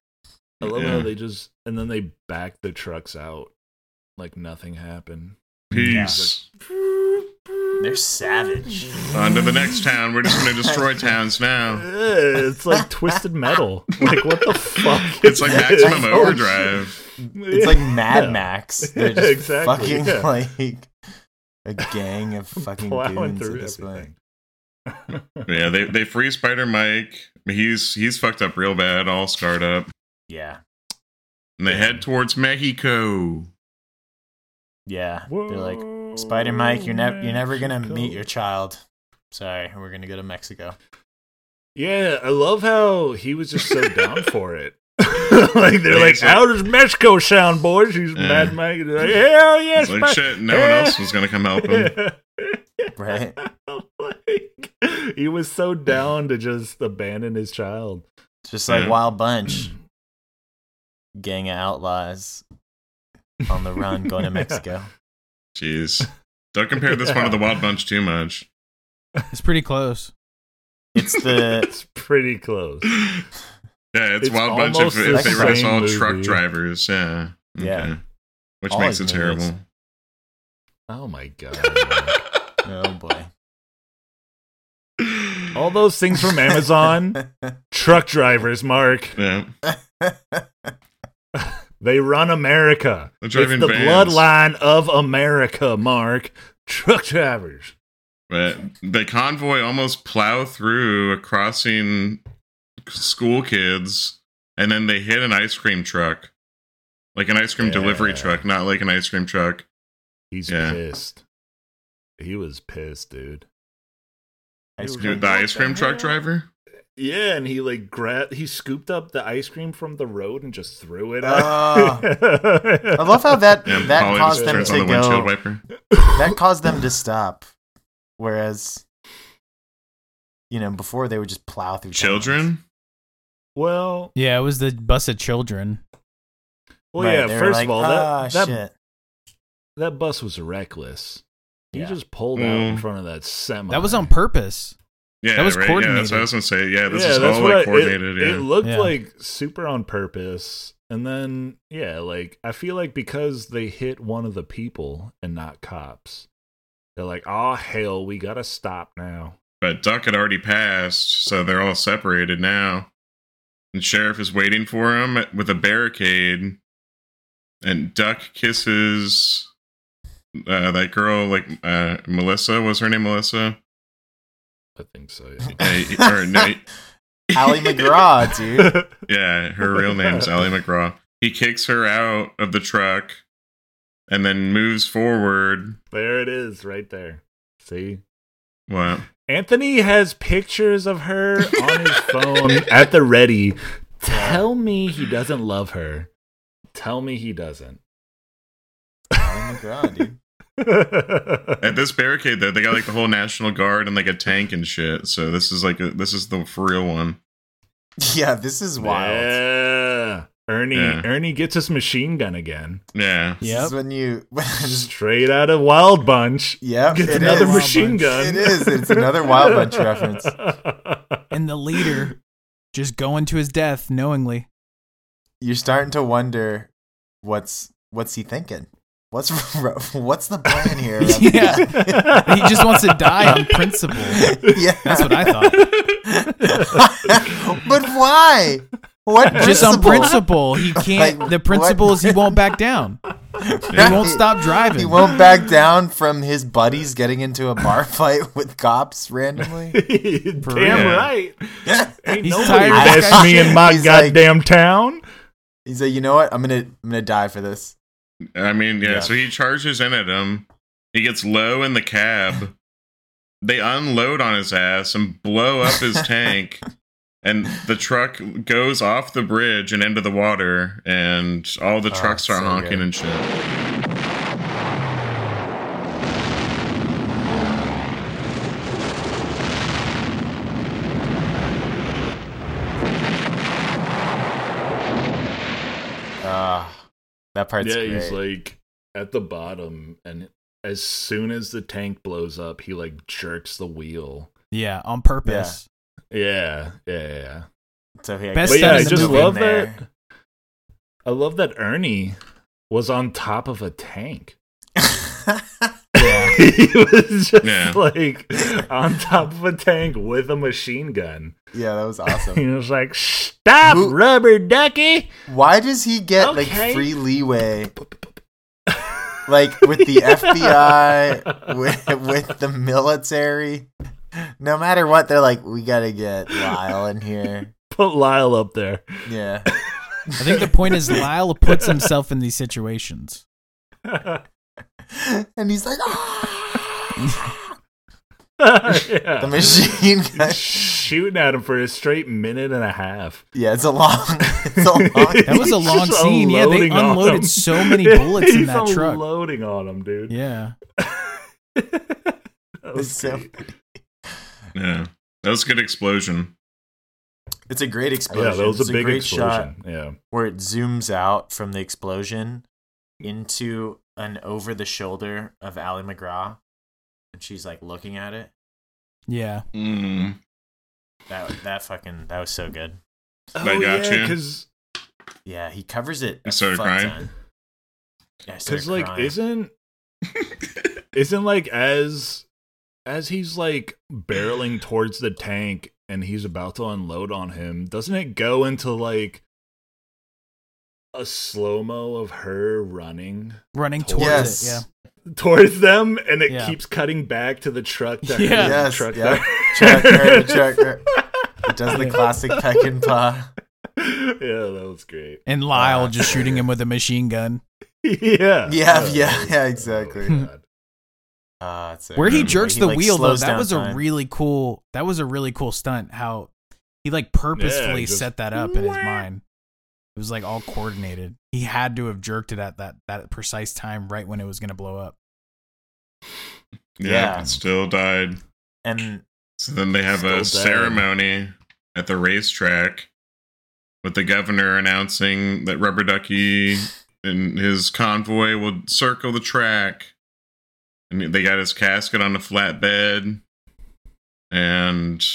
[SPEAKER 1] I love how
[SPEAKER 2] Yeah.
[SPEAKER 1] they just and then they back the trucks out like nothing happened.
[SPEAKER 2] Peace.
[SPEAKER 4] They're savage.
[SPEAKER 2] On to the next town. We're just going to destroy towns now.
[SPEAKER 1] Ugh, it's like twisted metal. Like what the fuck? Oh,
[SPEAKER 2] It's like
[SPEAKER 1] is this?
[SPEAKER 4] Oh,
[SPEAKER 2] maximum overdrive.
[SPEAKER 4] It's like
[SPEAKER 1] Yeah.
[SPEAKER 4] Mad Max. They're
[SPEAKER 1] Yeah,
[SPEAKER 4] just
[SPEAKER 1] exactly,
[SPEAKER 4] fucking
[SPEAKER 1] yeah.
[SPEAKER 4] like a gang of fucking
[SPEAKER 1] plowing
[SPEAKER 4] goons at
[SPEAKER 1] through
[SPEAKER 4] this point.
[SPEAKER 1] everything.
[SPEAKER 2] yeah, they they free Spider Mike. He's he's fucked up real bad, all scarred up.
[SPEAKER 4] Yeah.
[SPEAKER 2] And they head towards Mexico.
[SPEAKER 4] Yeah. They're like, Spider Mike, you're never you're never gonna meet your child. Sorry, we're gonna go to Mexico.
[SPEAKER 1] Yeah, I love how he was just so down for it. like they're like, how does Mexico sound, boys? He's
[SPEAKER 2] Yeah.
[SPEAKER 1] mad, Mike. They're like, hell yes,
[SPEAKER 2] It's like
[SPEAKER 1] Spi-
[SPEAKER 2] shit, no one
[SPEAKER 1] hell
[SPEAKER 2] else was gonna come help him.
[SPEAKER 4] Right?
[SPEAKER 1] like, he was so down to just abandon his child.
[SPEAKER 4] Just like
[SPEAKER 2] Yeah.
[SPEAKER 4] Wild Bunch. Gang of outlaws on the run going to Mexico.
[SPEAKER 2] Jeez. Don't compare this one to the Wild Bunch too much.
[SPEAKER 3] It's pretty close.
[SPEAKER 4] It's the
[SPEAKER 1] It's pretty close.
[SPEAKER 2] Yeah, it's,
[SPEAKER 1] It's
[SPEAKER 2] Wild Bunch if,
[SPEAKER 1] almost the
[SPEAKER 2] if they were just
[SPEAKER 1] same
[SPEAKER 2] all
[SPEAKER 1] movie.
[SPEAKER 2] truck drivers. Yeah.
[SPEAKER 4] Yeah.
[SPEAKER 2] Which
[SPEAKER 4] All
[SPEAKER 2] makes it
[SPEAKER 4] his
[SPEAKER 2] terrible.
[SPEAKER 4] movies.
[SPEAKER 1] Oh my god.
[SPEAKER 4] oh boy.
[SPEAKER 1] All those things from Amazon, truck drivers, Mark.
[SPEAKER 2] Yeah.
[SPEAKER 1] They run America.
[SPEAKER 2] They're
[SPEAKER 1] It's
[SPEAKER 2] driving
[SPEAKER 1] the
[SPEAKER 2] vans.
[SPEAKER 1] bloodline of America, Mark. Truck drivers.
[SPEAKER 2] But the convoy almost plow through a crossing school kids and then they hit an ice cream truck. Like an ice cream delivery
[SPEAKER 1] Yeah.
[SPEAKER 2] truck, not like an ice cream truck.
[SPEAKER 1] He's
[SPEAKER 2] Yeah.
[SPEAKER 1] pissed. He was pissed, dude.
[SPEAKER 4] Ice
[SPEAKER 2] Dude,
[SPEAKER 4] cream.
[SPEAKER 2] the ice cream truck driver?
[SPEAKER 1] Yeah, and he like grabbed, he scooped up the ice cream from the road and just threw it.
[SPEAKER 4] Ah.
[SPEAKER 1] out.
[SPEAKER 4] I love how that
[SPEAKER 2] Yeah,
[SPEAKER 4] that
[SPEAKER 2] Polly
[SPEAKER 4] caused
[SPEAKER 2] just
[SPEAKER 4] them
[SPEAKER 2] turns on
[SPEAKER 4] to
[SPEAKER 2] the windshield
[SPEAKER 4] go.
[SPEAKER 2] wiper.
[SPEAKER 4] That caused them to stop. Whereas, you know, before they would just plow through towns.
[SPEAKER 2] Children?
[SPEAKER 1] well,
[SPEAKER 3] Yeah, it was the bus of children.
[SPEAKER 1] well,
[SPEAKER 4] Right,
[SPEAKER 1] yeah.
[SPEAKER 4] they were
[SPEAKER 1] First
[SPEAKER 4] like,
[SPEAKER 1] of all,
[SPEAKER 4] "Ah,
[SPEAKER 1] that that,
[SPEAKER 4] shit.
[SPEAKER 1] that bus was reckless. He
[SPEAKER 4] Yeah.
[SPEAKER 1] just pulled out in
[SPEAKER 2] Mm.
[SPEAKER 1] front of that semi.
[SPEAKER 3] That was on purpose.
[SPEAKER 2] Yeah,
[SPEAKER 3] That was
[SPEAKER 2] right? Yeah, that's what
[SPEAKER 3] coordinated.
[SPEAKER 2] I was gonna say. Yeah, this
[SPEAKER 1] yeah,
[SPEAKER 2] is
[SPEAKER 1] that's
[SPEAKER 2] all
[SPEAKER 1] what I-
[SPEAKER 2] like
[SPEAKER 1] it-
[SPEAKER 2] coordinated.
[SPEAKER 1] It,
[SPEAKER 2] yeah.
[SPEAKER 1] looked
[SPEAKER 3] Yeah.
[SPEAKER 1] like super on purpose. And then, yeah, like I feel like because they hit one of the people and not cops, they're like, "Oh hell, we gotta stop now."
[SPEAKER 2] But Duck had already passed, so they're all separated now. And Sheriff is waiting for him with a barricade. And Duck kisses uh, that girl, like uh, Melissa. Was her name Melissa?
[SPEAKER 1] I think so. yeah.
[SPEAKER 2] Uh, or, no,
[SPEAKER 4] Ally McGraw, dude.
[SPEAKER 2] yeah, her real name's Ally McGraw. He kicks her out of the truck and then moves forward.
[SPEAKER 1] there it is, right there. See,
[SPEAKER 2] What?
[SPEAKER 1] Anthony has pictures of her on his phone at the ready. Tell me he doesn't love her. Tell me he doesn't.
[SPEAKER 4] Ally McGraw, dude.
[SPEAKER 2] At this barricade, though, they got like the whole National Guard and like a tank and shit. So this is like a, this is the for real one.
[SPEAKER 4] Yeah, this is wild.
[SPEAKER 1] Yeah. Ernie
[SPEAKER 2] Yeah.
[SPEAKER 1] Ernie gets his machine gun again.
[SPEAKER 2] Yeah,
[SPEAKER 4] This
[SPEAKER 3] Yep.
[SPEAKER 4] is when you. When,
[SPEAKER 1] Straight out of Wild Bunch.
[SPEAKER 4] yep.
[SPEAKER 1] Gets
[SPEAKER 4] it
[SPEAKER 1] another
[SPEAKER 4] is.
[SPEAKER 1] machine gun.
[SPEAKER 4] It is. It's another Wild Bunch reference.
[SPEAKER 3] And the leader just going to his death knowingly.
[SPEAKER 4] You're starting to wonder what's what's he thinking. What's what's the plan here?
[SPEAKER 3] Yeah. He just wants to die on principle.
[SPEAKER 4] yeah.
[SPEAKER 3] That's what I thought.
[SPEAKER 4] but why? What
[SPEAKER 3] Just on principle.
[SPEAKER 4] principle?
[SPEAKER 3] He can't
[SPEAKER 4] Like,
[SPEAKER 3] the principle
[SPEAKER 4] what?
[SPEAKER 3] is he won't back down.
[SPEAKER 4] Right.
[SPEAKER 3] He won't stop driving.
[SPEAKER 4] He won't back down from his buddies getting into a bar fight with cops randomly.
[SPEAKER 1] Damn
[SPEAKER 2] real.
[SPEAKER 1] right. Ain't
[SPEAKER 3] He's
[SPEAKER 1] nobody
[SPEAKER 3] tired of this
[SPEAKER 1] that's
[SPEAKER 3] guy
[SPEAKER 1] me
[SPEAKER 4] shit.
[SPEAKER 1] in my
[SPEAKER 4] He's like-
[SPEAKER 1] goddamn town.
[SPEAKER 4] He's like, you know what? I'm gonna I'm gonna die for this.
[SPEAKER 2] I mean, yeah,
[SPEAKER 4] Yeah.
[SPEAKER 2] So he charges in at him. He gets low in the cab. they unload on his ass and blow up his tank. And the truck goes off the bridge and into the water, and all the
[SPEAKER 4] Oh,
[SPEAKER 2] trucks are
[SPEAKER 4] so
[SPEAKER 2] honking
[SPEAKER 4] good.
[SPEAKER 2] and shit.
[SPEAKER 4] Ah, that part's
[SPEAKER 1] yeah,
[SPEAKER 4] great.
[SPEAKER 1] he's like at the bottom, and as soon as the tank blows up, he like jerks the wheel.
[SPEAKER 3] Yeah, on purpose.
[SPEAKER 1] Yeah, yeah, yeah, yeah.
[SPEAKER 4] so he
[SPEAKER 3] Best
[SPEAKER 1] But yeah, I
[SPEAKER 3] stuff in the
[SPEAKER 1] just
[SPEAKER 3] movie.
[SPEAKER 1] love that. I love that Ernie was on top of a tank.
[SPEAKER 4] that.
[SPEAKER 1] he was just
[SPEAKER 2] Yeah.
[SPEAKER 1] like on top of a tank with a machine gun.
[SPEAKER 4] yeah, that was
[SPEAKER 1] He
[SPEAKER 4] awesome.
[SPEAKER 1] was like, "Stop,
[SPEAKER 4] Who-
[SPEAKER 1] rubber ducky!"
[SPEAKER 4] Why does he get
[SPEAKER 1] Okay.
[SPEAKER 4] like free leeway? Like with the FBI, with, with the military, No matter what, they're like, we gotta get Lyle in here.
[SPEAKER 1] Put Lyle up there.
[SPEAKER 4] Yeah.
[SPEAKER 3] I think the point is Lyle puts himself in these situations.
[SPEAKER 4] and he's like, "Ah,
[SPEAKER 1] Yeah.
[SPEAKER 4] The machine gun.
[SPEAKER 1] shooting at him for a straight minute and a half.
[SPEAKER 4] yeah, it's a long, it's a long.
[SPEAKER 3] That was a
[SPEAKER 1] He's
[SPEAKER 3] long
[SPEAKER 1] just
[SPEAKER 3] scene. Yeah, they
[SPEAKER 1] unloading on him.
[SPEAKER 3] unloaded so many bullets in
[SPEAKER 1] He's
[SPEAKER 3] that truck.
[SPEAKER 1] Unloading on him, dude.
[SPEAKER 3] Yeah.
[SPEAKER 1] That was
[SPEAKER 4] So-
[SPEAKER 1] great.
[SPEAKER 2] Yeah. That was a good explosion.
[SPEAKER 4] It's a great explosion.
[SPEAKER 1] yeah, that was
[SPEAKER 4] it's
[SPEAKER 1] a big
[SPEAKER 4] great shot.
[SPEAKER 1] explosion. Yeah.
[SPEAKER 4] where it zooms out from the explosion into an over the shoulder of Ally McGraw, and she's like looking at it.
[SPEAKER 3] Yeah.
[SPEAKER 2] Mm.
[SPEAKER 4] That that fucking that was so good.
[SPEAKER 1] Oh,
[SPEAKER 2] They got you.
[SPEAKER 1] Because
[SPEAKER 4] Yeah, he covers it.
[SPEAKER 2] I
[SPEAKER 4] a
[SPEAKER 2] started
[SPEAKER 4] fuck
[SPEAKER 2] crying.
[SPEAKER 4] ton. Yeah, I started
[SPEAKER 1] because like
[SPEAKER 4] crying.
[SPEAKER 1] isn't isn't like as as he's like barreling towards the tank and he's about to unload on him doesn't it go into like a slow-mo of her running
[SPEAKER 3] Running towards
[SPEAKER 4] Yes.
[SPEAKER 3] it. Yeah.
[SPEAKER 1] towards them and it
[SPEAKER 3] Yeah.
[SPEAKER 1] keeps cutting back to the truck that
[SPEAKER 3] Yeah.
[SPEAKER 1] yeah.
[SPEAKER 4] Yes,
[SPEAKER 1] truck
[SPEAKER 4] yeah.
[SPEAKER 1] that-
[SPEAKER 4] Chuck her, Chuck her. It does the classic peck and paw.
[SPEAKER 1] yeah that was great
[SPEAKER 3] And Lyle
[SPEAKER 4] Uh,
[SPEAKER 3] just shooting him with a machine gun.
[SPEAKER 1] yeah Oh,
[SPEAKER 4] Yeah,
[SPEAKER 1] that
[SPEAKER 4] yeah,
[SPEAKER 1] was-
[SPEAKER 4] yeah, exactly.
[SPEAKER 1] oh my God.
[SPEAKER 4] Uh, it's a-
[SPEAKER 3] Where he
[SPEAKER 2] Yeah,
[SPEAKER 3] jerks
[SPEAKER 4] he,
[SPEAKER 3] the
[SPEAKER 4] like,
[SPEAKER 3] wheel though,
[SPEAKER 4] slows
[SPEAKER 3] that
[SPEAKER 4] down
[SPEAKER 3] was a
[SPEAKER 4] time.
[SPEAKER 3] really cool that was a really cool stunt how he like purposefully
[SPEAKER 1] just-
[SPEAKER 3] set that up in his mind. It was like all coordinated. He had to have jerked it at that that precise time right when it was gonna blow up.
[SPEAKER 2] Yeah.
[SPEAKER 4] Yeah.
[SPEAKER 2] it Still died.
[SPEAKER 4] and
[SPEAKER 2] So then they have
[SPEAKER 1] Still
[SPEAKER 2] a
[SPEAKER 1] dead.
[SPEAKER 2] ceremony at the racetrack with the governor announcing that Rubber Ducky and his convoy will circle the track. And they got his casket on a flatbed. And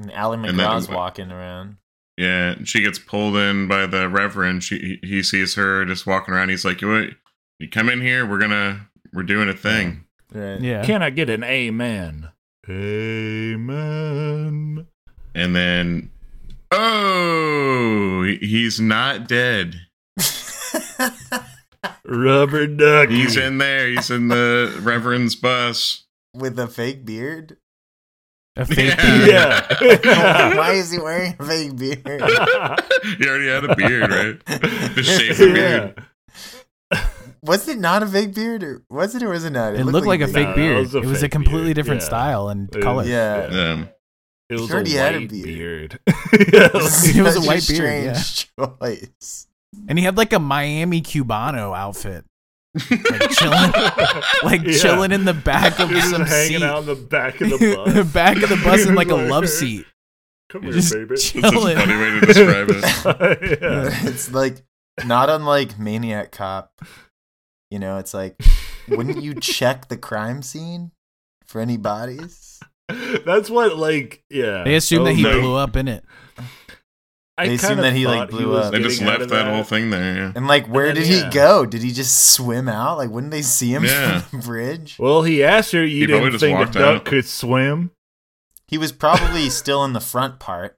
[SPEAKER 4] and Ally
[SPEAKER 2] And then-
[SPEAKER 4] McGraw's walking around.
[SPEAKER 2] yeah, she gets pulled in by the reverend. She he he sees her just walking around. He's like, "You what? You come in here. We're gonna we're doing a thing."
[SPEAKER 4] Right.
[SPEAKER 3] Yeah.
[SPEAKER 1] Can I get an amen? Amen.
[SPEAKER 2] And then, oh, he- he's not dead.
[SPEAKER 1] Rubber duck.
[SPEAKER 2] He's in there. He's in the Reverend's bus.
[SPEAKER 4] With a fake beard.
[SPEAKER 3] A fake
[SPEAKER 1] Yeah.
[SPEAKER 4] Why is he wearing a fake beard?
[SPEAKER 2] He already had a beard, right? Just shave the
[SPEAKER 1] Yeah.
[SPEAKER 2] beard.
[SPEAKER 4] Was it not a fake beard, or was it, or was it not?
[SPEAKER 3] It, looked like a
[SPEAKER 1] a beard.
[SPEAKER 3] fake
[SPEAKER 1] No,
[SPEAKER 3] beard.
[SPEAKER 1] that was a
[SPEAKER 3] it was a
[SPEAKER 1] fake
[SPEAKER 3] completely
[SPEAKER 1] beard,
[SPEAKER 3] different
[SPEAKER 1] yeah.
[SPEAKER 3] style and
[SPEAKER 1] It
[SPEAKER 3] color.
[SPEAKER 1] was-
[SPEAKER 4] Yeah.
[SPEAKER 2] Um,
[SPEAKER 1] It was a white
[SPEAKER 4] already had a
[SPEAKER 1] beard.
[SPEAKER 4] beard.
[SPEAKER 1] Yeah.
[SPEAKER 3] It was a
[SPEAKER 4] Such
[SPEAKER 3] white beard,
[SPEAKER 4] strange choice.
[SPEAKER 3] And he had like a Miami Cubano outfit. Like chilling like
[SPEAKER 1] Yeah.
[SPEAKER 3] chilling in the back of
[SPEAKER 1] He was
[SPEAKER 3] some
[SPEAKER 1] hanging
[SPEAKER 3] seat.
[SPEAKER 1] out in the back of the bus.
[SPEAKER 3] back of the bus in like a
[SPEAKER 1] Like,
[SPEAKER 3] love seat.
[SPEAKER 1] Come here,
[SPEAKER 3] Just
[SPEAKER 1] baby.
[SPEAKER 2] that's such a
[SPEAKER 3] chilling.
[SPEAKER 2] funny way to describe it.
[SPEAKER 1] yeah.
[SPEAKER 4] it's like not unlike Maniac Cop. You know, it's like, wouldn't you check the crime scene for any bodies?
[SPEAKER 1] That's what, like, yeah.
[SPEAKER 3] They assumed that he
[SPEAKER 1] was like-
[SPEAKER 3] blew up in it.
[SPEAKER 1] I
[SPEAKER 4] They assumed
[SPEAKER 1] kinda
[SPEAKER 4] that he, like,
[SPEAKER 1] thought
[SPEAKER 4] blew
[SPEAKER 1] was
[SPEAKER 4] up.
[SPEAKER 2] They just
[SPEAKER 1] getting out
[SPEAKER 2] left
[SPEAKER 1] of
[SPEAKER 2] that whole thing there. Yeah.
[SPEAKER 4] And like, where
[SPEAKER 1] And then,
[SPEAKER 4] did
[SPEAKER 1] yeah.
[SPEAKER 4] he go? Did he just swim out? Like, wouldn't they see him
[SPEAKER 2] Yeah.
[SPEAKER 4] from the bridge?
[SPEAKER 1] Well, he asked her, you
[SPEAKER 2] He probably
[SPEAKER 1] didn't
[SPEAKER 2] just
[SPEAKER 1] think a
[SPEAKER 2] walked
[SPEAKER 1] duck
[SPEAKER 2] out.
[SPEAKER 1] could swim?
[SPEAKER 4] He was probably still in the front part,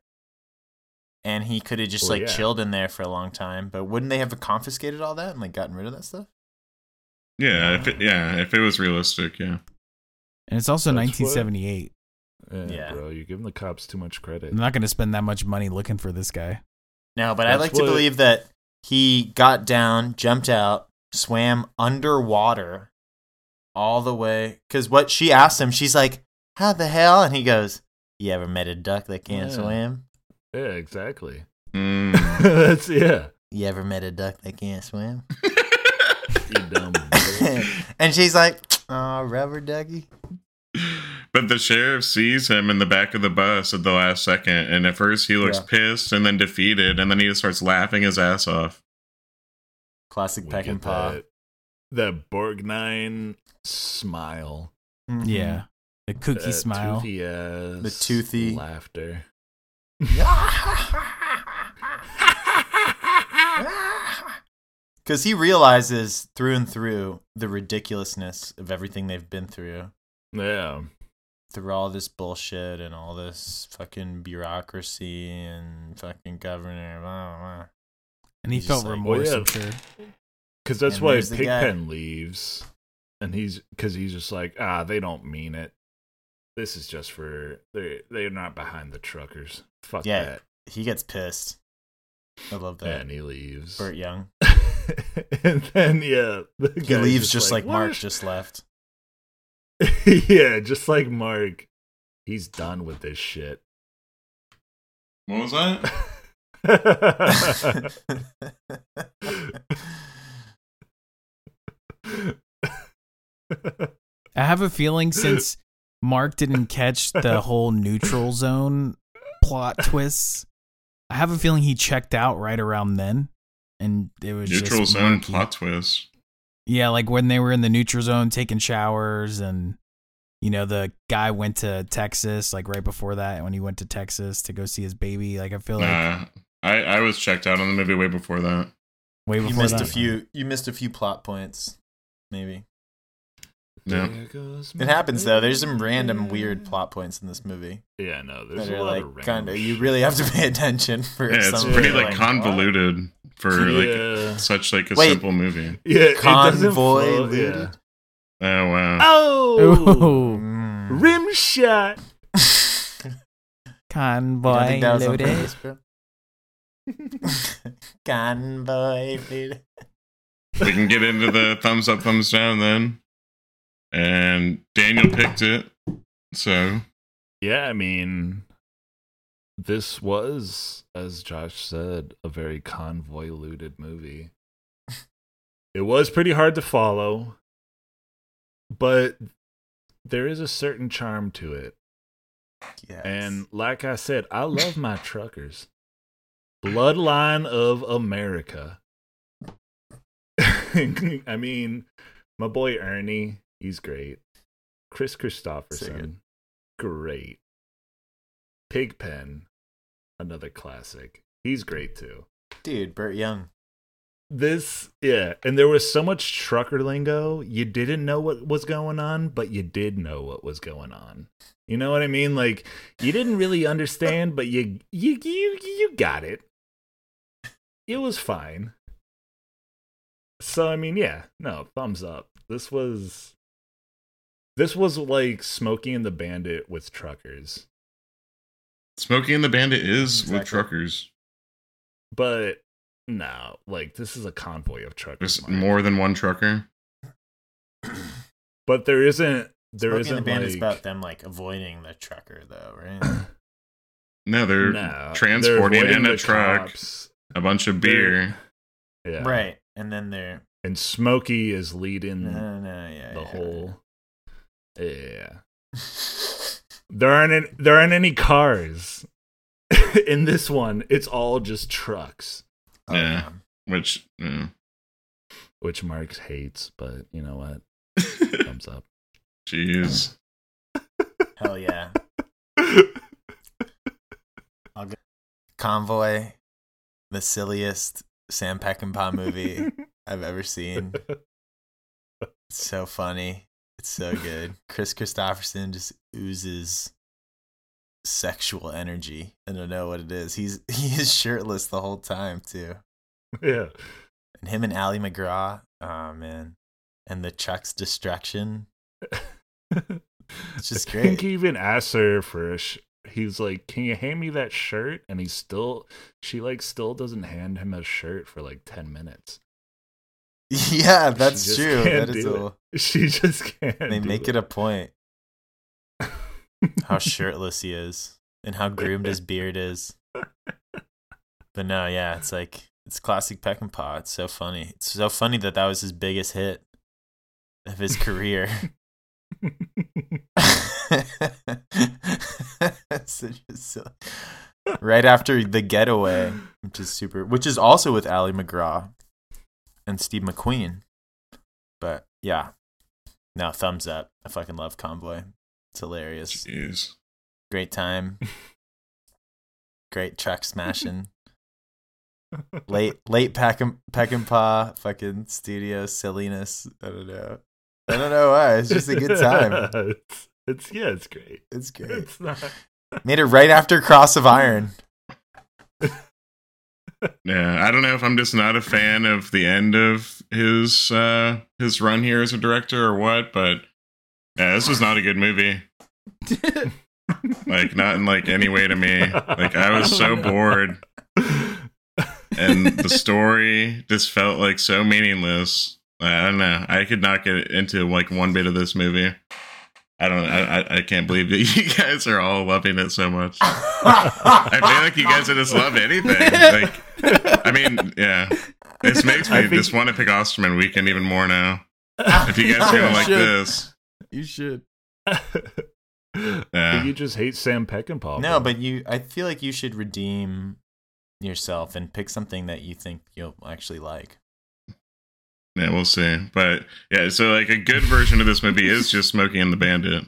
[SPEAKER 4] and he could have just
[SPEAKER 1] Well,
[SPEAKER 4] like
[SPEAKER 1] yeah.
[SPEAKER 4] chilled in there for a long time. But wouldn't they have confiscated all that and like gotten rid of that stuff?
[SPEAKER 2] Yeah, if it, yeah, if it was realistic, yeah.
[SPEAKER 3] And it's also
[SPEAKER 1] That's what-
[SPEAKER 3] 1978.
[SPEAKER 1] Yeah,
[SPEAKER 4] Yeah.
[SPEAKER 1] bro, you're giving the cops too much credit.
[SPEAKER 3] I'm not going to spend that much money looking for this guy.
[SPEAKER 4] No, but I
[SPEAKER 1] That's
[SPEAKER 4] like
[SPEAKER 1] what-
[SPEAKER 4] to believe that he got down, jumped out, swam underwater all the way. Because what she asked him, she's like, "How the hell?" And he goes, "You ever met a duck that can't
[SPEAKER 1] Yeah.
[SPEAKER 4] swim?
[SPEAKER 1] Yeah, exactly.
[SPEAKER 2] Mm.
[SPEAKER 1] That's yeah.
[SPEAKER 4] You ever met a duck that can't swim?"
[SPEAKER 1] You dumb. bitch.
[SPEAKER 4] and she's like, "Aw, rubber ducky."
[SPEAKER 2] But the sheriff sees him in the back of the bus at the last second, and at first he looks
[SPEAKER 4] Yeah.
[SPEAKER 2] pissed and then defeated, and then he just starts laughing his ass off.
[SPEAKER 4] Classic
[SPEAKER 1] We
[SPEAKER 4] peck
[SPEAKER 1] get
[SPEAKER 4] and paw.
[SPEAKER 1] That, that Borgnine smile.
[SPEAKER 4] Mhm.
[SPEAKER 3] Yeah. The cookie
[SPEAKER 1] that
[SPEAKER 3] smile.
[SPEAKER 1] Toothy ass
[SPEAKER 4] The toothy-
[SPEAKER 1] laughter.
[SPEAKER 4] Because he realizes through and through the ridiculousness of everything they've been through,
[SPEAKER 1] Yeah.
[SPEAKER 4] through all this bullshit and all this fucking bureaucracy and fucking governor. Blah, blah, blah.
[SPEAKER 3] And he
[SPEAKER 4] He's
[SPEAKER 3] felt
[SPEAKER 4] just like,
[SPEAKER 3] remorse,
[SPEAKER 1] "Well, "Oh, yeah."
[SPEAKER 3] I'm sure.
[SPEAKER 1] Because that's
[SPEAKER 4] And
[SPEAKER 1] why
[SPEAKER 4] there's the guy.
[SPEAKER 1] Pigpen leaves, and he's because he's just like ah, they don't mean it. This is just for they they're not behind the truckers. Fuck
[SPEAKER 4] yeah,
[SPEAKER 1] that.
[SPEAKER 4] he gets pissed. I love that.
[SPEAKER 1] And he leaves.
[SPEAKER 4] Burt Young.
[SPEAKER 1] and then yeah, the
[SPEAKER 4] He
[SPEAKER 1] guy's
[SPEAKER 4] leaves just like,
[SPEAKER 1] "What?"
[SPEAKER 4] Mark just left.
[SPEAKER 1] yeah, just like Mark. He's done with this shit.
[SPEAKER 2] What was that?
[SPEAKER 3] I have a feeling since Mark didn't catch the whole neutral zone plot twists, I have a feeling he checked out right around then, and it was
[SPEAKER 2] Neutral
[SPEAKER 3] just
[SPEAKER 2] zone
[SPEAKER 3] murky.
[SPEAKER 2] plot twist.
[SPEAKER 3] Yeah, like when they were in the neutral zone taking showers, and you know the guy went to Texas, like right before that when he went to Texas to go see his baby. Like I feel like
[SPEAKER 2] nah, I I was checked out on the movie way before that.
[SPEAKER 3] way
[SPEAKER 4] You
[SPEAKER 3] before
[SPEAKER 4] missed
[SPEAKER 3] that.
[SPEAKER 4] a few. You missed a few plot points. Maybe
[SPEAKER 2] Yeah.
[SPEAKER 1] There goes
[SPEAKER 4] it
[SPEAKER 1] my
[SPEAKER 4] happens though. There's some
[SPEAKER 1] baby.
[SPEAKER 4] random weird plot points in this movie
[SPEAKER 1] Yeah, no, mm. there's
[SPEAKER 4] that
[SPEAKER 1] a
[SPEAKER 4] are
[SPEAKER 1] lot
[SPEAKER 4] like
[SPEAKER 1] of
[SPEAKER 4] kind of.
[SPEAKER 1] random
[SPEAKER 4] You
[SPEAKER 1] shit.
[SPEAKER 4] really have to pay attention for.
[SPEAKER 2] Yeah, it's
[SPEAKER 4] some
[SPEAKER 2] pretty
[SPEAKER 4] you're
[SPEAKER 2] like,
[SPEAKER 4] "What?"
[SPEAKER 2] convoluted for
[SPEAKER 1] Yeah.
[SPEAKER 2] like such like a
[SPEAKER 4] Wait.
[SPEAKER 2] simple movie.
[SPEAKER 1] yeah, it doesn't
[SPEAKER 4] Convoy
[SPEAKER 1] flow,
[SPEAKER 4] looted.
[SPEAKER 1] yeah.
[SPEAKER 2] Oh wow.
[SPEAKER 1] Oh,
[SPEAKER 3] Ooh,
[SPEAKER 4] Mm.
[SPEAKER 1] rim shot.
[SPEAKER 4] You don't
[SPEAKER 3] convoy
[SPEAKER 4] think that was on
[SPEAKER 3] loaded.
[SPEAKER 4] purpose, bro? Convoy, dude.
[SPEAKER 2] we can get into the thumbs up, thumbs down then. And Daniel picked it. So
[SPEAKER 1] Yeah, I mean, this was, as Josh said, a very convoluted movie. it was pretty hard to follow, but there is a certain charm to it.
[SPEAKER 4] Yes.
[SPEAKER 1] And like I said, I love my truckers. Bloodline of America. I mean, my boy Ernie, he's great. Chris Christopherson, great. Pigpen, another classic. He's great too.
[SPEAKER 4] dude, Burt Young.
[SPEAKER 1] This, yeah, and there was so much trucker lingo. You didn't know what was going on, but you did know what was going on. You know what I mean? Like you didn't really understand, but you you you you got it. It was fine. So I mean, yeah, no, thumbs up. This was this was like Smokey and the Bandit with truckers,
[SPEAKER 2] Smokey and the Bandit is
[SPEAKER 4] Exactly.
[SPEAKER 2] with truckers.
[SPEAKER 1] but no, like this is a convoy of truckers.
[SPEAKER 2] There's
[SPEAKER 1] Mark.
[SPEAKER 2] more than one trucker.
[SPEAKER 1] but there isn't there
[SPEAKER 4] Smoking
[SPEAKER 1] isn't
[SPEAKER 4] the band is
[SPEAKER 1] like-
[SPEAKER 4] about them like avoiding the trucker though, right?
[SPEAKER 2] No, they're
[SPEAKER 1] No,
[SPEAKER 2] transporting
[SPEAKER 1] they're
[SPEAKER 2] in
[SPEAKER 1] avoiding
[SPEAKER 2] a
[SPEAKER 1] the
[SPEAKER 2] truck
[SPEAKER 1] cops.
[SPEAKER 2] a bunch of
[SPEAKER 1] They're-
[SPEAKER 2] beer.
[SPEAKER 1] Yeah.
[SPEAKER 4] Right. And then they're
[SPEAKER 1] And Smokey is leading
[SPEAKER 4] no, no, no, yeah.
[SPEAKER 1] Mm. the
[SPEAKER 4] yeah.
[SPEAKER 1] whole. Yeah. There aren't any, there aren't any cars in this one. It's all just trucks,
[SPEAKER 4] Oh,
[SPEAKER 2] Yeah. Which mm. yeah.
[SPEAKER 1] which Marx hates. But you know what? Thumbs up.
[SPEAKER 2] jeez.
[SPEAKER 4] Hell yeah. I'll go. Convoy, the silliest Sam Peckinpah movie I've ever seen. It's so funny. It's so good. Chris Christopherson just oozes sexual energy. I don't know what it is. He's he is shirtless the whole time too.
[SPEAKER 1] Yeah.
[SPEAKER 4] And him and Ally McGraw. Oh man. And the Chuck's destruction. It's just
[SPEAKER 1] I think
[SPEAKER 4] great.
[SPEAKER 1] he even asked her for a sh- he's like, "Can you hand me that shirt?" And he still, she like still doesn't hand him a shirt for like ten minutes.
[SPEAKER 4] yeah,
[SPEAKER 1] She
[SPEAKER 4] that's
[SPEAKER 1] just
[SPEAKER 4] true.
[SPEAKER 1] can't
[SPEAKER 4] That is
[SPEAKER 1] do
[SPEAKER 4] a
[SPEAKER 1] it. She just can't.
[SPEAKER 4] they make it a point how shirtless he is and how groomed his beard is. But no, yeah, it's like it's classic Peckinpah. It's so funny. It's so funny that that was his biggest hit of his career. Such a silly- right after the getaway, which is super, which is also with Ally McGraw and Steve McQueen. But yeah, no, thumbs up. I fucking love Convoy. It's hilarious.
[SPEAKER 2] Jeez.
[SPEAKER 4] Great time. Great truck smashing. late, late Peck and, Peck and Paw fucking studio silliness. I don't know. I don't know why. It's just a good time.
[SPEAKER 1] it's, it's yeah, it's great.
[SPEAKER 4] It's great.
[SPEAKER 1] It's not.
[SPEAKER 4] Made it right after Cross of Iron.
[SPEAKER 2] Yeah, I don't know if I'm just not a fan of the end of his uh his run here as a director or what, but yeah, this was not a good movie. like not in like any way to me. Like I was so bored, and the story just felt like so meaningless. I don't know. I could not get into like one bit of this movie. I don't. I, I- I can't believe that you guys are all loving it so much. I feel like you guys would just love anything. Like, I mean, yeah, this makes me
[SPEAKER 3] I think-
[SPEAKER 2] just want to pick Osterman Weekend even more now. If you guys are gonna like
[SPEAKER 3] Should.
[SPEAKER 2] this,
[SPEAKER 3] You should.
[SPEAKER 2] yeah.
[SPEAKER 1] You just hate Sam Peckinpah.
[SPEAKER 4] No, but you. I feel like you should redeem yourself and pick something that you think you'll actually like.
[SPEAKER 2] Yeah, we'll see. But yeah, so like a good version of this movie is just Smoking and the Bandit.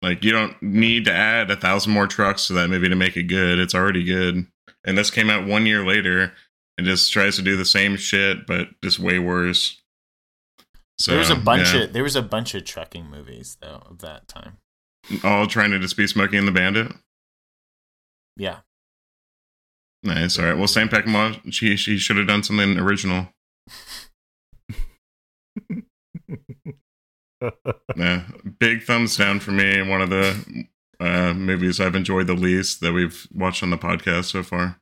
[SPEAKER 2] Like you don't need to add a thousand more trucks to that movie to make it good. It's already good. And this came out one year later and just tries to do the same shit, but just way worse. So
[SPEAKER 4] there was a bunch
[SPEAKER 2] yeah.
[SPEAKER 4] of there was a bunch of trucking movies though of that time.
[SPEAKER 2] all trying to just be Smoking and the Bandit.
[SPEAKER 4] Yeah.
[SPEAKER 2] Nice. All right. Well, Sam Peckinpah, she she should have done something original. yeah. Big thumbs down for me. One of the uh, movies I've enjoyed the least that we've watched on the podcast so far.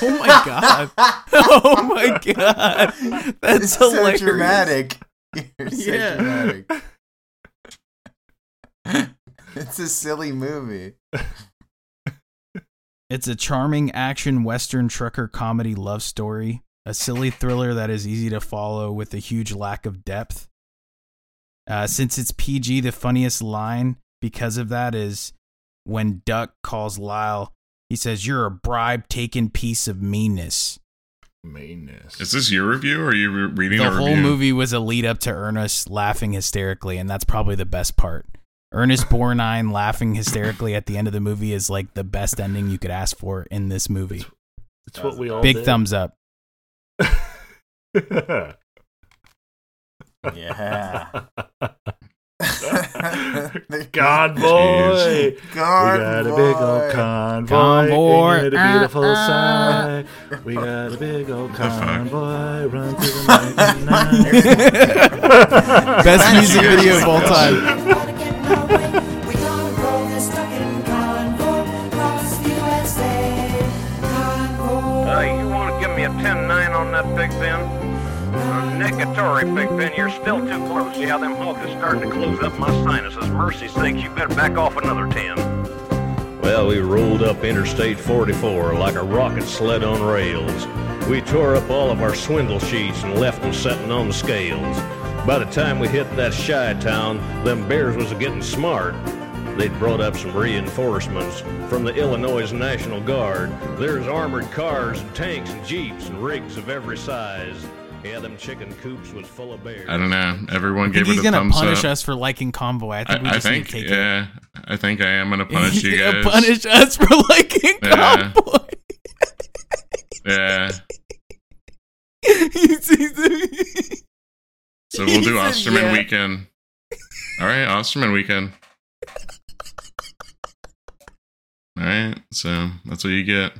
[SPEAKER 3] Oh my god. Oh my god. That's
[SPEAKER 4] It's
[SPEAKER 3] hilarious.
[SPEAKER 4] so dramatic. You're so
[SPEAKER 3] Yeah.
[SPEAKER 4] dramatic. it's a silly movie.
[SPEAKER 3] It's a charming action western trucker comedy love story, a silly thriller that is easy to follow with a huge lack of depth. Uh, since it's PG, the funniest line because of that is when Duck calls Lyle, he says, You're a bribe taking piece of meanness.
[SPEAKER 1] Meanness.
[SPEAKER 2] Is this your review or are you re- reading
[SPEAKER 3] the
[SPEAKER 2] a
[SPEAKER 3] whole
[SPEAKER 2] review?
[SPEAKER 3] movie was a lead up to Ernest laughing hysterically, and that's probably the best part. Ernest Borgnine laughing hysterically at the end of the movie is like the best ending you could ask for in this movie.
[SPEAKER 1] It's what we all
[SPEAKER 3] Big
[SPEAKER 1] did.
[SPEAKER 3] thumbs up.
[SPEAKER 4] Yeah.
[SPEAKER 1] God boy,
[SPEAKER 4] Jeez. God
[SPEAKER 1] we got a big old
[SPEAKER 4] boy.
[SPEAKER 1] convoy.
[SPEAKER 4] Convoy.
[SPEAKER 1] We got a beautiful
[SPEAKER 4] Uh-uh.
[SPEAKER 1] sight. We got a big old convoy. Run to the night.
[SPEAKER 3] Best music video of all time.
[SPEAKER 12] Hey, you want to give me a 10-9 on that Big Ben? Uh, Negatory, Big Ben, you're still too close. Yeah, them hawks is starting to close up my sinuses. Mercy sakes, you better back off another 10.
[SPEAKER 5] Well, we rolled up Interstate 44 like a rocket sled on rails. We tore up all of our swindle sheets and left them setting on the scales. By the time we hit that shy town, them bears was getting smart. They'd brought up some reinforcements from the Illinois National Guard. There's armored cars and tanks and jeeps and rigs of every size. Yeah, them chicken coops was full of bears.
[SPEAKER 2] I don't know. Everyone
[SPEAKER 3] I think
[SPEAKER 2] gave it
[SPEAKER 3] he's
[SPEAKER 2] a
[SPEAKER 3] gonna
[SPEAKER 2] thumbs
[SPEAKER 3] punish
[SPEAKER 2] up.
[SPEAKER 3] us for liking Convoy. I
[SPEAKER 2] I,
[SPEAKER 3] think we
[SPEAKER 2] I
[SPEAKER 3] just
[SPEAKER 2] think,
[SPEAKER 3] need to take it.
[SPEAKER 2] yeah, I think I am gonna punish
[SPEAKER 3] He's
[SPEAKER 2] you
[SPEAKER 3] gonna
[SPEAKER 2] guys.
[SPEAKER 3] punish us for liking
[SPEAKER 2] Yeah.
[SPEAKER 3] Convoy.
[SPEAKER 2] Yeah.
[SPEAKER 3] He's- he's-
[SPEAKER 2] So we'll do
[SPEAKER 3] He said,
[SPEAKER 2] Osterman
[SPEAKER 3] "Yeah."
[SPEAKER 2] weekend. All right, Osterman weekend. All right, so that's what you get.